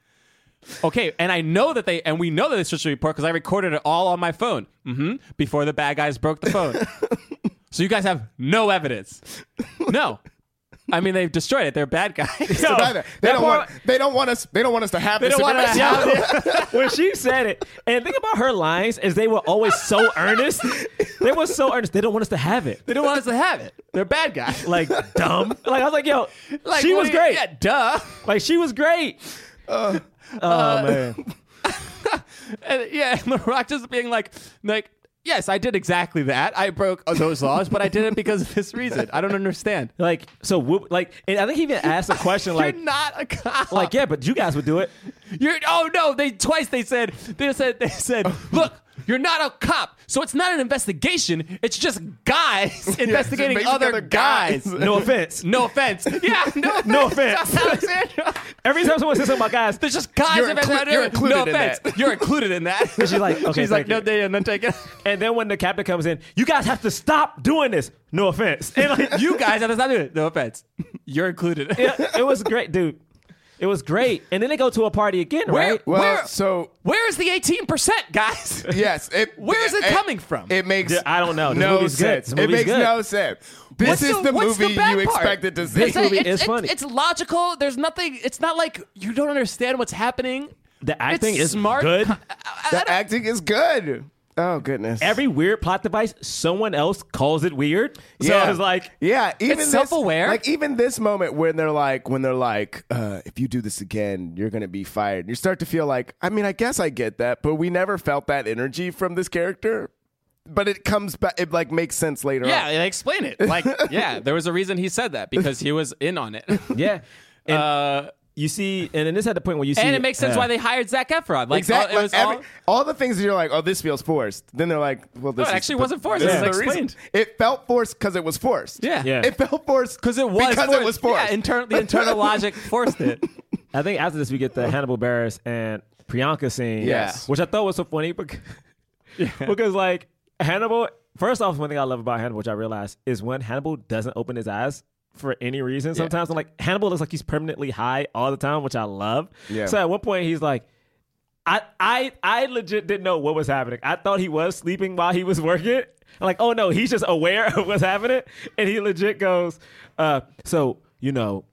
Speaker 2: Okay, and I know that they, and we know that they switched the report because I recorded it all on my phone hmm before the bad guys broke the phone. so you guys have no evidence. No. I mean, they've destroyed it. They're bad guys.
Speaker 4: so bad. They
Speaker 3: that
Speaker 4: don't
Speaker 3: part-
Speaker 4: want. They don't want us. They don't want us to have
Speaker 2: They
Speaker 4: this
Speaker 2: don't want us to
Speaker 4: information.
Speaker 2: have
Speaker 3: when she said it, and think about her lines, is they were always so earnest. They were so earnest. They don't want us to have it.
Speaker 2: They don't want us to have it. They're bad guys.
Speaker 3: Like dumb. Like I was like, yo,
Speaker 2: Like,
Speaker 3: she
Speaker 2: what
Speaker 3: was
Speaker 2: do you-
Speaker 3: great.
Speaker 2: Yeah, duh.
Speaker 3: Like she was great. oh man.
Speaker 2: Uh, and, yeah, and The Rock just being like, like, yes, I did exactly that. I broke uh, those laws, but I did it because of this reason. I don't understand.
Speaker 3: Like so, whoop, like, and I think he even asked a question like,
Speaker 2: You're not a cop.
Speaker 3: like, yeah, but you guys would do it.
Speaker 2: You're oh no, they twice they said they said they said, look, you're not a cop, so it's not an investigation, it's just guys investigating
Speaker 4: basically
Speaker 2: other
Speaker 4: other
Speaker 2: guys.
Speaker 4: guys.
Speaker 3: No offense.
Speaker 2: No offense. Yeah, no offense.
Speaker 3: No offense.
Speaker 2: Alexandra.
Speaker 3: Every time someone says something about guys,
Speaker 2: There's just guys
Speaker 4: You're
Speaker 2: in
Speaker 4: inclu-
Speaker 2: everybody.
Speaker 4: you're
Speaker 2: no
Speaker 4: included in
Speaker 2: offense.
Speaker 4: that.
Speaker 2: You're included in that.
Speaker 3: she's like, okay,
Speaker 2: She's like,
Speaker 3: thank
Speaker 2: no,
Speaker 3: you.
Speaker 2: they are not taking it.
Speaker 3: And then when the captain comes in, you guys have to stop doing this. No offense. And like,
Speaker 2: You guys are not doing it. No offense. You're included.
Speaker 3: it, it was great, dude. It was great. And then they go to a party again,
Speaker 2: Where-
Speaker 3: right?
Speaker 4: Well,
Speaker 2: Where-
Speaker 4: so
Speaker 2: Where is the 18%, guys?
Speaker 4: yes, it,
Speaker 2: Where is it coming from?
Speaker 4: It makes
Speaker 3: Dude, I don't know. This
Speaker 4: no
Speaker 3: movie's good.
Speaker 4: sense.
Speaker 3: This
Speaker 4: It
Speaker 3: movie's
Speaker 4: makes
Speaker 3: good.
Speaker 4: no sense. This
Speaker 2: What's
Speaker 4: is the,
Speaker 2: what's
Speaker 4: movie
Speaker 2: bad
Speaker 4: you
Speaker 2: part?
Speaker 4: expected to see.
Speaker 2: It's, it's,
Speaker 3: is
Speaker 2: it's,
Speaker 3: funny.
Speaker 2: it's logical. There's nothing. It's not like you don't understand what's happening.
Speaker 3: The acting
Speaker 2: it's
Speaker 3: is
Speaker 2: smart.
Speaker 3: good.
Speaker 4: the acting is good. Oh goodness.
Speaker 3: Every weird plot device, someone else calls it weird. So I was like,
Speaker 4: yeah, even this-
Speaker 2: self-aware.
Speaker 4: Like even this moment when they're like, when they're like, uh, if you do this again, you're gonna be fired. You start to feel like, I mean, I guess I get that, but we never felt that energy from this character. But it comes back. It like makes sense later.
Speaker 2: Yeah,
Speaker 4: on.
Speaker 2: they explain it. Like, yeah, there was a reason he said that because he was in on it.
Speaker 3: yeah. And
Speaker 2: Uh,
Speaker 3: you see, and then this at the point where you see,
Speaker 2: and it makes sense
Speaker 3: yeah.
Speaker 2: why they hired Zach Efron. Like,
Speaker 4: Exactly.
Speaker 2: all, it was
Speaker 4: every-
Speaker 2: all.
Speaker 4: all, the things that you're like, oh, this feels forced. Then they're like, well, this
Speaker 2: it
Speaker 4: is-
Speaker 2: actually
Speaker 4: but
Speaker 2: wasn't forced.
Speaker 4: this
Speaker 2: It was
Speaker 4: is the reason.
Speaker 2: explained.
Speaker 4: It felt forced because it was forced.
Speaker 2: Yeah.
Speaker 3: Yeah.
Speaker 4: It felt forced
Speaker 2: Because it was
Speaker 4: because
Speaker 2: forced.
Speaker 4: it was forced.
Speaker 2: Yeah, inter- the internal logic forced it.
Speaker 3: I think after this we get the Hannibal Barris and Priyanka scene.
Speaker 4: Yes.
Speaker 3: Which I thought was so funny because, because like Hannibal first off one thing I love about Hannibal, which I realized, is when Hannibal doesn't open his eyes for any reason sometimes. I'm like, Hannibal looks like he's permanently high all the time, which I love.
Speaker 4: Yeah.
Speaker 3: So at one point he's like I, I I legit didn't know what was happening. I thought he was sleeping while he was working. I'm like, oh no, he's just aware of what's happening. And he legit goes, uh, so, you know,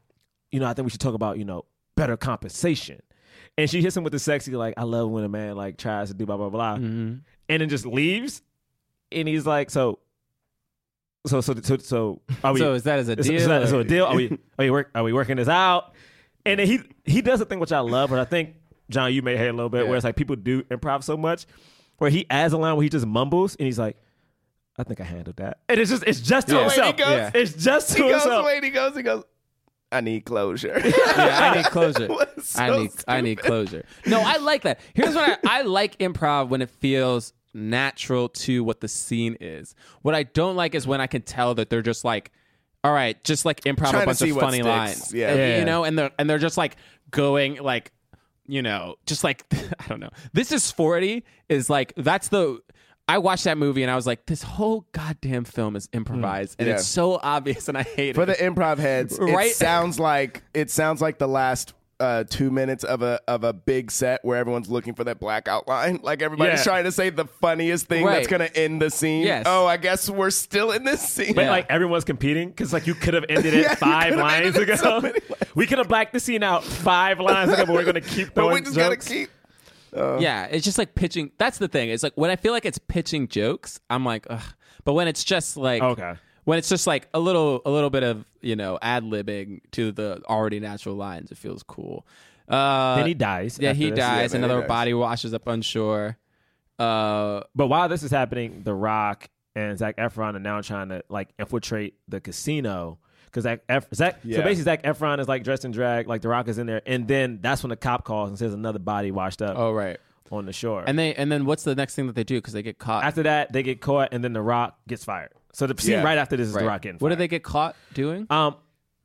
Speaker 3: you know, I think we should talk about, you know, better compensation. And she hits him with the sexy, like, I love when a man like tries to do blah blah blah.
Speaker 2: Mm-hmm.
Speaker 3: And then just leaves. And he's like, so so so so so are we
Speaker 2: So is that as a
Speaker 3: is- is
Speaker 2: deal,
Speaker 3: that-
Speaker 2: or-
Speaker 3: so a deal? Are we are we work are we working this out? And then he he does a thing which I love, but I think John, you may hate a little bit, where it's like people do improv so much, where he adds a line where he just mumbles and he's like, "I think I handled that," and it's just it's just to
Speaker 4: Yeah.
Speaker 3: himself.
Speaker 4: Wait, he goes-
Speaker 3: It's just to
Speaker 4: he goes
Speaker 3: himself.
Speaker 4: away and he goes, he goes, I need closure.
Speaker 2: yeah, I need closure.
Speaker 4: was so
Speaker 2: I need I need closure. No, I like that. Here's what I, I like improv when it feels natural to what the scene is. What I don't like is when I can tell that they're just like, all right, just like improv
Speaker 4: Trying
Speaker 2: a
Speaker 4: to
Speaker 2: bunch
Speaker 4: see
Speaker 2: of
Speaker 4: what
Speaker 2: funny
Speaker 4: sticks.
Speaker 2: lines.
Speaker 4: Yeah.
Speaker 2: And,
Speaker 4: Yeah.
Speaker 2: You know, and they're and they're just like going like you know, just like I don't know. This is 40 is like that's the I watched that movie and I was like, this whole goddamn film is improvised and
Speaker 4: Mm. Yeah.
Speaker 2: it's so obvious and I hate
Speaker 4: For
Speaker 2: it.
Speaker 4: the improv heads,
Speaker 2: Right.
Speaker 4: it sounds like it sounds like the last uh, two minutes of a of a big set where everyone's looking for that black outline. Like everybody's
Speaker 3: Yeah.
Speaker 4: trying to say the funniest thing
Speaker 2: Right.
Speaker 4: that's gonna end the scene.
Speaker 2: Yes.
Speaker 4: Oh, I guess we're still in this scene.
Speaker 3: But
Speaker 2: Yeah.
Speaker 3: like everyone's competing because like you could have ended it
Speaker 4: Yeah, you
Speaker 3: five
Speaker 4: could've
Speaker 3: lines
Speaker 4: ended
Speaker 3: ago.
Speaker 4: it so many
Speaker 3: we could have blacked the scene out five lines ago, but we're gonna keep
Speaker 4: but
Speaker 3: throwing
Speaker 4: we just gotta
Speaker 3: jokes.
Speaker 4: keep
Speaker 2: Yeah, it's just like pitching. That's the thing. It's like when I feel like it's pitching jokes, I'm like, ugh. But when it's just like,
Speaker 3: Okay.
Speaker 2: when it's just like a little, a little bit of you know ad libbing to the already natural lines, it feels cool. Uh,
Speaker 3: Then he dies.
Speaker 2: Yeah,
Speaker 3: after
Speaker 2: he
Speaker 3: this.
Speaker 2: dies.
Speaker 4: man, he
Speaker 2: Another
Speaker 4: dies.
Speaker 2: body washes up on shore. Uh,
Speaker 3: But while this is happening, The Rock and Zach Efron are now trying to like infiltrate the casino because Zach, Ef- Zach
Speaker 4: Yeah.
Speaker 3: so basically Zach Efron is like dressed in drag, like The Rock is in there, and then that's when the cop calls and says another body washed up
Speaker 2: oh right.
Speaker 3: on the shore.
Speaker 2: And they and then what's the next thing that they do because they get caught?
Speaker 3: after that, they get caught, and then The Rock gets fired. So the scene
Speaker 4: Yeah.
Speaker 3: right after this is
Speaker 2: Right.
Speaker 3: The Rock getting
Speaker 2: What do
Speaker 3: fired.
Speaker 2: they get caught doing?
Speaker 3: Um,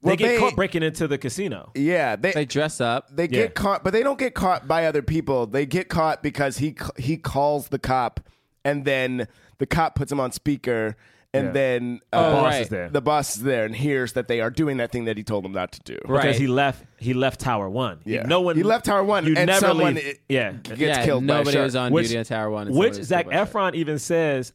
Speaker 3: they
Speaker 4: Well,
Speaker 3: get
Speaker 4: they-
Speaker 3: caught breaking into the casino.
Speaker 4: Yeah. They
Speaker 2: they
Speaker 4: they,
Speaker 2: dress up.
Speaker 3: yeah.
Speaker 4: get caught but they don't get caught by other people. They get caught because he c- he calls the cop and then the cop puts him on speaker and
Speaker 3: Yeah.
Speaker 4: then uh,
Speaker 2: Oh,
Speaker 3: boss
Speaker 2: right.
Speaker 3: is there
Speaker 4: the boss is there and hears that they are doing that thing that he told them not to do.
Speaker 2: Right.
Speaker 3: because he left. He left Tower One. He-
Speaker 4: Yeah.
Speaker 3: no one.
Speaker 4: He left Tower One
Speaker 3: You
Speaker 4: and
Speaker 3: never
Speaker 4: someone
Speaker 3: leave.
Speaker 4: i-
Speaker 3: yeah,
Speaker 4: Gets
Speaker 2: yeah,
Speaker 4: killed by a
Speaker 2: nobody
Speaker 4: shark.
Speaker 2: was on
Speaker 3: Which-
Speaker 2: duty on Tower One. and
Speaker 3: which
Speaker 2: somebody was
Speaker 3: Zach
Speaker 2: killed by a shark.
Speaker 3: Efron even says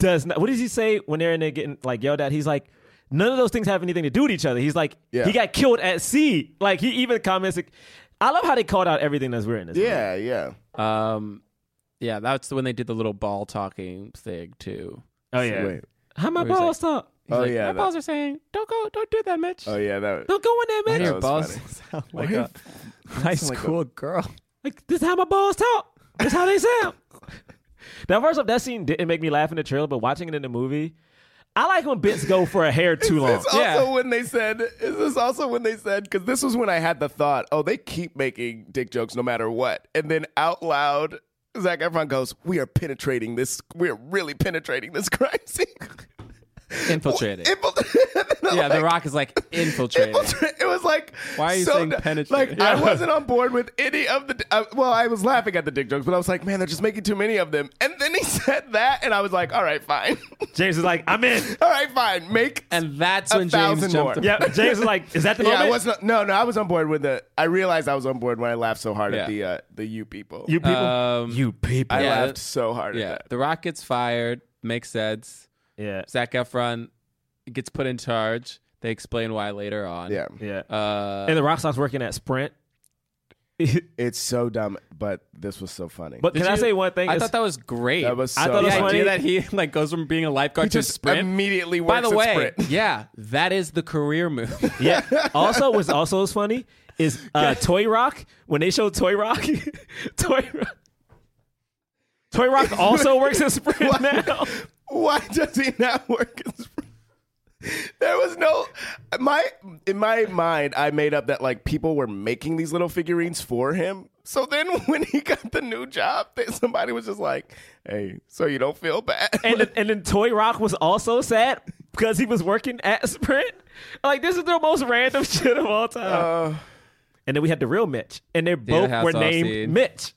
Speaker 3: does not. What does he say when they're in there getting like yelled at? He's like, none of those things have anything to do with each other. He's like,
Speaker 4: Yeah.
Speaker 3: he got killed at sea. Like he even comments. like- I love how they called out everything that's weird in this. movie.
Speaker 4: Yeah, yeah.
Speaker 2: Um, yeah, that's when they did the little ball talking thing too.
Speaker 3: Oh yeah.
Speaker 4: Wait.
Speaker 3: How my
Speaker 2: Where he's
Speaker 3: balls talk?
Speaker 4: Oh
Speaker 2: my
Speaker 4: yeah. that-
Speaker 2: balls are saying, "Don't go, don't do that, Mitch."
Speaker 4: oh yeah. That.
Speaker 3: Don't go in there,
Speaker 2: And
Speaker 3: man.
Speaker 2: your
Speaker 4: was
Speaker 2: balls
Speaker 4: funny.
Speaker 2: sound like a high
Speaker 4: like a-
Speaker 2: school girl.
Speaker 3: Like this is how my balls talk. That's how they sound. now, first off, that scene didn't make me laugh in the trailer, but watching it in the movie, I like when bits go for a hair too long.
Speaker 4: It's also when they said, is this also when they said, because this was when I had the thought, oh, they keep making dick jokes no matter what. And then out loud, Zach Efron goes, we are penetrating this, we are really penetrating this crime scene.
Speaker 2: Infiltrating.
Speaker 4: Infiltrating.
Speaker 2: yeah, The Rock is like infiltrating.
Speaker 4: Infiltra- It was like
Speaker 2: Why are you
Speaker 4: so
Speaker 2: saying
Speaker 4: dumb.
Speaker 2: penetrating?
Speaker 4: Like I wasn't on board with any of the. Uh, well, I was laughing at the dick jokes, but I was like, man, they're just making too many of them. And then he said that, and I was like, all right, fine,
Speaker 3: James is like, I'm in.
Speaker 4: all right, fine, make.
Speaker 2: and that's
Speaker 4: A
Speaker 2: when James
Speaker 4: thousand
Speaker 2: jumped.
Speaker 4: more.
Speaker 2: the-
Speaker 3: Yeah, James is like, is that the moment?
Speaker 4: yeah, I was not, no, no. I was on board with the. I realized I was on board when I laughed so hard
Speaker 2: Yeah.
Speaker 4: at the uh, the you people.
Speaker 3: you people.
Speaker 2: Um,
Speaker 3: you people.
Speaker 4: I
Speaker 2: yeah.
Speaker 4: laughed so hard
Speaker 2: yeah,
Speaker 4: at that.
Speaker 2: The Rock gets fired. Makes sense.
Speaker 3: yeah.
Speaker 2: Zach Efron gets put in charge. They explain why later on.
Speaker 4: Yeah,
Speaker 3: Yeah.
Speaker 2: Uh,
Speaker 3: and The Rock stops working at Sprint.
Speaker 4: it's so dumb, but this was so funny.
Speaker 3: But
Speaker 2: Did
Speaker 3: can I
Speaker 2: you-
Speaker 3: say one thing?
Speaker 2: I
Speaker 3: It's-
Speaker 2: thought that was great.
Speaker 4: that was so
Speaker 3: I thought it
Speaker 2: the
Speaker 3: was
Speaker 4: funny.
Speaker 3: funny.
Speaker 2: idea that he like goes from being a lifeguard
Speaker 4: He
Speaker 2: to
Speaker 4: just
Speaker 2: sprint.
Speaker 4: immediately works
Speaker 2: By the
Speaker 4: at
Speaker 2: way,
Speaker 4: Sprint.
Speaker 2: yeah, that is the career move.
Speaker 3: yeah. Also, what's also is funny is uh, Toy Rock. When they show Toy Rock, Toy Rock. Toy Rock also works at Sprint
Speaker 4: What?
Speaker 3: now.
Speaker 4: Why does he not work? in Sprint? There was no my in my mind. I made up that like people were making these little figurines for him. So then, when he got the new job, that somebody was just like, "Hey, so you don't feel bad."
Speaker 3: And then, and then Toy Rock was also sad because he was working at Sprint. Like this is the most random shit of all time.
Speaker 4: Uh,
Speaker 3: and then we had the real Mitch, and they both
Speaker 2: House
Speaker 3: were named
Speaker 2: Offseed.
Speaker 3: Mitch.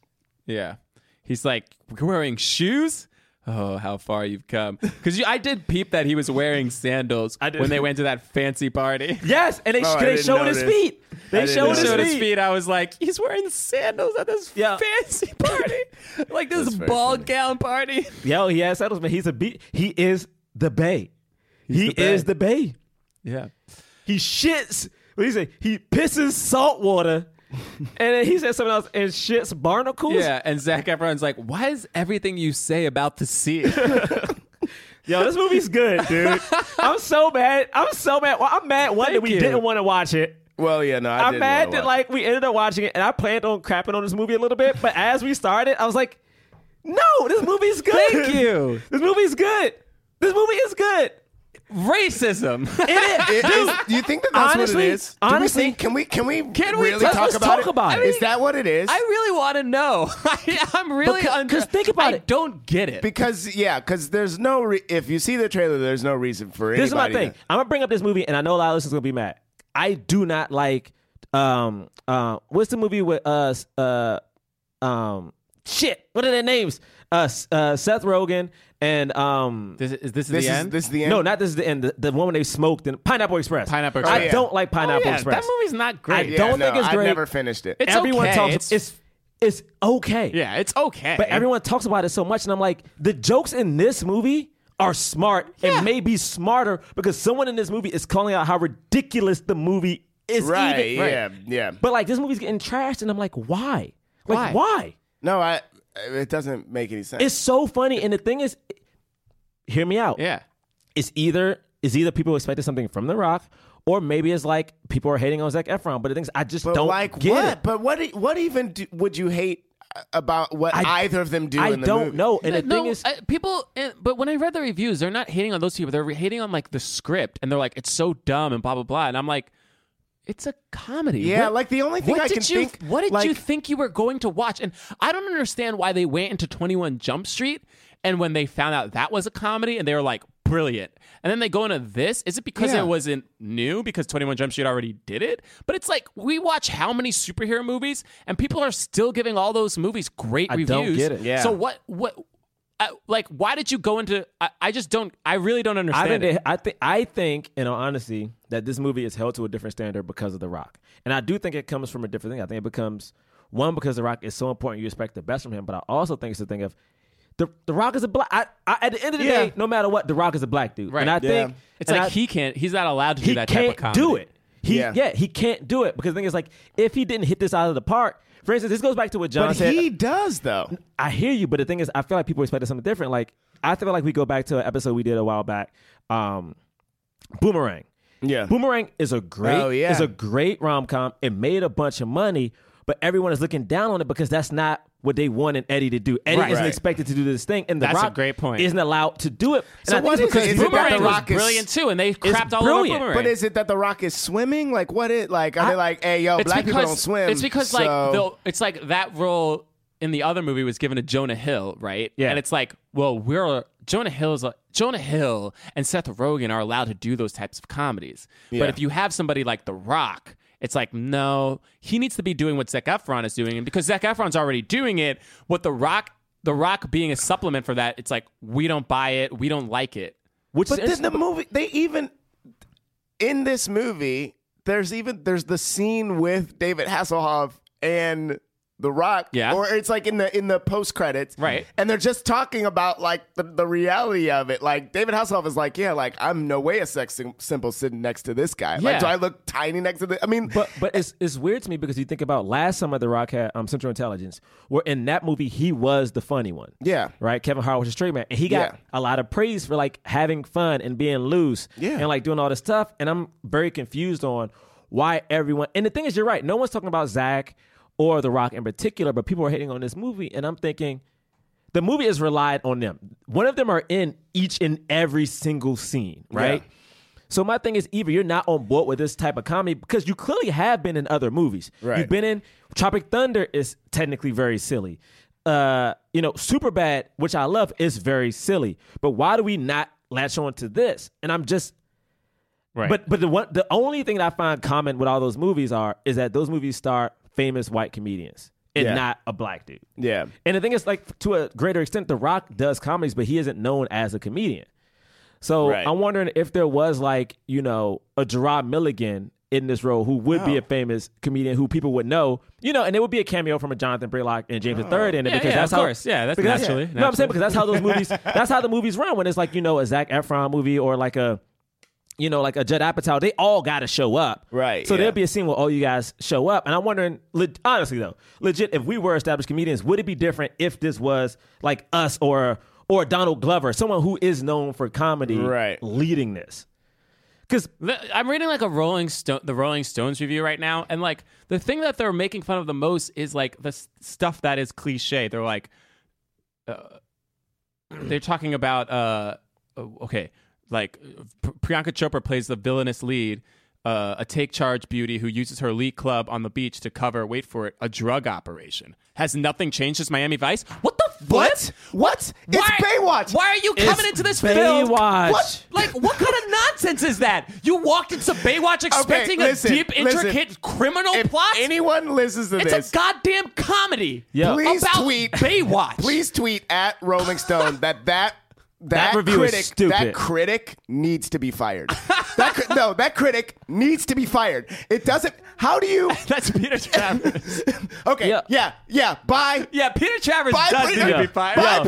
Speaker 2: Yeah. He's like, We're wearing shoes? Oh, how far you've come. Because you, I did peep that he was wearing sandals
Speaker 3: I did.
Speaker 2: when they went to that fancy party.
Speaker 3: Yes, and they,
Speaker 4: Oh, I
Speaker 3: they
Speaker 4: didn't
Speaker 3: showed his
Speaker 4: notice.
Speaker 3: feet. They
Speaker 4: I didn't
Speaker 3: showed
Speaker 4: notice.
Speaker 3: his
Speaker 2: Showed
Speaker 3: feet.
Speaker 2: his feet. I was like, he's wearing sandals at this
Speaker 3: Yeah.
Speaker 2: fancy party. like this
Speaker 4: That's very
Speaker 2: ball
Speaker 4: funny.
Speaker 2: gown party.
Speaker 3: Yo, he has settles, man. He's a beat. He is the Bay. he
Speaker 2: the Bay.
Speaker 3: is the Bay.
Speaker 2: Yeah.
Speaker 3: He shits. What do you say? He pisses salt water, and then he said something else and shits barnacles.
Speaker 2: Yeah. And Zach Efron's like, Why is everything you say about the sea?
Speaker 3: Yo, this movie's good, dude. I'm so mad. I'm so mad. Well, I'm mad. One that
Speaker 2: Thank
Speaker 3: we
Speaker 2: you.
Speaker 3: didn't want to watch it.
Speaker 4: well, yeah, no, I
Speaker 3: I'm
Speaker 4: didn't
Speaker 3: mad
Speaker 4: wanna
Speaker 3: that
Speaker 4: watch.
Speaker 3: like we ended up watching it, and I planned on crapping on this movie a little bit. But as we started, I was like, "No, this movie's good.
Speaker 2: Thank you.
Speaker 3: This movie's good. This movie is good.
Speaker 2: Racism.
Speaker 3: It is,
Speaker 4: It
Speaker 3: dude.
Speaker 4: is- you think that that's what
Speaker 3: honestly-
Speaker 4: it is? Do
Speaker 3: honestly-
Speaker 4: we think, can we can we
Speaker 2: Can we-
Speaker 4: really
Speaker 2: let's-
Speaker 4: talk
Speaker 3: let's
Speaker 4: about
Speaker 3: talk
Speaker 4: it?
Speaker 3: about it.
Speaker 4: Is that what it is?
Speaker 2: I really want to know. I, am really
Speaker 3: Because-
Speaker 2: under-
Speaker 3: 'cause think about
Speaker 2: I
Speaker 3: it.
Speaker 2: don't get it.
Speaker 4: because yeah, because there's no re- if you see the trailer, there's no reason for
Speaker 3: This is my
Speaker 4: anybody.
Speaker 3: thing. I'm gonna bring up this movie, and I know a lot of listeners are gonna be mad. I do not like um uh, what's the movie with us uh, um shit. What are their names? Uh, S- uh Seth Rogen and um
Speaker 2: this, is this,
Speaker 4: To, this
Speaker 2: the
Speaker 4: is
Speaker 2: end?
Speaker 4: this is the end.
Speaker 3: no, not this is the end. The, the woman they smoked in Pineapple Express.
Speaker 2: Pineapple
Speaker 3: I
Speaker 2: Express. Oh,
Speaker 3: don't like Pineapple
Speaker 2: yeah,
Speaker 3: Express.
Speaker 2: That movie's not great.
Speaker 3: I
Speaker 4: Yeah,
Speaker 3: don't
Speaker 4: no,
Speaker 3: think it's
Speaker 4: I
Speaker 3: great.
Speaker 4: never finished it.
Speaker 2: It's
Speaker 3: everyone
Speaker 2: okay.
Speaker 3: talks.
Speaker 2: It's-
Speaker 3: it's it's okay.
Speaker 2: Yeah, it's okay.
Speaker 3: But everyone talks about it so much, and I'm like, the jokes in this movie are smart and maybe smarter because someone in this movie is calling out how ridiculous the movie is.
Speaker 4: right,
Speaker 3: even.
Speaker 4: Yeah. Yeah.
Speaker 3: But like, this movie's getting trashed, and I'm like, why? Like, why?
Speaker 2: Why?
Speaker 4: No, I. It doesn't make any sense.
Speaker 3: It's so funny, and the thing is, hear me out.
Speaker 2: Yeah.
Speaker 3: It's either it's either people expected something from The Rock, or maybe it's like people are hating on Zac Efron. But the thing is, I just
Speaker 4: but
Speaker 3: don't
Speaker 4: like
Speaker 3: get
Speaker 4: what?
Speaker 3: it.
Speaker 4: But what? e- What even do, would you hate about what
Speaker 3: I-
Speaker 4: either of them do?
Speaker 3: I
Speaker 4: in the
Speaker 3: don't
Speaker 4: movie?
Speaker 3: know. And the
Speaker 2: no,
Speaker 3: thing is,
Speaker 2: I- people. and- But when I read the reviews, they're not hating on those people. They're hating on like the script, and they're like, "It's so dumb," and blah blah blah. And I'm like, "It's a comedy."
Speaker 4: Yeah,
Speaker 2: What-
Speaker 4: like the only thing
Speaker 2: what
Speaker 4: I
Speaker 2: did
Speaker 4: can
Speaker 2: you,
Speaker 4: think.
Speaker 2: What did
Speaker 4: like,
Speaker 2: you think you were going to watch? And I don't understand why they went into Twenty One Jump Street, and when they found out that was a comedy, and they were like, "Brilliant!" And then they go into this. Is it because
Speaker 4: Yeah.
Speaker 2: it wasn't new? Because Twenty One Jump Street already did it. But it's like we watch how many superhero movies, and people are still giving all those movies great
Speaker 3: I
Speaker 2: reviews.
Speaker 3: don't get it. Yeah.
Speaker 2: So what? What? I, like, why did you go into? I, I just don't. I really don't
Speaker 3: I
Speaker 2: understand.
Speaker 3: think,
Speaker 2: it.
Speaker 3: they, I think I think in all honesty that this movie is held to a different standard because of The Rock, and I do think it comes from a different thing. I think it becomes one because The Rock is so important, you expect the best from him, but I also think it's the thing of the The Rock is a black. I, I, at the end of the
Speaker 4: Yeah.
Speaker 3: day, no matter what, The Rock is a black dude,
Speaker 2: Right.
Speaker 3: and I
Speaker 4: Yeah.
Speaker 3: think
Speaker 2: It's
Speaker 3: and
Speaker 2: like
Speaker 3: I-
Speaker 2: he can't. He's not allowed to
Speaker 3: he
Speaker 2: do that
Speaker 3: can't
Speaker 2: type of comedy.
Speaker 3: do it. He yeah.
Speaker 4: Yeah.
Speaker 3: he can't do it because the thing is like if he didn't hit this out of the park. For instance, this goes back to what John
Speaker 4: But
Speaker 3: said.
Speaker 4: he does though.
Speaker 3: I hear you, but the thing is, I feel like people expected something different. Like I feel like we go back to an episode we did a while back, um, Boomerang.
Speaker 4: Yeah.
Speaker 3: Boomerang is a great
Speaker 4: Oh, yeah.
Speaker 3: is a great rom com. It made a bunch of money, but everyone is looking down on it because that's not what they wanted Eddie to do. Eddie
Speaker 2: Right.
Speaker 3: isn't
Speaker 4: Right.
Speaker 3: expected to do this thing, and the
Speaker 2: That's a
Speaker 3: Rock
Speaker 2: great point.
Speaker 3: Isn't allowed to do it.
Speaker 4: So
Speaker 3: and I
Speaker 4: what
Speaker 3: think
Speaker 4: is
Speaker 3: because
Speaker 4: it? Is it
Speaker 3: Boomerang
Speaker 4: that the
Speaker 3: was-
Speaker 4: Rock is
Speaker 2: brilliant too, and they crapped all
Speaker 3: brilliant.
Speaker 2: over Boomerang.
Speaker 4: But is it that the Rock is swimming? Like, what it like? Are they like, hey, yo, black people don't swim?
Speaker 2: It's because
Speaker 4: so-
Speaker 2: like the, it's like that role in the other movie was given to Jonah Hill, right?
Speaker 3: Yeah.
Speaker 2: And it's like, well, we're Jonah Hill's Jonah Hill and Seth Rogen are allowed to do those types of comedies. But if you have somebody like The Rock, it's like, no, he needs to be doing what Zac Efron is doing. And because Zac Efron's already doing it, what The Rock the Rock being a supplement for that, it's like we don't buy it, we don't like it.
Speaker 3: Which
Speaker 4: But
Speaker 3: is
Speaker 4: then the movie, they even in this movie, there's even there's the scene with David Hasselhoff and The Rock,
Speaker 2: Yeah.
Speaker 4: or it's like in the in the post credits,
Speaker 2: Right.
Speaker 4: And they're just talking about like the, the reality of it. Like David Hasselhoff is like, yeah, like I'm no way a sex sim- symbol sitting next to this guy.
Speaker 2: Yeah.
Speaker 4: Like, do I look tiny next to the? I mean,
Speaker 3: But but it's it's weird to me because you think about last summer the Rock had um, Central Intelligence, where in that movie he was the funny one.
Speaker 4: Yeah.
Speaker 3: Right? Kevin Hart was a straight man. And he got
Speaker 4: Yeah.
Speaker 3: a lot of praise for like having fun and being loose
Speaker 4: Yeah.
Speaker 3: and like doing all this stuff. And I'm very confused on why everyone and the thing is you're right, no one's talking about Zach or The Rock in particular, but people are hating on this movie, and I'm thinking the movie is relied on them. One of them are in each and every single scene, right? So my thing is, either you're not on board with this type of comedy because you clearly have been in other movies.
Speaker 4: Right.
Speaker 3: You've been in Tropic Thunder is technically very silly. Uh, you know, Superbad, which I love, is very silly. But why do we not latch on to this? And I'm just
Speaker 2: Right.
Speaker 3: But but the one the only thing that I find common with all those movies are is that those movies star famous white comedians and
Speaker 4: Yeah.
Speaker 3: not a black dude.
Speaker 4: yeah,
Speaker 3: And the thing is, like to a greater extent, The Rock does comedies, but he isn't known as a comedian. So
Speaker 4: Right.
Speaker 3: I'm wondering if there was like you know a Gerard Milligan in this role who would be a famous comedian who people would know, you know, and it would be a cameo from a Jonathan Braylock and James III in it
Speaker 2: Oh. Yeah,
Speaker 3: because
Speaker 2: yeah,
Speaker 3: that's
Speaker 2: of
Speaker 3: how,
Speaker 2: course. Yeah, that's
Speaker 3: because
Speaker 2: naturally-
Speaker 3: No, I'm saying because that's how those movies, that's how the movies run when it's like you know a Zach Efron movie or like a you know, like a Judd Apatow, they all got to show up.
Speaker 4: Right,
Speaker 3: So
Speaker 4: yeah.
Speaker 3: there'll be a scene where all you guys show up. And I'm wondering, le- honestly though, legit, if we were established comedians, would it be different if this was like us or or Donald Glover, someone who is known for comedy,
Speaker 4: Right.
Speaker 3: leading this? Because
Speaker 2: The- I'm reading like a Rolling Stone, the Rolling Stones review right now, and like the thing that they're making fun of the most is like the s- stuff that is cliche. They're like, uh, they're talking about uh, oh, okay, like P- Priyanka Chopra plays the villainous lead, uh, a take charge beauty who uses her elite club on the beach to cover, wait for it, a drug operation. Has nothing changed since Miami Vice? What the
Speaker 4: What? What? It's
Speaker 2: Why-
Speaker 4: Baywatch.
Speaker 2: Why are you coming into this film?
Speaker 3: Baywatch.
Speaker 2: What? Like, what kind of nonsense is that? You walked into Baywatch expecting
Speaker 4: listen,
Speaker 2: a deep,
Speaker 4: listen.
Speaker 2: intricate criminal
Speaker 4: if
Speaker 2: plot?
Speaker 4: anyone listens to
Speaker 2: it's
Speaker 4: this,
Speaker 2: a goddamn comedy
Speaker 3: Yeah.
Speaker 4: Please
Speaker 2: about
Speaker 4: tweet.
Speaker 2: Baywatch.
Speaker 4: Please tweet at Rolling Stone that that. That,
Speaker 3: review is
Speaker 4: critic,
Speaker 3: stupid.
Speaker 4: that critic needs to be fired. That cri- no, that critic needs to be fired. It doesn't. How do you?
Speaker 2: That's Peter Travers.
Speaker 4: Okay,
Speaker 3: Yeah.
Speaker 4: yeah, yeah, bye.
Speaker 2: yeah, Peter Travers
Speaker 4: Bye,
Speaker 2: does
Speaker 4: Peter.
Speaker 2: need to
Speaker 3: Yeah.
Speaker 2: be fired.
Speaker 4: Bye,
Speaker 3: Yo.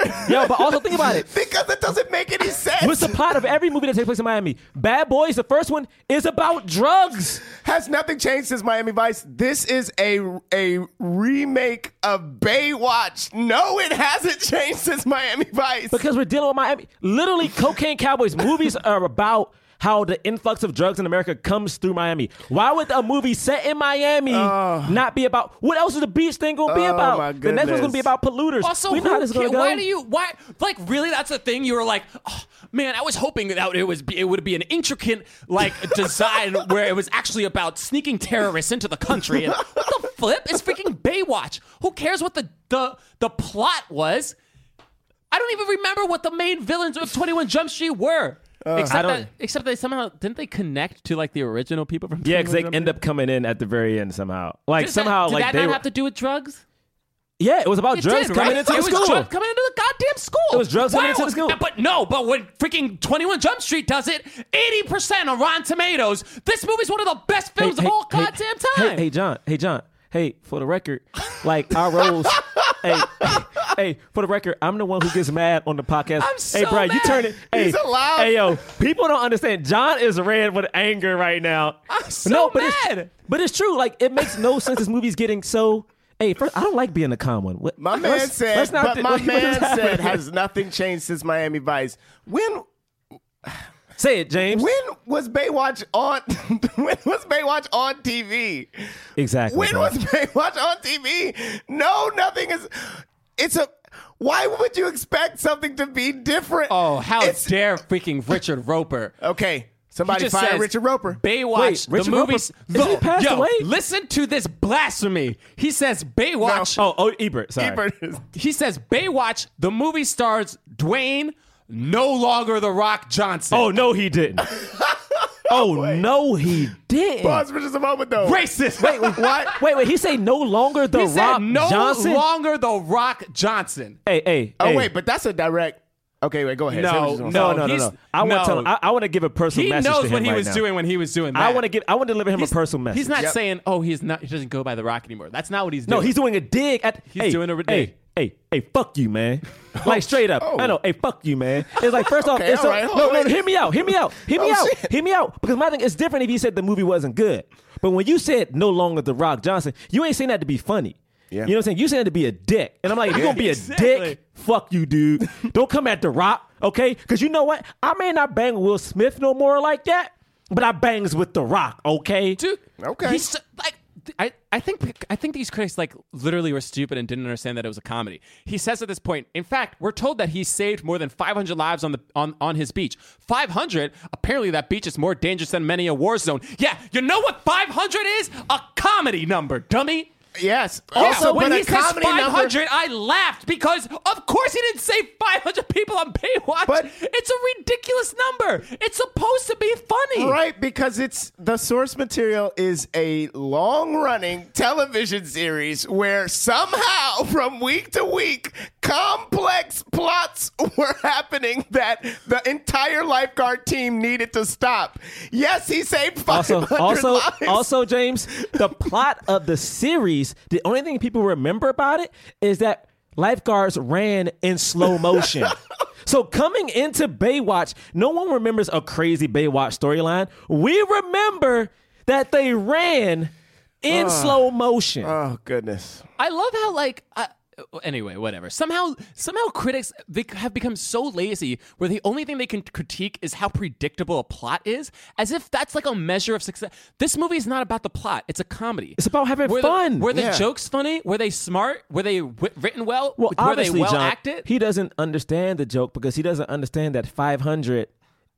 Speaker 4: Peter.
Speaker 3: yo, but also think about it.
Speaker 4: because it doesn't make any sense.
Speaker 3: What's the plot of every movie that takes place in Miami? Bad Boys, the first one, is about drugs.
Speaker 4: Has nothing changed since Miami Vice. This is a a remake of Baywatch. No, it hasn't changed since Miami Vice.
Speaker 3: because we're dealing with Miami. Literally, cocaine cowboys movies are about how the influx of drugs in America comes through Miami. Why would a movie set in Miami not be about what else is the beach thing gonna be
Speaker 4: Uh. Oh,
Speaker 3: about?
Speaker 4: my
Speaker 3: the next one's gonna be
Speaker 4: goodness.
Speaker 3: about polluters.
Speaker 2: Also,
Speaker 3: we know how
Speaker 2: who
Speaker 3: this is gonna
Speaker 2: ca-
Speaker 3: go.
Speaker 2: why do you why like really? That's the thing. You were like, oh, man, I was hoping that it was be, it would be an intricate like design where it was actually about sneaking terrorists into the country. And what the flip? It's freaking Baywatch. Who cares what the the the plot was? I don't even remember what the main villains of Twenty One Jump Street were. except
Speaker 3: Uh, don't-
Speaker 2: that, except they somehow didn't they connect to like the original people from
Speaker 3: yeah,
Speaker 2: 21
Speaker 3: because they
Speaker 2: Jump
Speaker 3: end up coming in at the very end somehow.
Speaker 2: Street?
Speaker 3: Like
Speaker 2: Did that-
Speaker 3: somehow,
Speaker 2: did
Speaker 3: like
Speaker 2: that
Speaker 3: they
Speaker 2: not
Speaker 3: were-
Speaker 2: have to do with drugs?
Speaker 3: yeah, it was about
Speaker 2: It
Speaker 3: drugs
Speaker 2: did,
Speaker 3: coming
Speaker 2: right?
Speaker 3: into
Speaker 2: it
Speaker 3: the
Speaker 2: was
Speaker 3: school.
Speaker 2: drugs coming into the goddamn school.
Speaker 3: It was drugs coming
Speaker 2: Why
Speaker 3: into the
Speaker 2: would-
Speaker 3: school.
Speaker 2: But no, but when freaking 21 Jump Street does it, 80% on Rotten Tomatoes, this movie's one of the best films of all goddamn
Speaker 3: hey,
Speaker 2: time.
Speaker 3: Hey, John. Hey, John. Hey, for the record, like our roles. hey, hey, for the record, I'm the one who gets mad on the podcast.
Speaker 2: I'm so
Speaker 3: hey, Brian, you
Speaker 2: mad.
Speaker 3: turn it. Hey,
Speaker 4: He's allowed.
Speaker 3: Hey, yo, people don't understand. John is red with anger right now.
Speaker 2: I'm so
Speaker 3: no, but It's,
Speaker 2: mad.
Speaker 3: but it's true. Like it makes no sense. This movie's getting so. Hey, first, I don't like being a calm one. What-
Speaker 4: My man
Speaker 3: let's-
Speaker 4: said,
Speaker 3: let's not
Speaker 4: but
Speaker 3: do-
Speaker 4: my
Speaker 3: what is
Speaker 4: man said
Speaker 3: happening?
Speaker 4: has nothing changed since Miami Vice. When
Speaker 3: Say it, James.
Speaker 4: when was Baywatch on? when was Baywatch on TV?
Speaker 3: Exactly.
Speaker 4: When
Speaker 3: bro.
Speaker 4: was Baywatch on TV? No, nothing is. It's a. Why would you expect something to be different?
Speaker 2: Oh, how
Speaker 4: It's-
Speaker 2: dare freaking Richard Roper.
Speaker 4: Okay,
Speaker 2: He
Speaker 4: somebody
Speaker 2: just
Speaker 4: fire
Speaker 2: says,
Speaker 4: Richard Roper.
Speaker 2: Baywatch.
Speaker 3: Wait, Richard
Speaker 2: the movies.
Speaker 3: Roper- isn't he passed
Speaker 2: yo,
Speaker 3: away?
Speaker 2: Listen to this blasphemy. He says Baywatch.
Speaker 3: Oh, oh, Ebert. Sorry.
Speaker 4: Ebert is-
Speaker 2: He says Baywatch. The movie stars Dwayne, no longer The Rock Johnson.
Speaker 3: Oh no, he didn't. oh no, he didn't.
Speaker 4: Pause for just a moment, though.
Speaker 2: racist. Wait, what?
Speaker 3: Wait, wait. He say no longer the
Speaker 2: He
Speaker 3: Rock
Speaker 2: said no
Speaker 3: Johnson.
Speaker 2: longer The Rock Johnson.
Speaker 3: hey, hey.
Speaker 4: Oh
Speaker 3: hey.
Speaker 4: wait, but that's a direct. Okay, wait. Go ahead. Say what
Speaker 2: No,
Speaker 4: you want.
Speaker 3: No, no, no,
Speaker 2: he's-
Speaker 3: no. I want
Speaker 2: no.
Speaker 3: to tell him. I, I want to give a personal
Speaker 2: He
Speaker 3: message to
Speaker 2: knows
Speaker 3: him
Speaker 2: what he
Speaker 3: right
Speaker 2: was
Speaker 3: now.
Speaker 2: doing when he was doing that.
Speaker 3: I want to give. I want to deliver him
Speaker 2: He's-
Speaker 3: a personal message.
Speaker 2: He's not
Speaker 4: Yep.
Speaker 2: saying, "Oh, he's not. He doesn't go by the Rock anymore." That's not what he's doing.
Speaker 3: No, he's doing a dig at.
Speaker 2: He's
Speaker 3: hey,
Speaker 2: doing a-
Speaker 3: hey, hey, hey, fuck you, man. Like straight up, I know. Hey, fuck you, man. It's like first off,
Speaker 4: Okay,
Speaker 3: it's
Speaker 4: all
Speaker 3: a-
Speaker 4: right, hold
Speaker 3: no,
Speaker 4: on,
Speaker 3: no,
Speaker 4: wait.
Speaker 3: hear me out, hear me out, hear me
Speaker 4: Oh,
Speaker 3: out,
Speaker 4: shit.
Speaker 3: hear me out. Because my thing is different if you said the movie wasn't good, but when you said no longer the Rock Johnson, you ain't saying that to be funny.
Speaker 4: Yeah.
Speaker 3: You know what I'm saying? You saying that to be a dick, and I'm like, if you gonna be a
Speaker 2: Exactly.
Speaker 3: dick, fuck you, dude. Don't come at the Rock, okay? Because you know what? I may not bang Will Smith no more like that, but I bangs with the Rock, okay?
Speaker 2: dude.
Speaker 4: Okay.
Speaker 2: He's so- like. th- I, I think I think these critics like literally were stupid and didn't understand that it was a comedy. He says at this point, in fact, we're told that he saved more than 500 lives on the on, on his beach. 500? Apparently that beach is more dangerous than many a war zone. Yeah, you know what 500 is? A comedy number, dummy.
Speaker 4: Yes.
Speaker 2: Also,
Speaker 4: Also,
Speaker 2: when
Speaker 4: but
Speaker 2: he
Speaker 4: a
Speaker 2: says
Speaker 4: comedy number-
Speaker 2: 500, I laughed because, of course, he didn't say 500 people on Baywatch.
Speaker 4: But-
Speaker 2: it's a ridiculous number. It's supposed to be funny.
Speaker 4: Right, because it's the source material is a long running television series where somehow from week to week complex plots were happening that the entire lifeguard team needed to stop. Yes, he saved 500
Speaker 3: also, also,
Speaker 4: lives.
Speaker 3: also, James, the plot of the series, the only thing people remember about it is that lifeguards ran in slow motion. so coming into Baywatch, no one remembers a crazy Baywatch storyline. We remember that they ran
Speaker 2: Uh,
Speaker 3: in slow motion.
Speaker 4: oh goodness.
Speaker 2: I love how like uh, anyway, whatever. Somehow somehow critics they have become so lazy where the only thing they can critique is how predictable a plot is, as if that's like a measure of success. This movie is not about the plot; it's a comedy.
Speaker 3: It's about having
Speaker 2: were
Speaker 3: fun.
Speaker 2: The, were the
Speaker 4: Yeah.
Speaker 2: jokes funny? Were they smart? Were they w- written well?
Speaker 3: well,
Speaker 2: were they
Speaker 3: obviously,
Speaker 2: well
Speaker 3: John,
Speaker 2: acted?
Speaker 3: he doesn't understand the joke because he doesn't understand that 500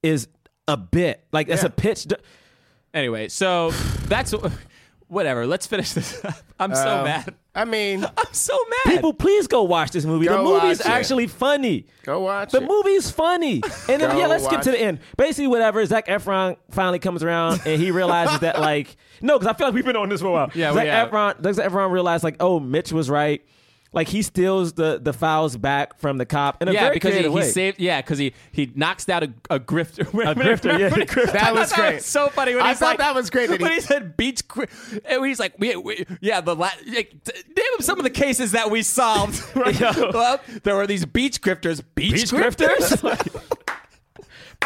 Speaker 3: is a bit. Like, that's a pitch. d-
Speaker 2: anyway, so that's whatever. Let's finish this. up. I'm so
Speaker 4: Um,
Speaker 2: mad.
Speaker 4: I mean,
Speaker 2: I'm so mad.
Speaker 3: People, please go watch this movie.
Speaker 4: Go
Speaker 3: the movie is
Speaker 4: watch it.
Speaker 3: actually funny.
Speaker 4: Go watch
Speaker 3: The
Speaker 4: it.
Speaker 3: movie's funny. And then,
Speaker 4: Go
Speaker 3: yeah, let's skip to
Speaker 4: watch
Speaker 3: the end. Basically, whatever, Zach Efron finally comes around and he realizes that, like, no, because I feel like we've been on this for a while.
Speaker 2: Yeah, we
Speaker 3: Zac
Speaker 2: have.
Speaker 3: Efron, Zach Efron realized, like, oh, Mitch was right. Like, he steals the, the files back from the cop in a
Speaker 2: yeah,
Speaker 3: very
Speaker 2: because he,
Speaker 3: creative
Speaker 2: he
Speaker 3: way.
Speaker 2: saved. Yeah, because he he knocks out a, a grifter.
Speaker 3: a grifter, yeah, a grifter.
Speaker 2: I
Speaker 4: that
Speaker 2: thought
Speaker 4: was great.
Speaker 2: so funny. When
Speaker 4: I
Speaker 2: he's
Speaker 4: thought
Speaker 2: like-
Speaker 4: that was great. That
Speaker 2: when
Speaker 4: he-
Speaker 2: he said beach, cri- and he's like, we, we, yeah, the la- like, t- name him some of the cases that we solved. Right? Well, there were these beach grifters. Beach,
Speaker 3: Beach
Speaker 2: grifters.
Speaker 3: grifters?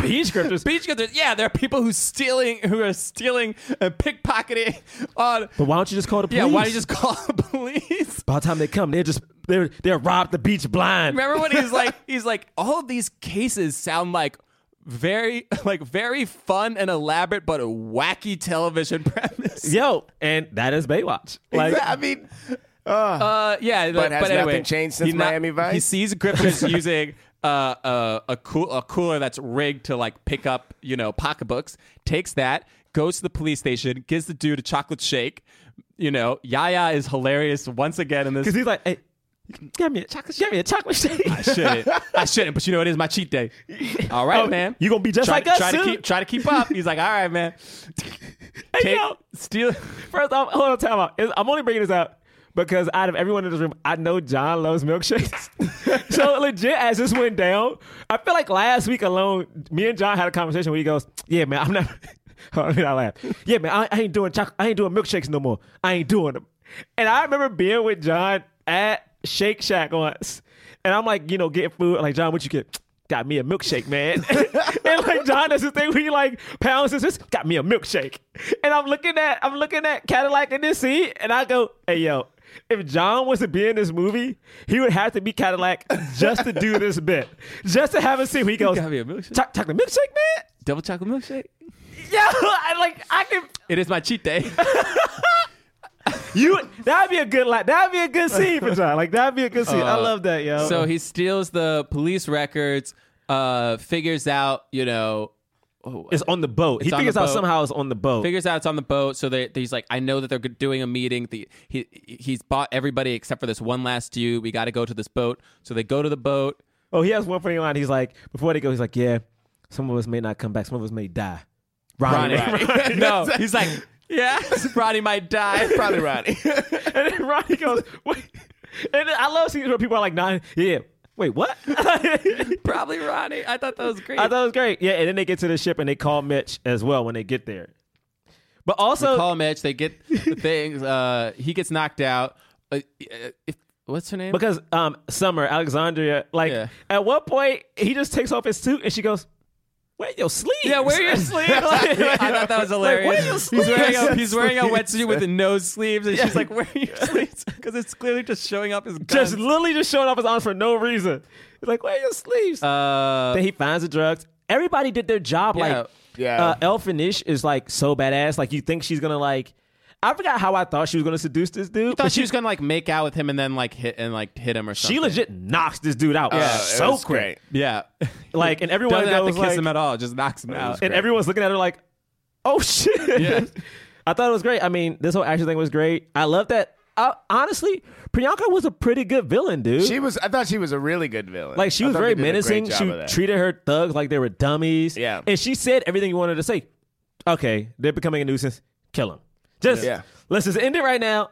Speaker 3: Beach grifters.
Speaker 2: beach grifters. Yeah, there are people who stealing, who are stealing and pickpocketing on.
Speaker 3: But why don't you just call the
Speaker 2: Yeah,
Speaker 3: police?
Speaker 2: why don't you just call the police?
Speaker 3: By the time they come, they're just, they're, they're robbed the beach blind.
Speaker 2: Remember when he's like, he's like, all of these cases sound like very, like very fun and elaborate, but a wacky television premise.
Speaker 3: Yo, and that is Baywatch. Like,
Speaker 4: I mean,
Speaker 2: Uh, yeah, like,
Speaker 4: has nothing
Speaker 2: anyway,
Speaker 4: changed since
Speaker 2: he not-
Speaker 4: Miami Vice?
Speaker 2: He sees grifters using uh, uh, a cool a cooler that's rigged to like pick up you know pocketbooks. Takes that, goes to the police station, gives the dude a chocolate shake. You know, Yaya is hilarious once again in
Speaker 3: Because
Speaker 2: this.
Speaker 3: he's like, hey, give me a chocolate, give me a chocolate shake.
Speaker 2: I shouldn't. I shouldn't, but you know it is my cheat day. All right,
Speaker 3: Oh,
Speaker 2: man.
Speaker 3: you gonna be just
Speaker 2: try,
Speaker 3: like us
Speaker 2: Try to
Speaker 3: soon.
Speaker 2: keep try to keep up. He's like, all right, man.
Speaker 3: Hey,
Speaker 2: Take,
Speaker 3: yo,
Speaker 2: steal.
Speaker 3: first off, hold on, time out. It's- I'm only bringing this up because out of everyone in this room, I know John loves milkshakes. so legit, as this went down, I feel like last week alone, me and John had a conversation where he goes, "Yeah, man, I'm not." Hold on, let me not laugh. Yeah, man, I, I ain't doing chocolate. I ain't doing milkshakes no more. I ain't doing them. And I remember being with John at Shake Shack once, and I'm like, you know, getting food. I'm like, John, what you get? Got me a milkshake, man. and like John does his thing where he like pounds his fist, got me a milkshake. And I'm looking at I'm looking at Cadillac in this seat, and I go, hey yo, if John was to be in this movie, he would have to be Cadillac just to do this bit, just to have a scene where he goes,
Speaker 2: gotta be a milkshake.
Speaker 3: "Choc- chocolate milkshake, man."
Speaker 2: Double chocolate milkshake.
Speaker 3: Yeah, I, like I can.
Speaker 2: It is my cheat day.
Speaker 3: You that'd be a good like that'd be a good scene for John. Like that'd be a good scene. I
Speaker 2: Uh,
Speaker 3: love that, yo.
Speaker 2: so he steals the police records. Uh, figures out you know
Speaker 3: it's on the boat. He
Speaker 2: It's on
Speaker 3: figures
Speaker 2: the
Speaker 3: out
Speaker 2: boat.
Speaker 3: somehow it's on the boat.
Speaker 2: figures out it's on the boat. So they, he's like, I know that they're doing a meeting. The, he he's bought everybody except for this one last dude. We got to go to this boat. So they go to the boat.
Speaker 3: oh, he has one funny line. He's like, before they go, he's like, yeah, some of us may not come back. Some of us may die. Ronnie.
Speaker 2: Ronnie, no, he's like, yeah, Ronnie might die.
Speaker 4: Probably Ronnie.
Speaker 3: And then Ronnie goes, wait. And then I love scenes where people are like, nah, yeah, wait, what? I
Speaker 2: Probably Ronnie. I thought that was great.
Speaker 3: thought it was great. Yeah, and then they get to the ship and they call Mitch as well when they get there. But also,
Speaker 2: They call Mitch. They get the things. Uh, he gets knocked out. Uh, uh, if, what's her name?
Speaker 3: because um, Summer, Alexandria, like,
Speaker 2: Yeah.
Speaker 3: at one point, he just takes off his suit and she goes, where your sleeves?
Speaker 2: yeah, where are your sleeves? I thought that was hilarious.
Speaker 3: where are your
Speaker 2: he's wearing a,
Speaker 3: sleeves?
Speaker 2: he's wearing a wetsuit with no sleeves, and she's like, "Where are your sleeves?" Because it's clearly just showing up his guns.
Speaker 3: Just literally just showing off his arms for no reason. He's like, where are your sleeves?
Speaker 2: uh,
Speaker 3: then he finds the drugs. Everybody did their job. Like,
Speaker 4: Yeah.
Speaker 3: uh, Elfinish is like so badass. Like, you think she's gonna like? I forgot how I thought she was gonna seduce this dude.
Speaker 2: thought
Speaker 3: but
Speaker 2: she was gonna like make out with him and then like hit and like hit him or something.
Speaker 3: she legit knocks this dude out
Speaker 4: Uh, it
Speaker 3: so
Speaker 4: was
Speaker 3: quick.
Speaker 2: yeah.
Speaker 3: Like, and everyone
Speaker 2: Doesn't have to
Speaker 3: goes
Speaker 2: kiss
Speaker 3: like,
Speaker 2: him at all. Just knocks him out.
Speaker 3: and everyone's looking at her like, oh shit.
Speaker 2: Yeah.
Speaker 3: I thought it was great. I mean, this whole action thing was great. I love that. I, honestly, Priyanka was a pretty good villain, dude.
Speaker 4: She was. I thought she was a really good villain.
Speaker 3: Like she
Speaker 4: I
Speaker 3: was
Speaker 4: thought
Speaker 3: very
Speaker 4: they did a great
Speaker 3: menacing.
Speaker 4: job
Speaker 3: She
Speaker 4: of that.
Speaker 3: treated her thugs like they were dummies.
Speaker 4: Yeah.
Speaker 3: And she said everything you wanted to say. Okay, they're becoming a nuisance. Kill them. Just
Speaker 4: Yeah.
Speaker 3: let's just end it right now.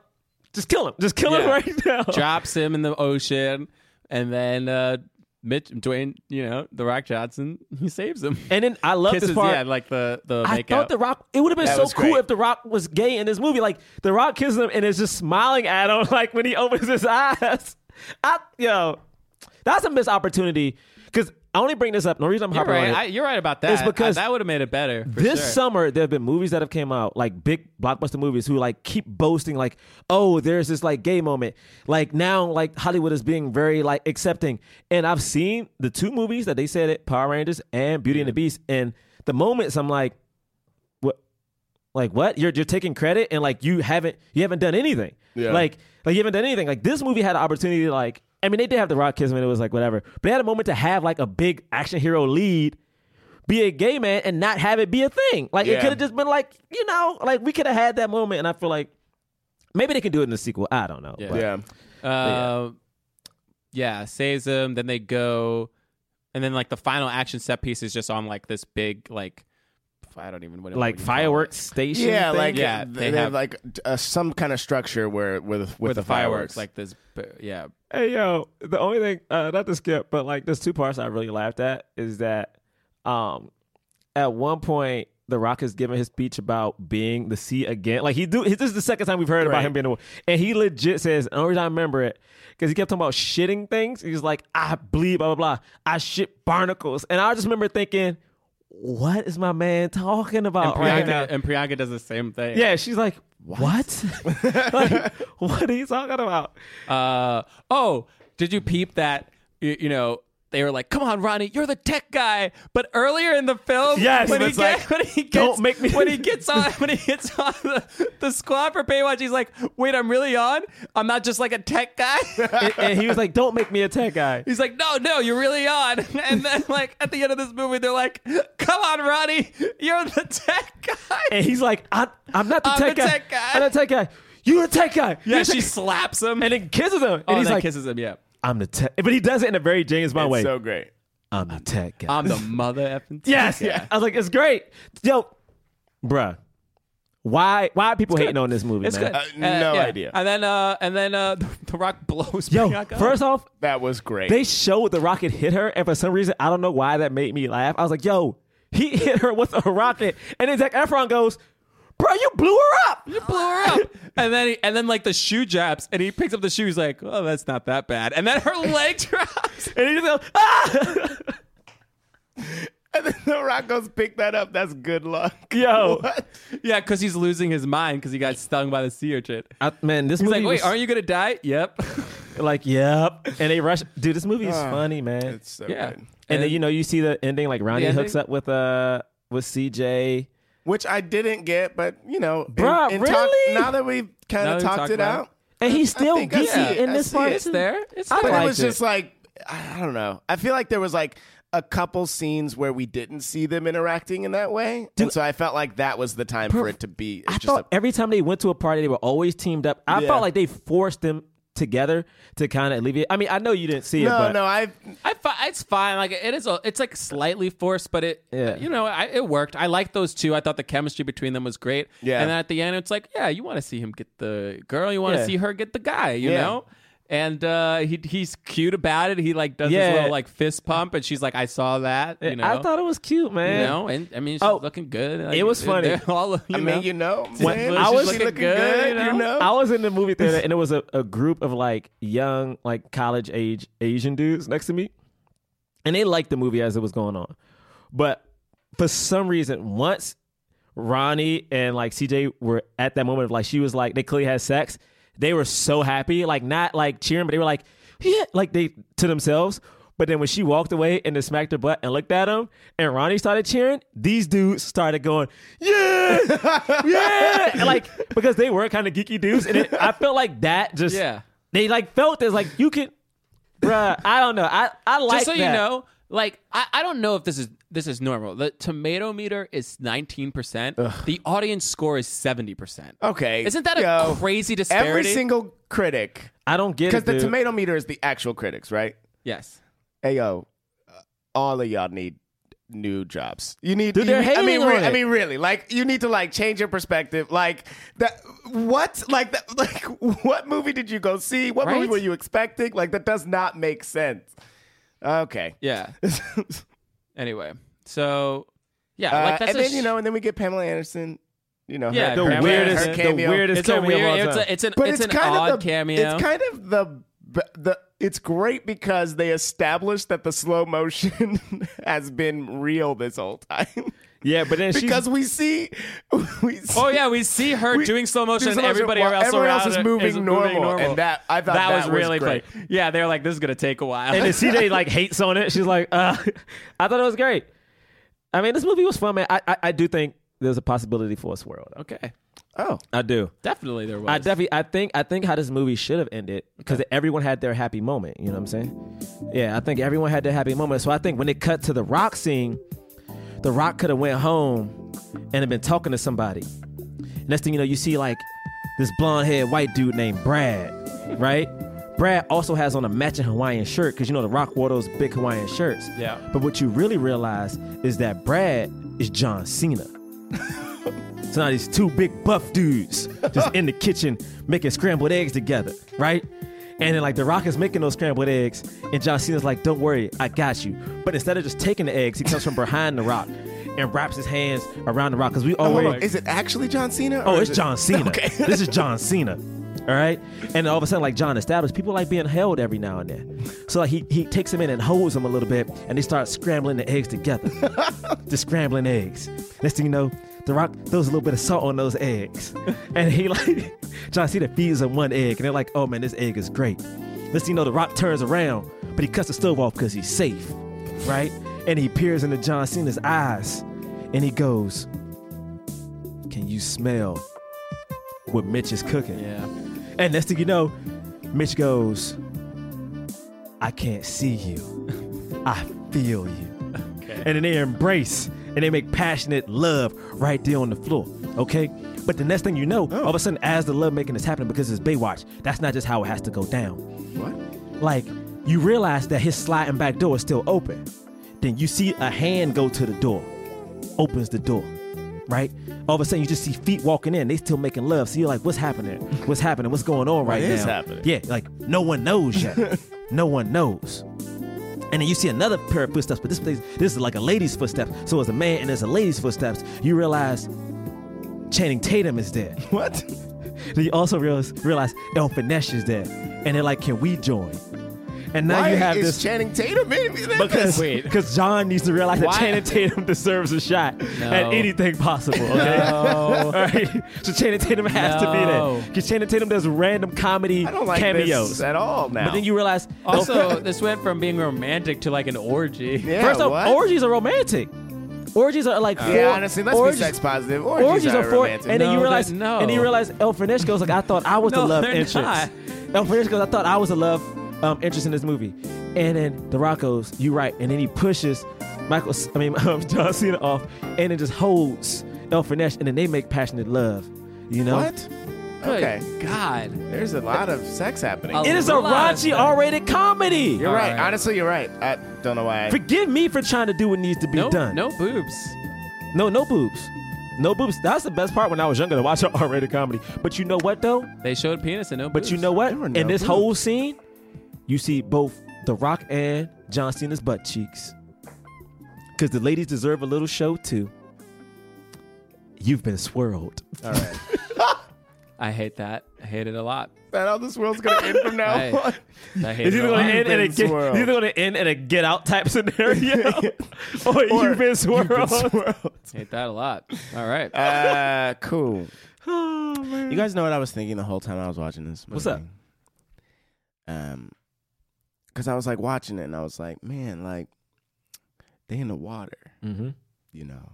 Speaker 3: Just kill him. Just kill him
Speaker 2: Yeah.
Speaker 3: right now.
Speaker 2: drops him in the ocean, and then uh, Mitch Dwayne, you know, The Rock Johnson, he saves him.
Speaker 3: And then I love
Speaker 2: Kisses,
Speaker 3: this part.
Speaker 2: yeah, like the the
Speaker 3: I
Speaker 2: make
Speaker 3: thought
Speaker 2: out.
Speaker 3: The Rock. It would have been
Speaker 4: That
Speaker 3: so
Speaker 4: was
Speaker 3: cool
Speaker 4: great.
Speaker 3: if The Rock was gay in this movie. Like The Rock kisses him and is just smiling at him. Like when he opens his eyes. I yo, that's a missed opportunity. Because I only bring this up. No reason I'm
Speaker 2: you're
Speaker 3: hopping
Speaker 2: right. I,
Speaker 3: on it.
Speaker 2: you're right about that.
Speaker 3: It's because
Speaker 2: I- that would have made it better. for
Speaker 3: this
Speaker 2: sure.
Speaker 3: summer there have been movies that have came out like big blockbuster movies who like keep boasting like oh there's this like gay moment like now like hollywood is being very like accepting and i've seen the two movies that they said it power rangers and beauty and the beast and the moments i'm like what like what you're you're taking credit and like you haven't you haven't done anything
Speaker 4: Yeah.
Speaker 3: like like you haven't done anything like this movie had an opportunity to like i mean they did have the rock kiss and it was like whatever but they had a moment to have like a big action hero lead be a gay man and not have it be a thing. Like it
Speaker 4: Yeah.
Speaker 3: could have just been like, you know, like we could have had that moment. And I feel like maybe they can do it in the sequel. I don't know.
Speaker 2: Yeah.
Speaker 3: But-
Speaker 4: yeah.
Speaker 2: Uh, yeah, saves him. Then they go, and then like the final action set piece is just on like this big like I don't even what
Speaker 3: Like
Speaker 2: what do you call it?
Speaker 3: fireworks station.
Speaker 4: Yeah,
Speaker 3: thing.
Speaker 4: like uh,
Speaker 2: Yeah,
Speaker 4: they,
Speaker 2: they
Speaker 4: have,
Speaker 2: have-
Speaker 4: like uh, some kind of structure where with with,
Speaker 2: with
Speaker 4: the,
Speaker 2: the fireworks, like this. Yeah,
Speaker 3: Hey yo, the only thing uh, not to skip, but like there's two parts I really laughed at is that um at one point the Rock is giving his speech about being the sea again. Like he do this is the second time we've heard about
Speaker 4: Right.
Speaker 3: him being the one. And he legit says, and the only reason I remember it, because he kept talking about shitting things. He's like, I bleed, blah, blah, blah. I shit barnacles. And I just remember thinking, what is my man talking
Speaker 2: and
Speaker 3: about right
Speaker 2: Priyanka,
Speaker 3: now?
Speaker 2: and Priyanka does the same thing.
Speaker 3: Yeah, she's like, what? like, what are you talking about?
Speaker 2: Uh, oh, did you peep that? You, you know, they were like, "Come on, Ronnie, you're the tech guy." But earlier in the film,
Speaker 3: Yes,
Speaker 2: when, he,
Speaker 3: it's
Speaker 2: get-
Speaker 3: like,
Speaker 2: when he gets,
Speaker 3: "Don't make me-"
Speaker 2: when he gets on, when he gets on the, the squad for Baywatch, he's like, "Wait, I'm really on. I'm not just like a tech guy."
Speaker 3: And, and he was like, don't make me a tech guy.
Speaker 2: He's like, no, no, you're really on. And then, like, at the end of this movie, they're like, come on, Ronnie, you're the tech guy.
Speaker 3: and he's like, I, I'm not the,
Speaker 2: I'm
Speaker 3: tech,
Speaker 2: the
Speaker 3: guy.
Speaker 2: tech guy."
Speaker 3: I'm the tech guy. You're the tech guy. You're
Speaker 2: yeah,
Speaker 3: the tech
Speaker 2: she
Speaker 3: guy."
Speaker 2: slaps him.
Speaker 3: and then kisses him. And
Speaker 2: oh, and
Speaker 3: he's
Speaker 2: then
Speaker 3: like,
Speaker 2: kisses him, yeah.
Speaker 3: I'm the tech. But he does it in a very James Bond
Speaker 4: It's
Speaker 3: way.
Speaker 4: so great.
Speaker 3: I'm the tech guy.
Speaker 2: I'm the mother effing tech
Speaker 3: yes.
Speaker 2: guy.
Speaker 3: I was like, it's great. Yo, bruh, why why are people hating on this movie,
Speaker 2: It's
Speaker 3: man?
Speaker 2: good.
Speaker 4: Uh, no idea.
Speaker 2: And then, uh, and then uh, the, the Rock blows.
Speaker 3: Yo,
Speaker 2: Priyanka up.
Speaker 3: first off,
Speaker 4: That was great.
Speaker 3: they showed the rocket hit her, and for some reason, I don't know why that made me laugh. I was like, yo, he hit her with a rocket. And then Zach Efron goes, bro, you blew her up.
Speaker 2: blew her up. And then, he, and then, like the shoe drops, and he picks up the shoes, like, oh, that's not that bad. And then her leg drops.
Speaker 3: And he just goes, ah!
Speaker 4: And then the Rock goes pick that up. That's good luck.
Speaker 3: Yo.
Speaker 4: What?
Speaker 2: Yeah, because he's losing his mind because he got stung by the sea urchin.
Speaker 3: I, man, this
Speaker 2: He's
Speaker 3: movie
Speaker 2: like, wait,
Speaker 3: was
Speaker 2: aren't you gonna die? Yep.
Speaker 3: like, yep. And they rush. Dude, this movie is funny, man.
Speaker 4: It's so
Speaker 2: Yeah.
Speaker 4: good.
Speaker 3: and then you know you see the ending like Ronnie
Speaker 2: ending?
Speaker 3: hooks up with uh with CJ.
Speaker 4: Which I didn't get, but you know, in-
Speaker 3: Bruh,
Speaker 4: in talk-
Speaker 3: really?
Speaker 4: now that we've kind
Speaker 2: Now
Speaker 4: of
Speaker 2: we
Speaker 4: talked
Speaker 2: talked
Speaker 4: it
Speaker 2: about
Speaker 4: out,
Speaker 3: And he's still
Speaker 4: think I see
Speaker 3: geeky
Speaker 4: it.
Speaker 3: in
Speaker 4: I
Speaker 3: this
Speaker 4: see
Speaker 3: part
Speaker 4: it.
Speaker 3: too.
Speaker 4: It's
Speaker 2: there. It's
Speaker 3: I
Speaker 4: but
Speaker 3: liked
Speaker 4: it was
Speaker 3: it.
Speaker 4: just like I don't know. I feel like there was like a couple scenes where we didn't see them interacting in that way, and so I felt like that was the time for it to be.
Speaker 3: I
Speaker 4: just
Speaker 3: thought
Speaker 4: a,
Speaker 3: every time they went to a party, they were always teamed up. I
Speaker 4: Yeah.
Speaker 3: felt like they forced them together to kind of alleviate. I mean, I know you didn't see it,
Speaker 4: no,
Speaker 3: but
Speaker 4: no, I
Speaker 2: I fi- it's fine. Like it is. A, it's like slightly forced, but it.
Speaker 3: Yeah.
Speaker 2: You know, I, it worked. I liked those two. I thought the chemistry between them was great.
Speaker 4: Yeah.
Speaker 2: And then at the end, it's like, yeah, you want to see him get the girl. You want to
Speaker 3: Yeah.
Speaker 2: see her get the guy. You
Speaker 4: Yeah.
Speaker 2: know. And uh, he he's cute about it. He like does
Speaker 3: Yeah.
Speaker 2: this little like fist pump, and she's like, "I saw that." You know.
Speaker 3: I thought it was cute,
Speaker 2: You
Speaker 3: man.
Speaker 2: know, and I mean, she's
Speaker 3: Oh,
Speaker 2: looking good. Like,
Speaker 3: it was
Speaker 2: they're-
Speaker 3: funny.
Speaker 2: they're All, you know?
Speaker 4: I mean, you know,
Speaker 2: When
Speaker 4: man,
Speaker 3: I
Speaker 4: she's
Speaker 3: was-
Speaker 4: looking
Speaker 2: looking good, you know?
Speaker 3: I was in the movie theater, and it was a, a group of like young, like college age Asian dudes next to me, and they liked the movie as it was going on, but for some reason, once Ronnie and like CJ were at that moment of like she was like they clearly had sex, they were so happy, like not like cheering, but they were like yeah, like they to themselves. But then when she walked away and then smacked her butt and looked at him, and Ronnie started cheering, these dudes started going, yeah, yeah, And, like because they were kind of geeky dudes, and it, I felt like that just
Speaker 2: Yeah.
Speaker 3: they like felt this like you could, bruh, I don't know, I I like
Speaker 2: just so
Speaker 3: that.
Speaker 2: you know like I, I don't know if this is this is normal the tomato meter is 19% the audience score is 70%
Speaker 4: Okay,
Speaker 2: isn't that a
Speaker 4: yo.
Speaker 2: crazy disparity
Speaker 4: Every single critic,
Speaker 3: I don't get
Speaker 4: because
Speaker 3: it
Speaker 4: the
Speaker 3: dude.
Speaker 4: tomato meter is the actual critics, right?
Speaker 2: yes
Speaker 4: hey yo, all of y'all need new jobs. You need.
Speaker 3: Dude,
Speaker 4: you
Speaker 3: they're
Speaker 4: need- I mean,
Speaker 3: hating on
Speaker 4: I
Speaker 3: it.
Speaker 4: mean, really, like you need to like change your perspective. Like that. What? Like that. Like what movie did you go see? What movie
Speaker 2: Right?
Speaker 4: were you expecting? Like that does not make sense. Okay.
Speaker 2: yeah
Speaker 4: Uh,
Speaker 2: anyway so yeah like that's
Speaker 4: and
Speaker 2: a
Speaker 4: then
Speaker 2: sh-
Speaker 4: you know, and then we get Pamela Anderson. You know, her-
Speaker 2: Yeah,
Speaker 4: her,
Speaker 3: the
Speaker 2: Grandma-
Speaker 3: weirdest,
Speaker 4: her
Speaker 3: the
Speaker 4: cameo.
Speaker 3: weirdest
Speaker 2: it's a
Speaker 3: cameo of all
Speaker 2: weird it's,
Speaker 3: time.
Speaker 2: a, it's an
Speaker 4: but
Speaker 2: it's,
Speaker 4: it's,
Speaker 2: an
Speaker 4: kind
Speaker 2: odd
Speaker 4: of the,
Speaker 2: cameo
Speaker 4: It's kind of the the it's great because they established that the slow motion has been real this whole time.
Speaker 3: yeah, but then she's
Speaker 4: because we see, we see
Speaker 2: Oh yeah, we see her
Speaker 4: We-
Speaker 2: doing slow motion.
Speaker 4: doing slow
Speaker 2: and
Speaker 4: motion
Speaker 2: everybody
Speaker 4: while
Speaker 2: else,
Speaker 4: everyone else
Speaker 2: around
Speaker 4: is
Speaker 2: her
Speaker 4: moving normal,
Speaker 2: normal,
Speaker 4: and that- I thought that
Speaker 2: was
Speaker 4: was
Speaker 2: really
Speaker 4: great.
Speaker 2: funny. Yeah, they're like, this is gonna take a while.
Speaker 3: and then CJ like hates on it. She's like, uh, I thought it was great. I mean, this movie was fun, man. I I, I do think there's a possibility for a swirl. though.
Speaker 2: okay,
Speaker 4: oh
Speaker 3: I do.
Speaker 2: definitely there was.
Speaker 3: I definitely. I think. I think how this movie should have ended because everyone had their happy moment. You know what I'm saying? Yeah, I think everyone had their happy moment. So I think when it cut to the Rock scene, the Rock could have went home and had been talking to somebody. Next thing you know, you see like this blonde haired white dude named Brad, right? Brad also has on a matching Hawaiian shirt because you know the Rock wore those big Hawaiian shirts.
Speaker 2: Yeah.
Speaker 3: But what you really realize is that Brad is John Cena. so now these two big buff dudes just in the kitchen making scrambled eggs together, right? And then like the Rock is making those scrambled eggs, and John Cena's like, "Don't worry, I got you." But instead of just taking the eggs, he comes from behind the Rock and wraps his hands around the Rock because we
Speaker 4: Oh, Hold
Speaker 3: always
Speaker 4: on. is it actually John Cena? or
Speaker 3: Oh,
Speaker 4: is
Speaker 3: it's
Speaker 4: it-
Speaker 3: John Cena.
Speaker 4: Okay,
Speaker 3: this is John Cena. All right. And all of a sudden, like John established, people like being held every now and then. So like he, he takes him in and holds him a little bit, and they start scrambling the eggs together. the scrambling eggs. Next thing you know, the rock throws a little bit of salt on those eggs. And he like John Cena feeds him one egg, and they're like, oh man, this egg is great. Next thing you know, the rock turns around, but he cuts the stove off because he's safe. Right? And he peers into John Cena's eyes and he goes, Can you smell what Mitch is cooking.
Speaker 2: yeah.
Speaker 3: And next thing you know, Mitch goes, I can't see you. I feel you. And then they embrace and they make passionate love right there on the floor. Okay? But the next thing you know, all of a sudden, as the love making is happening because it's Baywatch, that's not just how it has to go down like you realize that his sliding back door is still open. Then you see a hand go to the door, opens the door, right? All of a sudden you just see feet walking in. They still making love. So you're like, what's happening? What's happening? What's going on right now?
Speaker 4: is happening?
Speaker 3: Yeah, like no one knows yet. no one knows. And then you see another pair of footsteps, but this place, this is like a lady's footsteps. So it's a man and it's a lady's footsteps. You realize Channing Tatum is there.
Speaker 4: what?
Speaker 3: They also realize, realize El Finesse is there. And they're like, can we join? and now
Speaker 4: Why
Speaker 3: you have
Speaker 4: is
Speaker 3: this
Speaker 4: Channing Tatum in it?
Speaker 3: because
Speaker 2: Wait.
Speaker 3: because John needs to realize that
Speaker 2: Why-
Speaker 3: Channing Tatum deserves a shot at anything possible. Okay, All right? so Channing Tatum has to be
Speaker 2: No.
Speaker 3: there because Channing Tatum does random comedy
Speaker 4: I don't like
Speaker 3: cameos.
Speaker 4: this at all now.
Speaker 3: But then you realize
Speaker 2: Also, this went from being romantic to like an orgy.
Speaker 4: yeah,
Speaker 3: First off,
Speaker 4: what?
Speaker 3: orgies are romantic. Orgies are like four,
Speaker 4: Yeah, honestly, let's
Speaker 3: orgies,
Speaker 4: be sex positive. Orgies,
Speaker 3: Orgies are
Speaker 4: aren't
Speaker 3: four, and
Speaker 4: romantic.
Speaker 3: then you
Speaker 2: No,
Speaker 3: realize,
Speaker 2: that- no.
Speaker 3: and then you realize El Fresco's like, I thought I was
Speaker 2: No,
Speaker 3: the love
Speaker 2: they're
Speaker 3: interest.
Speaker 2: not.
Speaker 3: El Fresco's, I thought I was the love um, interest in this movie, and then the Rock goes, "You right," and then he pushes Michael, I mean um, John Cena off, and then just holds El Fresh, and then they make passionate love. You know,
Speaker 4: what? Okay,
Speaker 2: Good God. Oh,
Speaker 4: there's a lot of sex happening.
Speaker 2: A
Speaker 3: it is a
Speaker 2: lot of
Speaker 3: raunchy
Speaker 2: stuff.
Speaker 3: R-rated comedy.
Speaker 4: You're right. Honestly, you're right. I don't know why. I-
Speaker 3: Forgive me for trying to do what needs to be
Speaker 2: No,
Speaker 3: done.
Speaker 2: no boobs.
Speaker 3: No, no boobs. No boobs. That's the best part when I was younger to watch an R-rated comedy. But you know what though?
Speaker 2: They showed penis and no
Speaker 3: But
Speaker 2: boobs.
Speaker 3: you know what?
Speaker 4: There were
Speaker 3: In
Speaker 4: no
Speaker 3: this
Speaker 4: boobs.
Speaker 3: whole scene, you see both The Rock and John Cena's butt cheeks. Cause the ladies deserve a little show too. You've been swirled.
Speaker 2: I hate that. I hate it a lot.
Speaker 4: that how this world's gonna end from now
Speaker 2: I-
Speaker 4: on.
Speaker 2: I hate
Speaker 3: It's
Speaker 2: it
Speaker 3: either
Speaker 2: a lot.
Speaker 3: gonna end in a
Speaker 4: been
Speaker 3: get,
Speaker 4: swirled.
Speaker 3: it's either gonna end in a get out type scenario, or, you've been swirled.
Speaker 2: hate that a lot. All right.
Speaker 4: Uh, cool.
Speaker 2: Oh,
Speaker 4: You guys know what I was thinking the whole time I was watching this. Movie.
Speaker 3: What's up?
Speaker 4: Um, because I was like watching it and I was like, man, like they in the water,
Speaker 3: Mm-hmm.
Speaker 4: you know,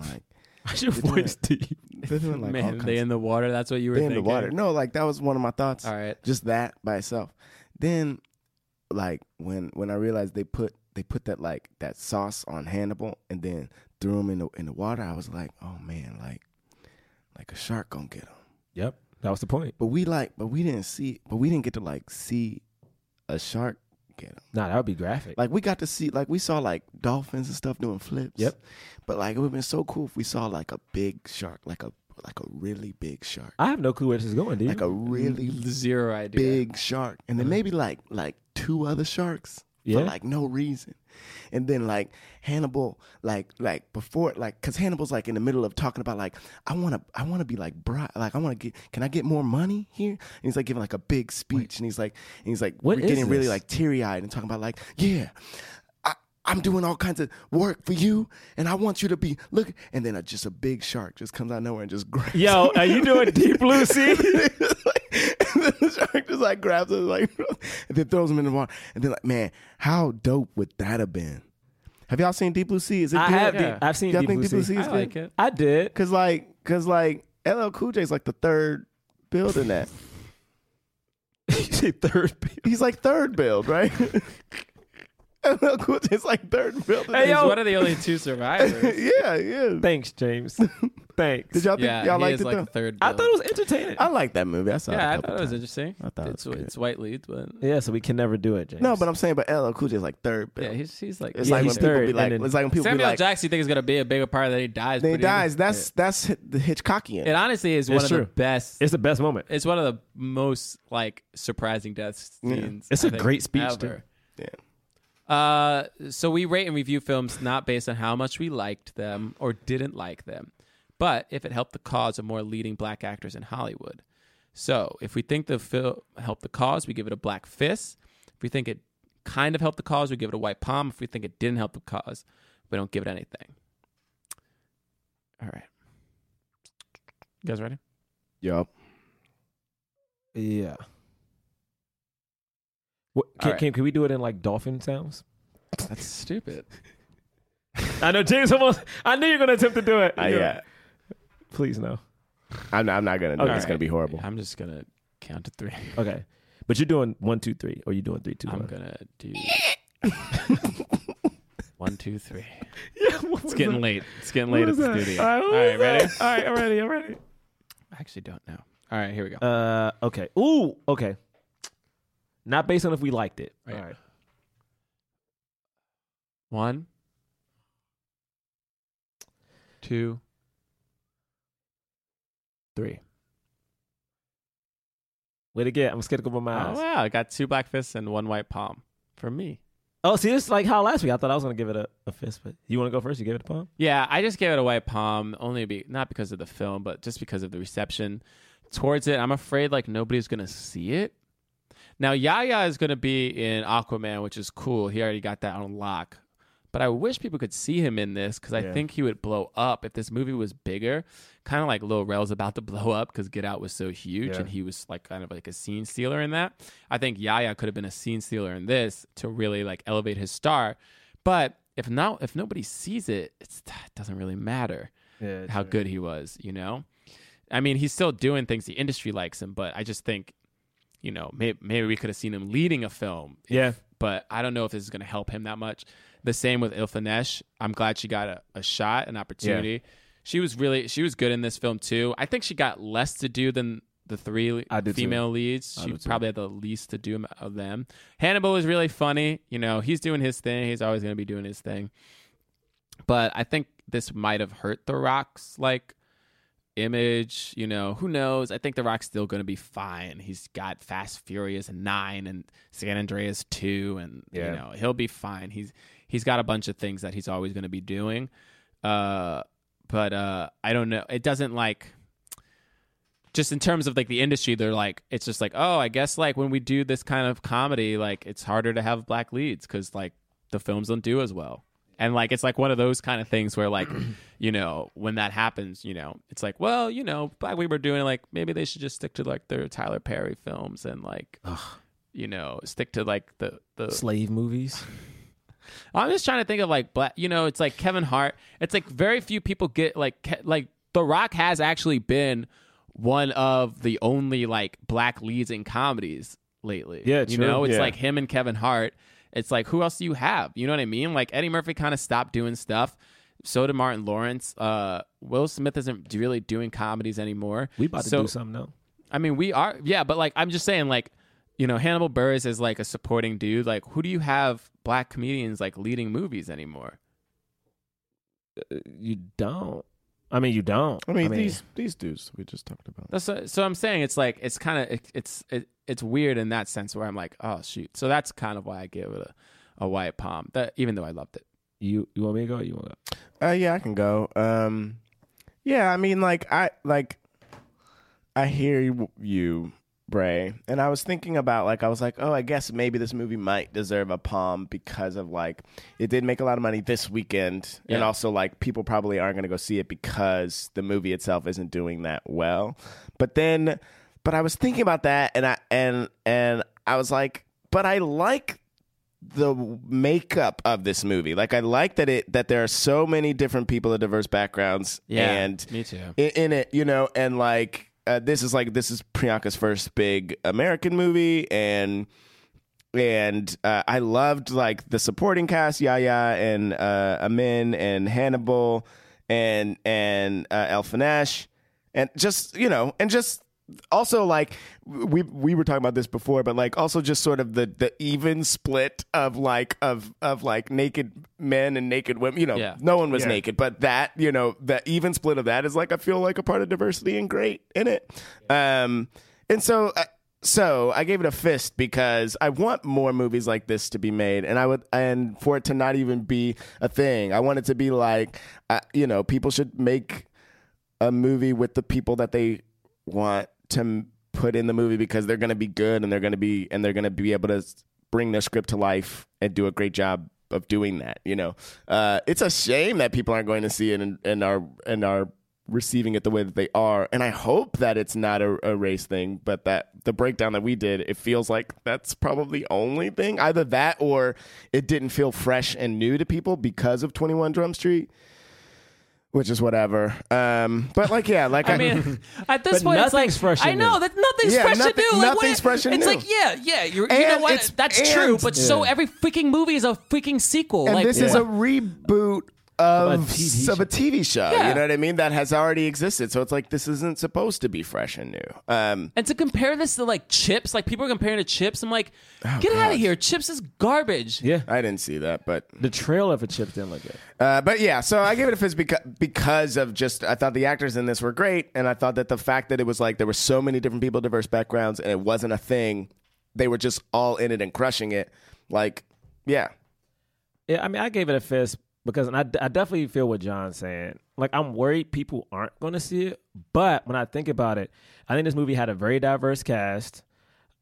Speaker 4: like
Speaker 3: Why's your voice deep?
Speaker 4: they're doing like all
Speaker 2: Man,
Speaker 4: kinds
Speaker 2: they
Speaker 4: of-
Speaker 2: in the water. That's what you were
Speaker 4: they in
Speaker 2: thinking.
Speaker 4: the water. No, like that was one of my thoughts.
Speaker 2: All right.
Speaker 4: Just that by itself. Then, like when when I realized they put they put that like that sauce on Hannibal and then threw him in the in the water, I was like, oh man, like like a shark gonna get him.
Speaker 3: Yep, that was the point.
Speaker 4: But we like, but we didn't see, but we didn't get to like see a shark get him.
Speaker 3: Nah, that would be graphic.
Speaker 4: Like we got to see, like we saw like dolphins and stuff doing flips.
Speaker 3: Yep.
Speaker 4: But like it would have been so cool if we saw like a big shark, like a like a really big shark,
Speaker 3: I have no clue where this is going, dude.
Speaker 4: like a really
Speaker 2: Zero idea.
Speaker 4: big shark, and then maybe like like two other sharks
Speaker 3: Uh-huh. Yeah.
Speaker 4: for like no reason, and then like Hannibal, like like before, like because Hannibal's like in the middle of talking about like I want to I want to be like bri- like I want to get can I get more money here? And he's like giving like a big speech, and he's like and he's like
Speaker 3: What
Speaker 4: we're
Speaker 3: is
Speaker 4: getting really
Speaker 3: this?
Speaker 4: like teary eyed and talking about like yeah. I- I'm doing all kinds of work for you, and I want you to be look. And then a, just a big shark just comes out of nowhere and just grabs.
Speaker 3: Yo,
Speaker 4: him.
Speaker 3: are you doing Deep Blue Sea?
Speaker 4: and then the shark just like grabs him, like, and then throws him in the water. And then like, man, how dope would that have been? Have y'all seen Deep Blue Sea? Is it?
Speaker 3: I
Speaker 4: good?
Speaker 3: have. Deep, I've seen
Speaker 4: Y'all
Speaker 3: Deep
Speaker 4: think
Speaker 3: Blue
Speaker 4: Deep Blue Sea
Speaker 3: Sea.
Speaker 4: is
Speaker 2: I
Speaker 4: good?
Speaker 2: like it.
Speaker 3: I did.
Speaker 4: Cause like, cause like, LL Cool J's like the third build in that.
Speaker 3: third.
Speaker 4: He's like third build, right? LL Cool J's like third build. in
Speaker 2: He's
Speaker 4: that.
Speaker 2: one of the only two survivors.
Speaker 4: yeah, yeah.
Speaker 3: Thanks, James. Thanks.
Speaker 4: Did y'all think
Speaker 2: yeah,
Speaker 4: y'all
Speaker 2: he
Speaker 4: liked
Speaker 2: is
Speaker 4: it
Speaker 2: like
Speaker 4: though?
Speaker 2: the third.
Speaker 3: I
Speaker 2: build.
Speaker 3: thought it was entertaining.
Speaker 4: I like that movie. I saw
Speaker 2: Yeah, I
Speaker 4: it. a
Speaker 2: thought
Speaker 4: couple
Speaker 2: it was
Speaker 4: times.
Speaker 2: interesting.
Speaker 4: I thought it
Speaker 2: it's
Speaker 4: was good.
Speaker 2: it's white lead, but
Speaker 3: yeah, so we can never do it, James.
Speaker 4: No, but I'm saying, but LL Cool J's like third build.
Speaker 2: yeah, he's he's like
Speaker 4: it's
Speaker 3: yeah,
Speaker 4: like when
Speaker 3: he's
Speaker 4: people
Speaker 3: third,
Speaker 4: be like,
Speaker 3: and then-
Speaker 4: it's like when people be
Speaker 2: Samuel
Speaker 4: like,
Speaker 2: Jackson. You think is gonna be a bigger part of that he dies.
Speaker 4: Then he
Speaker 2: pretty-
Speaker 4: dies. That's that's hi- the Hitchcockian.
Speaker 2: It honestly is one
Speaker 3: It's
Speaker 2: of
Speaker 3: true.
Speaker 2: the best.
Speaker 3: it's the best moment.
Speaker 2: It's one of the most like surprising death scenes.
Speaker 3: It's
Speaker 2: a
Speaker 3: a great speech,
Speaker 2: ever.
Speaker 4: yeah.
Speaker 2: Uh, so we rate and review films not based on how much we liked them or didn't like them, but if it helped the cause of more leading black actors in Hollywood. So if we think the film helped the cause, we give it a black fist. If we think it kind of helped the cause, we give it a white palm. If we think it didn't help the cause, we don't give it anything. All right. You guys ready?
Speaker 4: Yup.
Speaker 3: Yeah. What, can,
Speaker 2: Alright.
Speaker 3: can, can we do it in like dolphin sounds?
Speaker 2: That's stupid.
Speaker 3: I know James almost. I knew you were gonna attempt to do it.
Speaker 4: Uh,
Speaker 3: You know.
Speaker 4: yeah.
Speaker 3: Please no.
Speaker 4: I'm not. I'm not gonna. do it.
Speaker 3: Okay.
Speaker 4: It's gonna be horrible.
Speaker 2: I'm just gonna count to three.
Speaker 3: Okay. But you're doing one, two, three, or you're doing three, two,
Speaker 2: I'm
Speaker 3: one.
Speaker 2: gonna do one, two, three. It's getting late. It's getting late at the studio.
Speaker 3: All
Speaker 2: All right, ready?
Speaker 3: All right, I'm ready. I'm ready.
Speaker 2: I actually don't know. All right, here we go.
Speaker 3: Uh, okay. Ooh, okay. Not based on if we liked it.
Speaker 2: Right.
Speaker 3: All right.
Speaker 2: One, two, three.
Speaker 3: Wait again. I'm scared to go by my
Speaker 2: Oh
Speaker 3: eyes.
Speaker 2: wow! I got two black fists and one white palm for me.
Speaker 3: Oh, see, this is like how last week I thought I was gonna give it a, a fist, but you want to go first? You gave it a palm.
Speaker 2: Yeah, I just gave it a white palm only be not because of the film, but just because of the reception towards it. I'm afraid like nobody's gonna see it. Now Yaya is going to be in Aquaman, which is cool. He already got that on lock. But I wish people could see him in this because I think he would blow up if this movie was bigger. Kind of like Lil Rel's about to blow up because Get Out was so huge and he was like kind of like a scene stealer in that. I think Yaya could have been a scene stealer in this to really like elevate his star. But if not, if nobody sees it, it's, it doesn't really matter how good he was, you know? I mean, he's still doing things the industry likes him, but I just think, you know, maybe, maybe we could have seen him leading a film.
Speaker 3: Yeah.
Speaker 2: But I don't know if this is going to help him that much. The same with Ilfinesh. I'm glad she got a, a shot, an opportunity. She was really, she was good in this film too. I think she got less to do than the three
Speaker 3: I do too.
Speaker 2: female leads. She probably had the least to do of them. Hannibal was really funny. You know, he's doing his thing. He's always going to be doing his thing. But I think this might have hurt The Rock's like image. You know, who knows? I think The Rock's still going to be fine. He's got Fast Furious nine and San Andreas two, and
Speaker 3: Yeah.
Speaker 2: you know he'll be fine. He's he's got a bunch of things that he's always going to be doing. Uh, but uh, I don't know. It doesn't like just in terms of like the industry, they're like it's just like oh, I guess like when we do this kind of comedy, like it's harder to have black leads because like the films don't do as well. And like it's like one of those kind of things where like, you know, when that happens, you know, it's like, well, you know, Black Weaver doing like maybe they should just stick to like their Tyler Perry films and like, you know, stick to like the the
Speaker 3: Slave movies.
Speaker 2: I'm just trying to think of like black. You know, it's like Kevin Hart. It's like very few people get like Ke- like The Rock has actually been one of the only like black leads in comedies lately.
Speaker 3: Yeah,
Speaker 2: you
Speaker 3: true.
Speaker 2: know, it's
Speaker 3: Yeah.
Speaker 2: like him and Kevin Hart. It's like who else do you have? You know what I mean? Like Eddie Murphy kind of stopped doing stuff. So did Martin Lawrence. Uh, Will Smith isn't really doing comedies anymore.
Speaker 3: We about to
Speaker 2: So-
Speaker 3: do something though.
Speaker 2: I mean, we are, yeah, but like, I'm just saying, like, you know, Hannibal Burris is like a supporting dude. Like, who do you have black comedians like leading movies anymore?
Speaker 3: You don't. I mean, you don't.
Speaker 4: I mean, these these dudes we just talked about.
Speaker 2: That's what, so I'm saying it's like it's kind of it, it's it, it's weird in that sense where I'm like, oh shoot. So that's kind of why I gave it a, a white palm. That even though I loved it,
Speaker 3: You you want me to go? Or you want to go?
Speaker 4: Uh, yeah, I can go. Um, yeah, I mean, like I like, I hear you- you, Bray, and I was thinking about like I was like, oh, I guess maybe this movie might deserve a palm because of like it did make a lot of money this weekend,
Speaker 2: Yeah.
Speaker 4: and also like people probably aren't going to go see it because the movie itself isn't doing that well. But then, but I was thinking about that, and I and and I was like, but I like the makeup of this movie. Like I like that it that there are so many different people of diverse backgrounds.
Speaker 2: Yeah,
Speaker 4: and
Speaker 2: me too.
Speaker 4: In, in it, you know, and like uh, this is like this is Priyanka's first big American movie, and and uh, I loved like the supporting cast, Yaya and uh, Amin and Hannibal and and uh, Elfinash, and just you know, and just also like we we were talking about this before, but like also just sort of the the even split of like of of like naked men and naked women. You know,
Speaker 2: Yeah.
Speaker 4: no one was naked, but that you know the even split of that is like I feel like a part of diversity and great in it. Um, and so. Uh, so I gave it a fist because I want more movies like this to be made, and I would, and for it to not even be a thing. I want it to be like, uh, you know, people should make a movie with the people that they want to m- put in the movie because they're going to be good and they're going to be and they're going to be able to s- bring their script to life and do a great job of doing that. You know, uh, it's a shame that people aren't going to see it and, and are and are receiving it the way that they are. And I hope that it's not a, a race thing, but that the breakdown that we did, it feels like that's probably only thing. Either that or it didn't feel fresh and new to people because of Twenty One Drum Street. Which is whatever, um, but like yeah, like I,
Speaker 2: I mean, at this
Speaker 3: But
Speaker 2: point, it's like
Speaker 3: nothing's fresh
Speaker 2: I
Speaker 3: and
Speaker 2: know
Speaker 3: new.
Speaker 2: that nothing's
Speaker 4: Yeah,
Speaker 2: fresh
Speaker 4: nothing-
Speaker 2: to do. Like,
Speaker 4: nothing's
Speaker 2: what-
Speaker 4: fresh and
Speaker 2: It's
Speaker 4: new.
Speaker 2: like yeah, yeah. You're, you know
Speaker 4: And
Speaker 2: what?
Speaker 4: it's-
Speaker 2: That's
Speaker 4: and-
Speaker 2: true. But so every freaking movie is a freaking sequel.
Speaker 4: and
Speaker 2: like
Speaker 4: this is a reboot of,
Speaker 3: Of a TV
Speaker 4: s- of a TV show. You know what I mean? That has already existed. So it's like this isn't supposed to be fresh and new. Um,
Speaker 2: And to compare this to like chips, like people are comparing to chips. I'm like,
Speaker 4: Oh,
Speaker 2: get out of here. Chips is garbage.
Speaker 3: Yeah.
Speaker 4: I didn't see that, but
Speaker 3: The trailer for Chips didn't look good.
Speaker 4: uh, but yeah. So I give it a fist because because of just I thought the actors in this were great, and I thought that the fact that it was like there were so many different people, diverse backgrounds, and it wasn't a thing. They were just all in it and crushing it. Like, yeah,
Speaker 3: Yeah, I mean, I gave it a fist because, and I, I definitely feel what John's saying. Like, I'm worried people aren't going to see it, but when I think about it, I think this movie had a very diverse cast.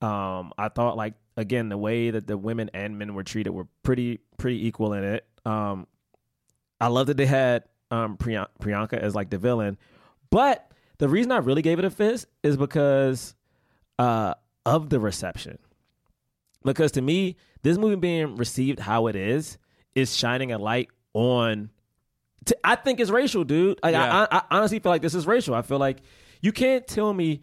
Speaker 3: Um, I thought like again the way that the women and men were treated were pretty pretty equal in it. Um, I love that they had um, Priyan- Priyanka as like the villain, but the reason I really gave it a fist is because uh, of the reception. Because to me, this movie being received how it is is shining a light on. t- I think it's racial, dude. Like
Speaker 11: Yeah.
Speaker 3: I, I, I honestly feel like this is racial. I feel like you can't tell me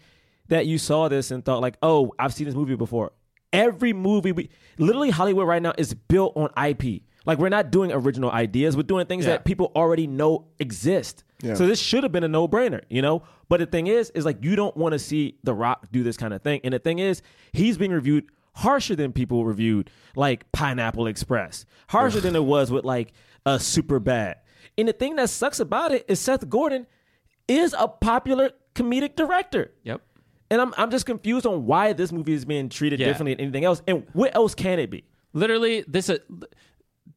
Speaker 3: that you saw this and thought like, oh, I've seen this movie before. Every movie, we literally Hollywood right now is built on IP. Like we're not doing original ideas. We're doing things
Speaker 11: Yeah.
Speaker 3: that people already know exist.
Speaker 4: Yeah.
Speaker 3: So this should have been a no brainer, you know? But the thing is, is like you don't want to see The Rock do this kind of thing. And the thing is, he's being reviewed harsher than people reviewed like Pineapple Express, harsher than it was with like uh, Super Bad. And the thing that sucks about it is Seth Gordon is a popular comedic director.
Speaker 11: Yep.
Speaker 3: And I'm, I'm just confused on why this movie is being treated
Speaker 11: Yeah.
Speaker 3: differently than anything else. And what else can it be?
Speaker 11: Literally, this uh,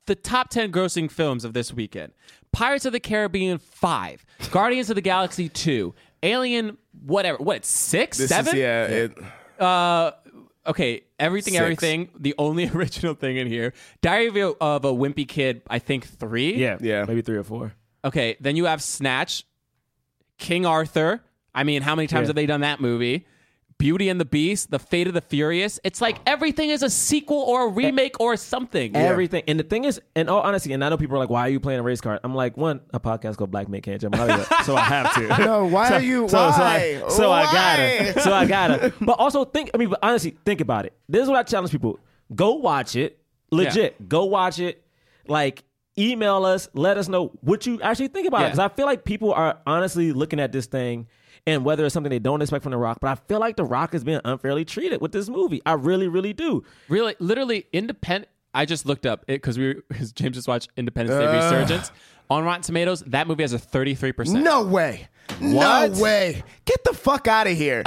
Speaker 11: the top ten grossing films of this weekend: Pirates of the Caribbean five, Guardians of the Galaxy two, Alien whatever. What it's six,
Speaker 4: This
Speaker 11: seven?
Speaker 4: is yeah. It,
Speaker 11: Uh, okay, everything,
Speaker 4: Six.
Speaker 11: everything. The only original thing in here: Diary of a, of a Wimpy Kid. I think three.
Speaker 4: Yeah.
Speaker 3: Maybe three or four.
Speaker 11: Okay, then you have Snatch, King Arthur. I mean, how many times
Speaker 3: Yeah.
Speaker 11: have they done that movie? Beauty and the Beast, The Fate of the Furious. It's like everything is a sequel or a remake or something.
Speaker 3: Everything. And the thing is, in all honesty, and I know people are like, why are you playing a race card? I'm like, one, a podcast called Black Men Can't Jump Hollywood, so I have to.
Speaker 4: No, why are you-
Speaker 3: I-
Speaker 4: why?
Speaker 3: So, I gotta.
Speaker 4: Why?
Speaker 3: So I gotta. But also think, I mean, but honestly, think about it. This is what I challenge people. Go watch it. Legit. Go watch it. Like, email us. Let us know what you actually think about it.
Speaker 11: Yeah.
Speaker 3: Because I feel like people are honestly looking at this thing and whether it's something they don't expect from The Rock, but I feel like The Rock is being unfairly treated with this movie. I really, really do.
Speaker 11: Really, literally independent. I just looked up it because we were, 'cause James just watched Independence Day Resurgence on Rotten Tomatoes. That movie has a thirty three percent.
Speaker 4: no way.
Speaker 11: What?
Speaker 4: No way. Get the fuck out of here.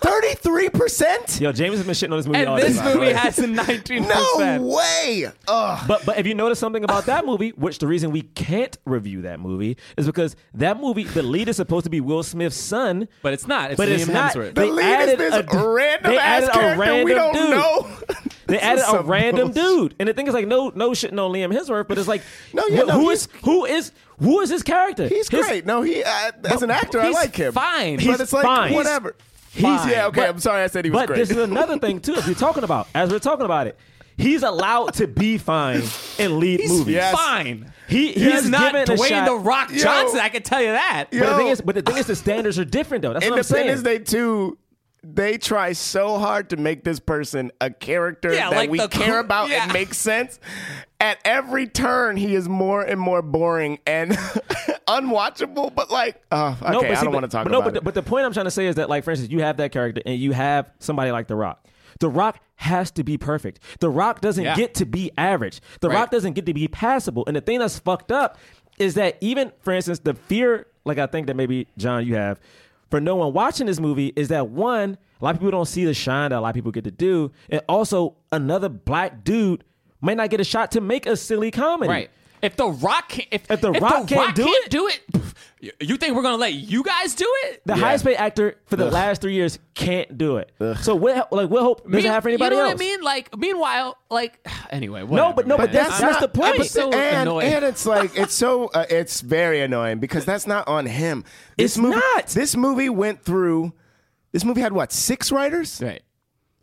Speaker 4: Thirty-three percent.
Speaker 3: Yo, James has been shitting on this movie all
Speaker 11: and this
Speaker 3: day.
Speaker 11: movie has a nineteen
Speaker 4: No
Speaker 11: percent.
Speaker 4: way. Ugh.
Speaker 3: But but if you notice something about that movie, which the reason we can't review that movie is because that movie, the lead is supposed to be Will Smith's son,
Speaker 11: But it's not. It's
Speaker 3: but it's
Speaker 11: Liam
Speaker 3: not.
Speaker 11: Hemsworth.
Speaker 4: The
Speaker 3: They
Speaker 4: lead
Speaker 3: added
Speaker 4: is this
Speaker 3: a,
Speaker 4: random
Speaker 3: they
Speaker 4: ass
Speaker 3: added
Speaker 4: character
Speaker 3: a random
Speaker 4: we don't
Speaker 3: dude.
Speaker 4: know.
Speaker 3: They
Speaker 4: This
Speaker 3: added
Speaker 4: is
Speaker 3: a
Speaker 4: some
Speaker 3: random
Speaker 4: bullshit.
Speaker 3: dude, and the thing is like no no shitting on Liam Hemsworth, but it's like
Speaker 4: No, yeah,
Speaker 3: wh-
Speaker 4: no,
Speaker 3: who
Speaker 4: he's-
Speaker 3: is who is who is his character?
Speaker 4: He's
Speaker 3: His-
Speaker 4: great. No, he uh, as an actor, I
Speaker 11: he's
Speaker 4: like him.
Speaker 11: fine.
Speaker 4: but
Speaker 11: He's
Speaker 4: it's like
Speaker 3: fine.
Speaker 4: whatever.
Speaker 3: He's-
Speaker 4: He's- yeah. Okay,
Speaker 3: But-
Speaker 4: I'm sorry. I said he was
Speaker 3: but
Speaker 4: great.
Speaker 3: this is another thing too. If you're talking about as we're talking about it, he's allowed to be fine in lead movies.
Speaker 4: yes.
Speaker 11: Fine.
Speaker 3: He he's,
Speaker 11: He's not
Speaker 3: given a
Speaker 11: Dwayne
Speaker 3: shot.
Speaker 11: the Rock
Speaker 4: Yo.
Speaker 11: Johnson. I can tell you that.
Speaker 3: But the
Speaker 4: Yo.
Speaker 3: thing is, but the thing is, the standards are different though. That's what I'm saying.
Speaker 4: Independence Day two, they try so hard to make this person a character
Speaker 11: Yeah,
Speaker 4: that
Speaker 11: like
Speaker 4: we
Speaker 11: the
Speaker 4: care
Speaker 11: cool-
Speaker 4: about
Speaker 11: yeah.
Speaker 4: and makes sense. At every turn, he is more and more boring and unwatchable. But like, uh, okay, I
Speaker 3: see,
Speaker 4: don't want to talk
Speaker 3: but
Speaker 4: about
Speaker 3: no, but
Speaker 4: it.
Speaker 3: The, but the point I'm trying to say is that, like, for instance, you have that character and you have somebody like The Rock. The Rock has to be perfect. The Rock doesn't
Speaker 11: Yeah.
Speaker 3: get to be average. The
Speaker 11: Right.
Speaker 3: Rock doesn't get to be passable. And the thing that's fucked up is that even, for instance, the fear, like I think that maybe John you have, for no one watching this movie is that one, a lot of people don't see the shine that a lot of people get to do, and also another black dude might not get a shot to make a silly comedy.
Speaker 11: Right. If the Rock can't, if,
Speaker 3: If The Rock can't do
Speaker 11: can't
Speaker 3: it-
Speaker 11: do it, pff, you- you think we're gonna let you guys do it?
Speaker 3: The highest paid actor for the last three years can't do it. So what? Like what hope does it
Speaker 11: Mean-
Speaker 3: have for anybody
Speaker 11: you know
Speaker 3: else?
Speaker 11: what I mean? Like, meanwhile, like anyway.
Speaker 3: No, but no,
Speaker 11: whatever,
Speaker 3: but that's
Speaker 11: man.
Speaker 3: that's
Speaker 11: I'm
Speaker 3: the
Speaker 11: not-
Speaker 3: point.
Speaker 11: I'm so
Speaker 4: and,
Speaker 11: annoyed.
Speaker 4: and it's like it's so uh, it's very annoying because that's not on him. This
Speaker 3: It's
Speaker 4: movie,
Speaker 3: not.
Speaker 4: This movie went through. This movie had what six writers?
Speaker 11: right.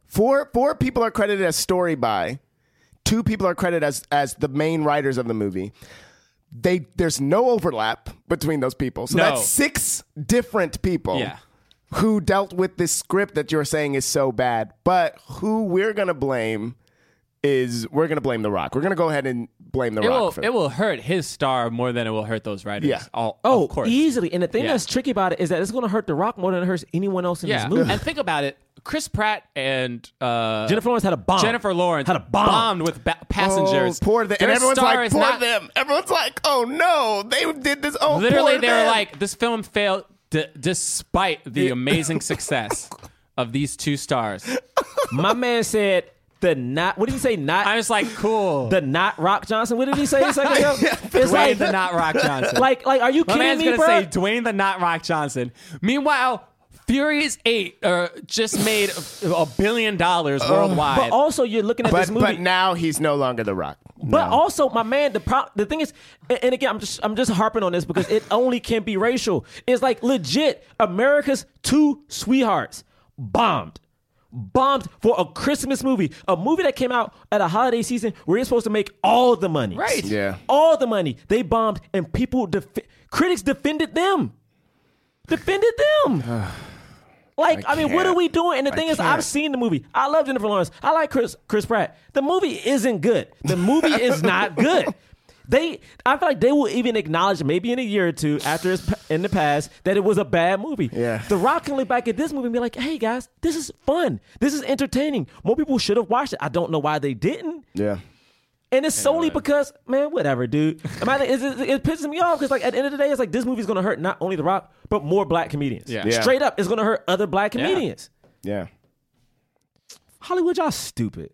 Speaker 4: Four four people are credited as story by. Two people are credited as as the main writers of the movie. They there's no overlap between those people. So
Speaker 11: No.
Speaker 4: that's six different people.
Speaker 11: Yeah.
Speaker 4: Who dealt with this script that you're saying is so bad, but who we're gonna blame is we're gonna blame The Rock. We're gonna go ahead and blame The
Speaker 11: It
Speaker 4: Rock.
Speaker 11: will
Speaker 4: for
Speaker 11: it will hurt his star more than it will hurt those writers.
Speaker 4: Yeah.
Speaker 11: All,
Speaker 3: oh,
Speaker 11: of course.
Speaker 3: easily. And the thing
Speaker 11: Yeah.
Speaker 3: that's tricky about it is that it's going to hurt The Rock more than it hurts anyone else in
Speaker 11: Yeah.
Speaker 3: this movie.
Speaker 11: and think about it. Chris Pratt and uh,
Speaker 3: Jennifer Lawrence had a bomb.
Speaker 11: Jennifer Lawrence
Speaker 3: had a bomb.
Speaker 11: bombed with ba- passengers.
Speaker 4: Oh, poor them. And
Speaker 11: Their
Speaker 4: everyone's
Speaker 11: star
Speaker 4: like,
Speaker 11: is
Speaker 4: poor
Speaker 11: not-
Speaker 4: them. Everyone's like, oh no, they did this. Oh,
Speaker 11: Literally,
Speaker 4: poor
Speaker 11: they were
Speaker 4: them.
Speaker 11: like, this film failed d- despite the amazing success of these two stars.
Speaker 3: My man said the not. What did he say? Not
Speaker 11: I was like, cool.
Speaker 3: the not Rock Johnson. What did he say a second ago?
Speaker 11: Dwayne
Speaker 3: it's like
Speaker 11: the Not Rock Johnson.
Speaker 3: Like like are you
Speaker 11: My
Speaker 3: kidding
Speaker 11: man's
Speaker 3: me,
Speaker 11: gonna
Speaker 3: bro?
Speaker 11: say Dwayne the Not Rock Johnson. Meanwhile, Furious Eight uh, just made a, a billion dollars worldwide.
Speaker 3: Uh, But also, you're looking at
Speaker 4: But
Speaker 3: this movie.
Speaker 4: but now he's no longer the Rock.
Speaker 3: But also, my man, the pro- the thing is, a- and again, I'm just I'm just harping on this because it only can be racial. It's like legit America's two sweethearts bombed, bombed for a Christmas movie, a movie that came out at a holiday season where you're supposed to make all the money, right?
Speaker 4: Yeah.
Speaker 3: all the money. They bombed, and people def- critics defended them, defended them. Like, I, mean, what are
Speaker 4: can't.
Speaker 3: we doing? And the
Speaker 4: I
Speaker 3: thing is,
Speaker 4: can't.
Speaker 3: I've seen the movie. I love Jennifer Lawrence. I like Chris Chris Pratt. The movie isn't good. The movie is not good. They, I feel like they will even acknowledge maybe in a year or two after it's p- in the past that it was a bad movie.
Speaker 4: Yeah.
Speaker 3: The Rock can look back at this movie and be like, "Hey guys, this is fun. This is entertaining. More people should have watched it. I don't know why they didn't."
Speaker 4: Yeah.
Speaker 3: And it's solely because, man, whatever, dude. Am I- it's- it's- it pisses me off because, like, at the end of the day, it's like this movie's gonna hurt not only The Rock but more black comedians.
Speaker 11: Yeah.
Speaker 4: Yeah.
Speaker 3: Straight up, it's gonna hurt other black comedians.
Speaker 4: Yeah.
Speaker 3: Hollywood, y'all stupid.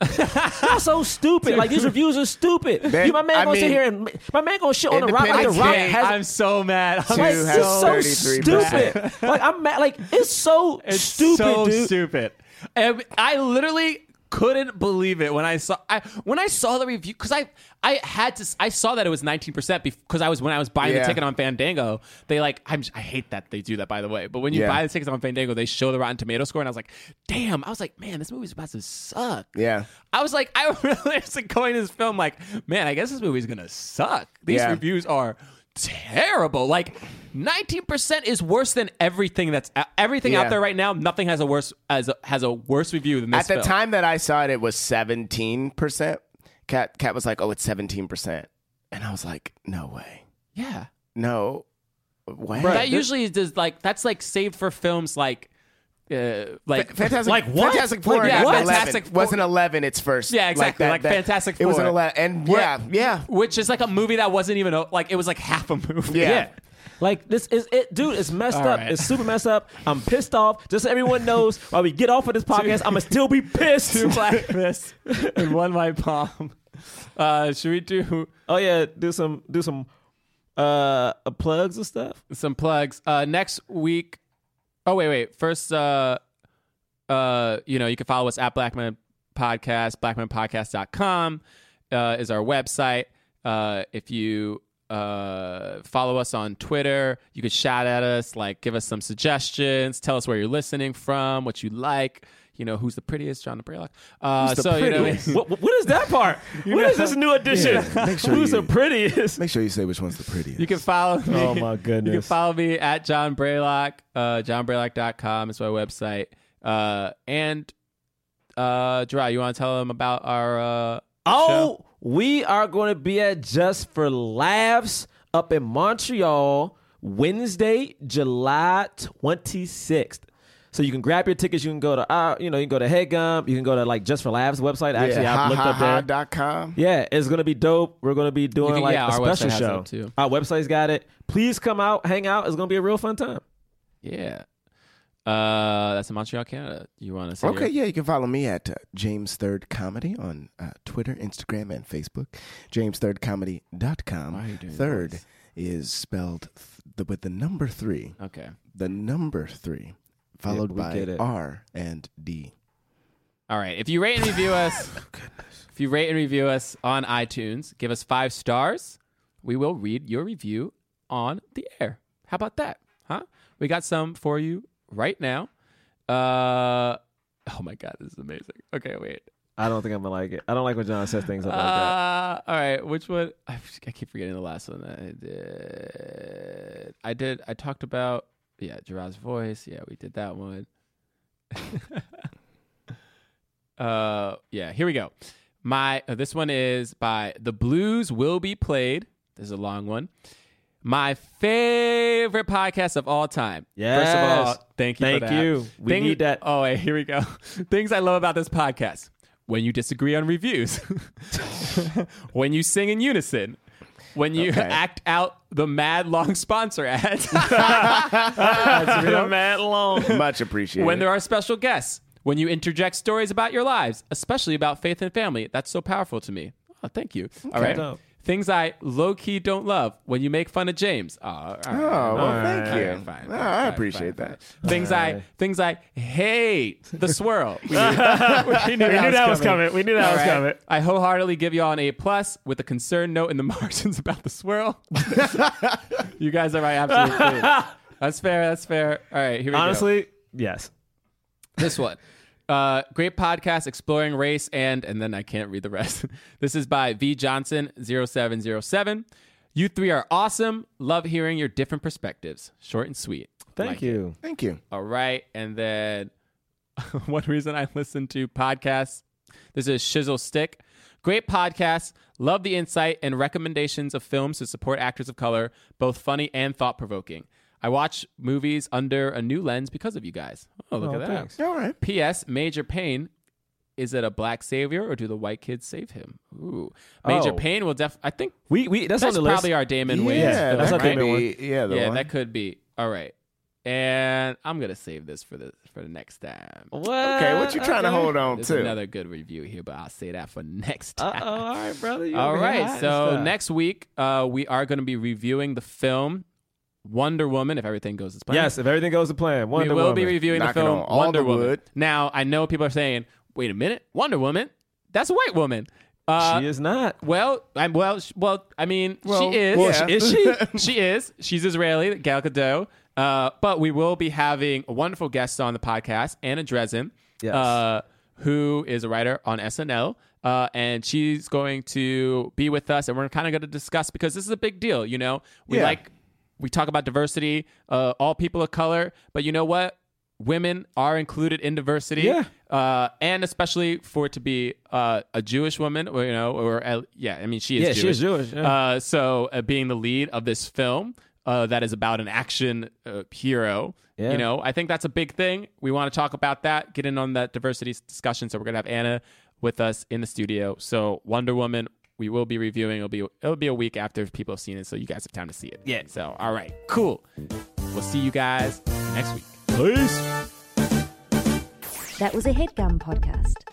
Speaker 3: y'all so stupid. Like these reviews are stupid.
Speaker 4: Man,
Speaker 3: you, my man,
Speaker 4: I
Speaker 3: gonna sit
Speaker 4: mean-
Speaker 3: here and my man gonna shit on the rock. Like the
Speaker 4: Independence
Speaker 3: rock
Speaker 4: Day,
Speaker 3: has
Speaker 11: I'm so mad. I'm
Speaker 3: like,
Speaker 4: Two
Speaker 3: it's
Speaker 4: has
Speaker 3: so
Speaker 4: 33%.
Speaker 3: stupid. like I'm mad. Like it's so
Speaker 11: It's
Speaker 3: stupid,
Speaker 11: so
Speaker 3: dude.
Speaker 11: stupid. And I literally couldn't believe it when I saw I when I saw the review because I I had to s- I saw that it was 19% because I was when I was buying
Speaker 4: Yeah.
Speaker 11: the ticket on Fandango they like I'm j- I hate that they do that by the way but when you
Speaker 4: Yeah.
Speaker 11: buy the tickets on Fandango they show the Rotten Tomato score and I was like damn I was like man this movie's about to suck
Speaker 4: Yeah.
Speaker 11: I was like I really was like going to this film like man I guess this movie's gonna suck these
Speaker 4: Yeah.
Speaker 11: reviews are terrible like 19% is worse than everything that's e, everything
Speaker 4: Yeah.
Speaker 11: out there right now, nothing has a worse as a, has a worse review than this.
Speaker 4: At the
Speaker 11: film.
Speaker 4: time that I saw it, it was seventeen percent. Cat Cat was like, "Oh, it's seventeen percent," and I was like, "No way,
Speaker 11: yeah,
Speaker 4: no way."
Speaker 11: that usually is just like that's like saved for films like, uh, like
Speaker 4: Fantastic,
Speaker 11: like what?
Speaker 4: Fantastic Four
Speaker 11: Like, yeah,
Speaker 4: and
Speaker 11: Fantastic
Speaker 4: Eleven wasn't eleven its first.
Speaker 11: Yeah, exactly,
Speaker 4: that-
Speaker 11: like
Speaker 4: that-
Speaker 11: Fantastic
Speaker 4: It was an
Speaker 11: Four.
Speaker 4: eleven, and
Speaker 11: What-
Speaker 4: yeah, yeah,
Speaker 11: which is like a movie that wasn't even a, like it was like half a movie.
Speaker 4: Yeah.
Speaker 3: Like this is it, dude. It's messed
Speaker 11: All
Speaker 3: up.
Speaker 11: right.
Speaker 3: It's super messed up. I'm pissed off. Just so everyone knows, while we get off of this podcast, I'ma still be pissed.
Speaker 11: two black fists and one white palm. Uh, should we do
Speaker 3: oh yeah, do some do some uh plugs and stuff.
Speaker 11: some plugs uh, next week? Oh wait, wait. First, uh, uh, you know, you can follow us at Blackman Podcast. BlackmanPodcast.com uh, is our website. Uh, if you uh, follow us on Twitter, you could shout at us, like give us some suggestions, tell us where you're listening from, what you like. You know who's the prettiest, John the Braylock. Uh, so you know,
Speaker 3: Oh, What, what- what is that part? what is this new addition? Who's the prettiest?
Speaker 4: Make sure you say which one's the prettiest.
Speaker 11: you can follow me.
Speaker 3: Oh, my
Speaker 11: You can
Speaker 3: goodness.
Speaker 11: follow me at John Braylock. Uh, JohnBraylock.com is my website. Uh, and uh, Gerard, you want to tell them about our uh,
Speaker 3: Oh,
Speaker 11: show?
Speaker 3: we are going to be at Just for Laughs up in Montreal Wednesday, July 26th. So you can grab your tickets. You can go to, uh, you know, you can go to HeadGum. You can go to like Just for Laughs website. Actually,
Speaker 4: yeah,
Speaker 3: I've looked up there.
Speaker 4: com.
Speaker 3: Yeah, it's gonna be dope. We're gonna be doing
Speaker 11: can-
Speaker 3: like
Speaker 11: yeah,
Speaker 3: a
Speaker 11: our
Speaker 3: special
Speaker 11: website has
Speaker 3: show.
Speaker 11: that too.
Speaker 3: Our website's got it. Please come out, hang out. It's gonna be a real fun time.
Speaker 11: Yeah. Uh, that's in Montreal, Canada. You want to say?
Speaker 4: Okay,
Speaker 11: your-
Speaker 4: yeah, you can follow me at uh, James Third Comedy on uh, Twitter, Instagram, and Facebook. JamesThirdComedy.com. Third is spelled th- the, with the number three.
Speaker 11: Okay.
Speaker 4: The number three, followed
Speaker 3: we
Speaker 4: by
Speaker 3: get it.
Speaker 4: R and D.
Speaker 11: All right. If you rate and review us, if you rate and review us on iTunes, give us five stars. We will read your review on the air. How about that? Huh? We got some for you right now. Uh, oh my God, this is amazing. Okay, wait.
Speaker 3: I don't think I'm gonna like it. I don't like when John says things like that.
Speaker 11: Uh, all right. Which one? I, I keep forgetting the last one that I did. I did. I talked about yeah, Gerard's voice. Yeah, we did that one. uh, yeah. Here we go. My uh, this one is by the Blues will be played. This is a long one. My favorite podcast of all time. First of
Speaker 3: Yes.
Speaker 11: all, thank you. for
Speaker 3: Thank
Speaker 11: that.
Speaker 3: you. We need that.
Speaker 11: Oh, wait, here we go. Things I love about this podcast. When you disagree on reviews, when you sing in unison, when you act out the mad long sponsor ads,
Speaker 3: Mad long.
Speaker 4: Much appreciated.
Speaker 11: when there are special guests, when you interject stories about your lives, especially about faith and family. That's so powerful to me. Oh, thank you. All right.
Speaker 3: Dope.
Speaker 11: Things I low key don't love when you make fun of James. Oh, all right.
Speaker 4: Oh, well, thank
Speaker 11: All
Speaker 4: you.
Speaker 11: right, fine,
Speaker 4: No,
Speaker 11: fine,
Speaker 4: I
Speaker 11: fine,
Speaker 4: appreciate
Speaker 11: fine,
Speaker 4: that.
Speaker 11: fine. Things I things I hate. The swirl. We knew, we knew
Speaker 12: knew that was coming. We knew that
Speaker 11: All
Speaker 12: was
Speaker 11: right.
Speaker 12: coming.
Speaker 11: I wholeheartedly give y'all an A plus with a concern note in the margins about the swirl. you guys are my absolute favorite. That's fair. That's fair. All right, here we
Speaker 12: Honestly, yes.
Speaker 11: go. This one. Uh, great podcast exploring race and and then I can't read the rest. this is by V Johnson 0707. You three are awesome. Love hearing your different perspectives. Short and sweet.
Speaker 3: Thank
Speaker 11: Like it.
Speaker 3: you.
Speaker 4: Thank you.
Speaker 11: All right. And then one reason I listen to podcasts. This is Shizzle Stick. Great podcasts. Love the insight and recommendations of films to support actors of color, both funny and thought provoking. I watch movies under a new lens because of you guys. Oh, look at that.
Speaker 4: All right.
Speaker 11: P.S. Major Payne. Is it a black savior or do the white kids save him? Ooh. Major
Speaker 3: Oh.
Speaker 11: Payne will def. I think
Speaker 3: We we that's,
Speaker 11: that's
Speaker 3: on the list.
Speaker 11: probably our Damon Wayans.
Speaker 4: Yeah,
Speaker 11: film,
Speaker 3: that's
Speaker 11: right?
Speaker 3: okay, man.
Speaker 4: Maybe- Yeah, the
Speaker 11: yeah,
Speaker 4: one.
Speaker 11: that could be. All right. And I'm gonna save this for the for the next time.
Speaker 4: Oh, okay, what you trying to hold on
Speaker 11: There's
Speaker 4: to?
Speaker 11: another good review here, but I'll say that for next
Speaker 12: Uh
Speaker 11: time.
Speaker 12: oh, all right, brother. you
Speaker 11: All
Speaker 12: over here
Speaker 11: right.
Speaker 12: hiding
Speaker 11: So
Speaker 12: stuff.
Speaker 11: next week, uh, we are gonna be reviewing the film Wonder Woman, if everything goes as planned.
Speaker 3: Yes, if everything goes to plan, Wonder
Speaker 11: we will
Speaker 3: Woman.
Speaker 11: be reviewing the
Speaker 4: Knocking
Speaker 11: film
Speaker 4: on all
Speaker 11: Wonder
Speaker 4: the
Speaker 11: Woman.
Speaker 4: wood.
Speaker 11: Now, I know people are saying, "Wait a minute, Wonder Woman? That's a white woman." Uh,
Speaker 3: she is not.
Speaker 11: Well, I'm well. Sh- well, I mean,
Speaker 4: Well,
Speaker 11: she is.
Speaker 4: well, Yeah. she-
Speaker 11: is she? she is. She's Israeli, Gal Gadot. Uh, but we will be having a wonderful guest on the podcast, Anna Dresden,
Speaker 3: Yes.
Speaker 11: uh, who is a writer on SNL. Uh, and she's going to be with us, and we're kind of going to discuss because this is a big deal. You know, we
Speaker 4: Yeah.
Speaker 11: like we talk about diversity, uh, all people of color, but you know what? Women are included in diversity,
Speaker 3: Yeah.
Speaker 11: uh, and especially for it to be uh, a Jewish woman, or, you know, or uh, yeah, I mean, she is
Speaker 3: Yeah, she
Speaker 11: Jewish.
Speaker 3: is Jewish, yeah.
Speaker 11: Uh, so uh, being the lead of this film uh, that is about an action uh, hero,
Speaker 3: Yeah.
Speaker 11: you know, I think that's a big thing. We want to talk about that, get in on that diversity s- discussion. So we're gonna have Anna with us in the studio. So Wonder Woman, we will be reviewing. It'll be it'll be a week after people have seen it, so you guys have time to see it. Yeah. So all right, cool. We'll see you guys next week.
Speaker 1: That was a headgum podcast.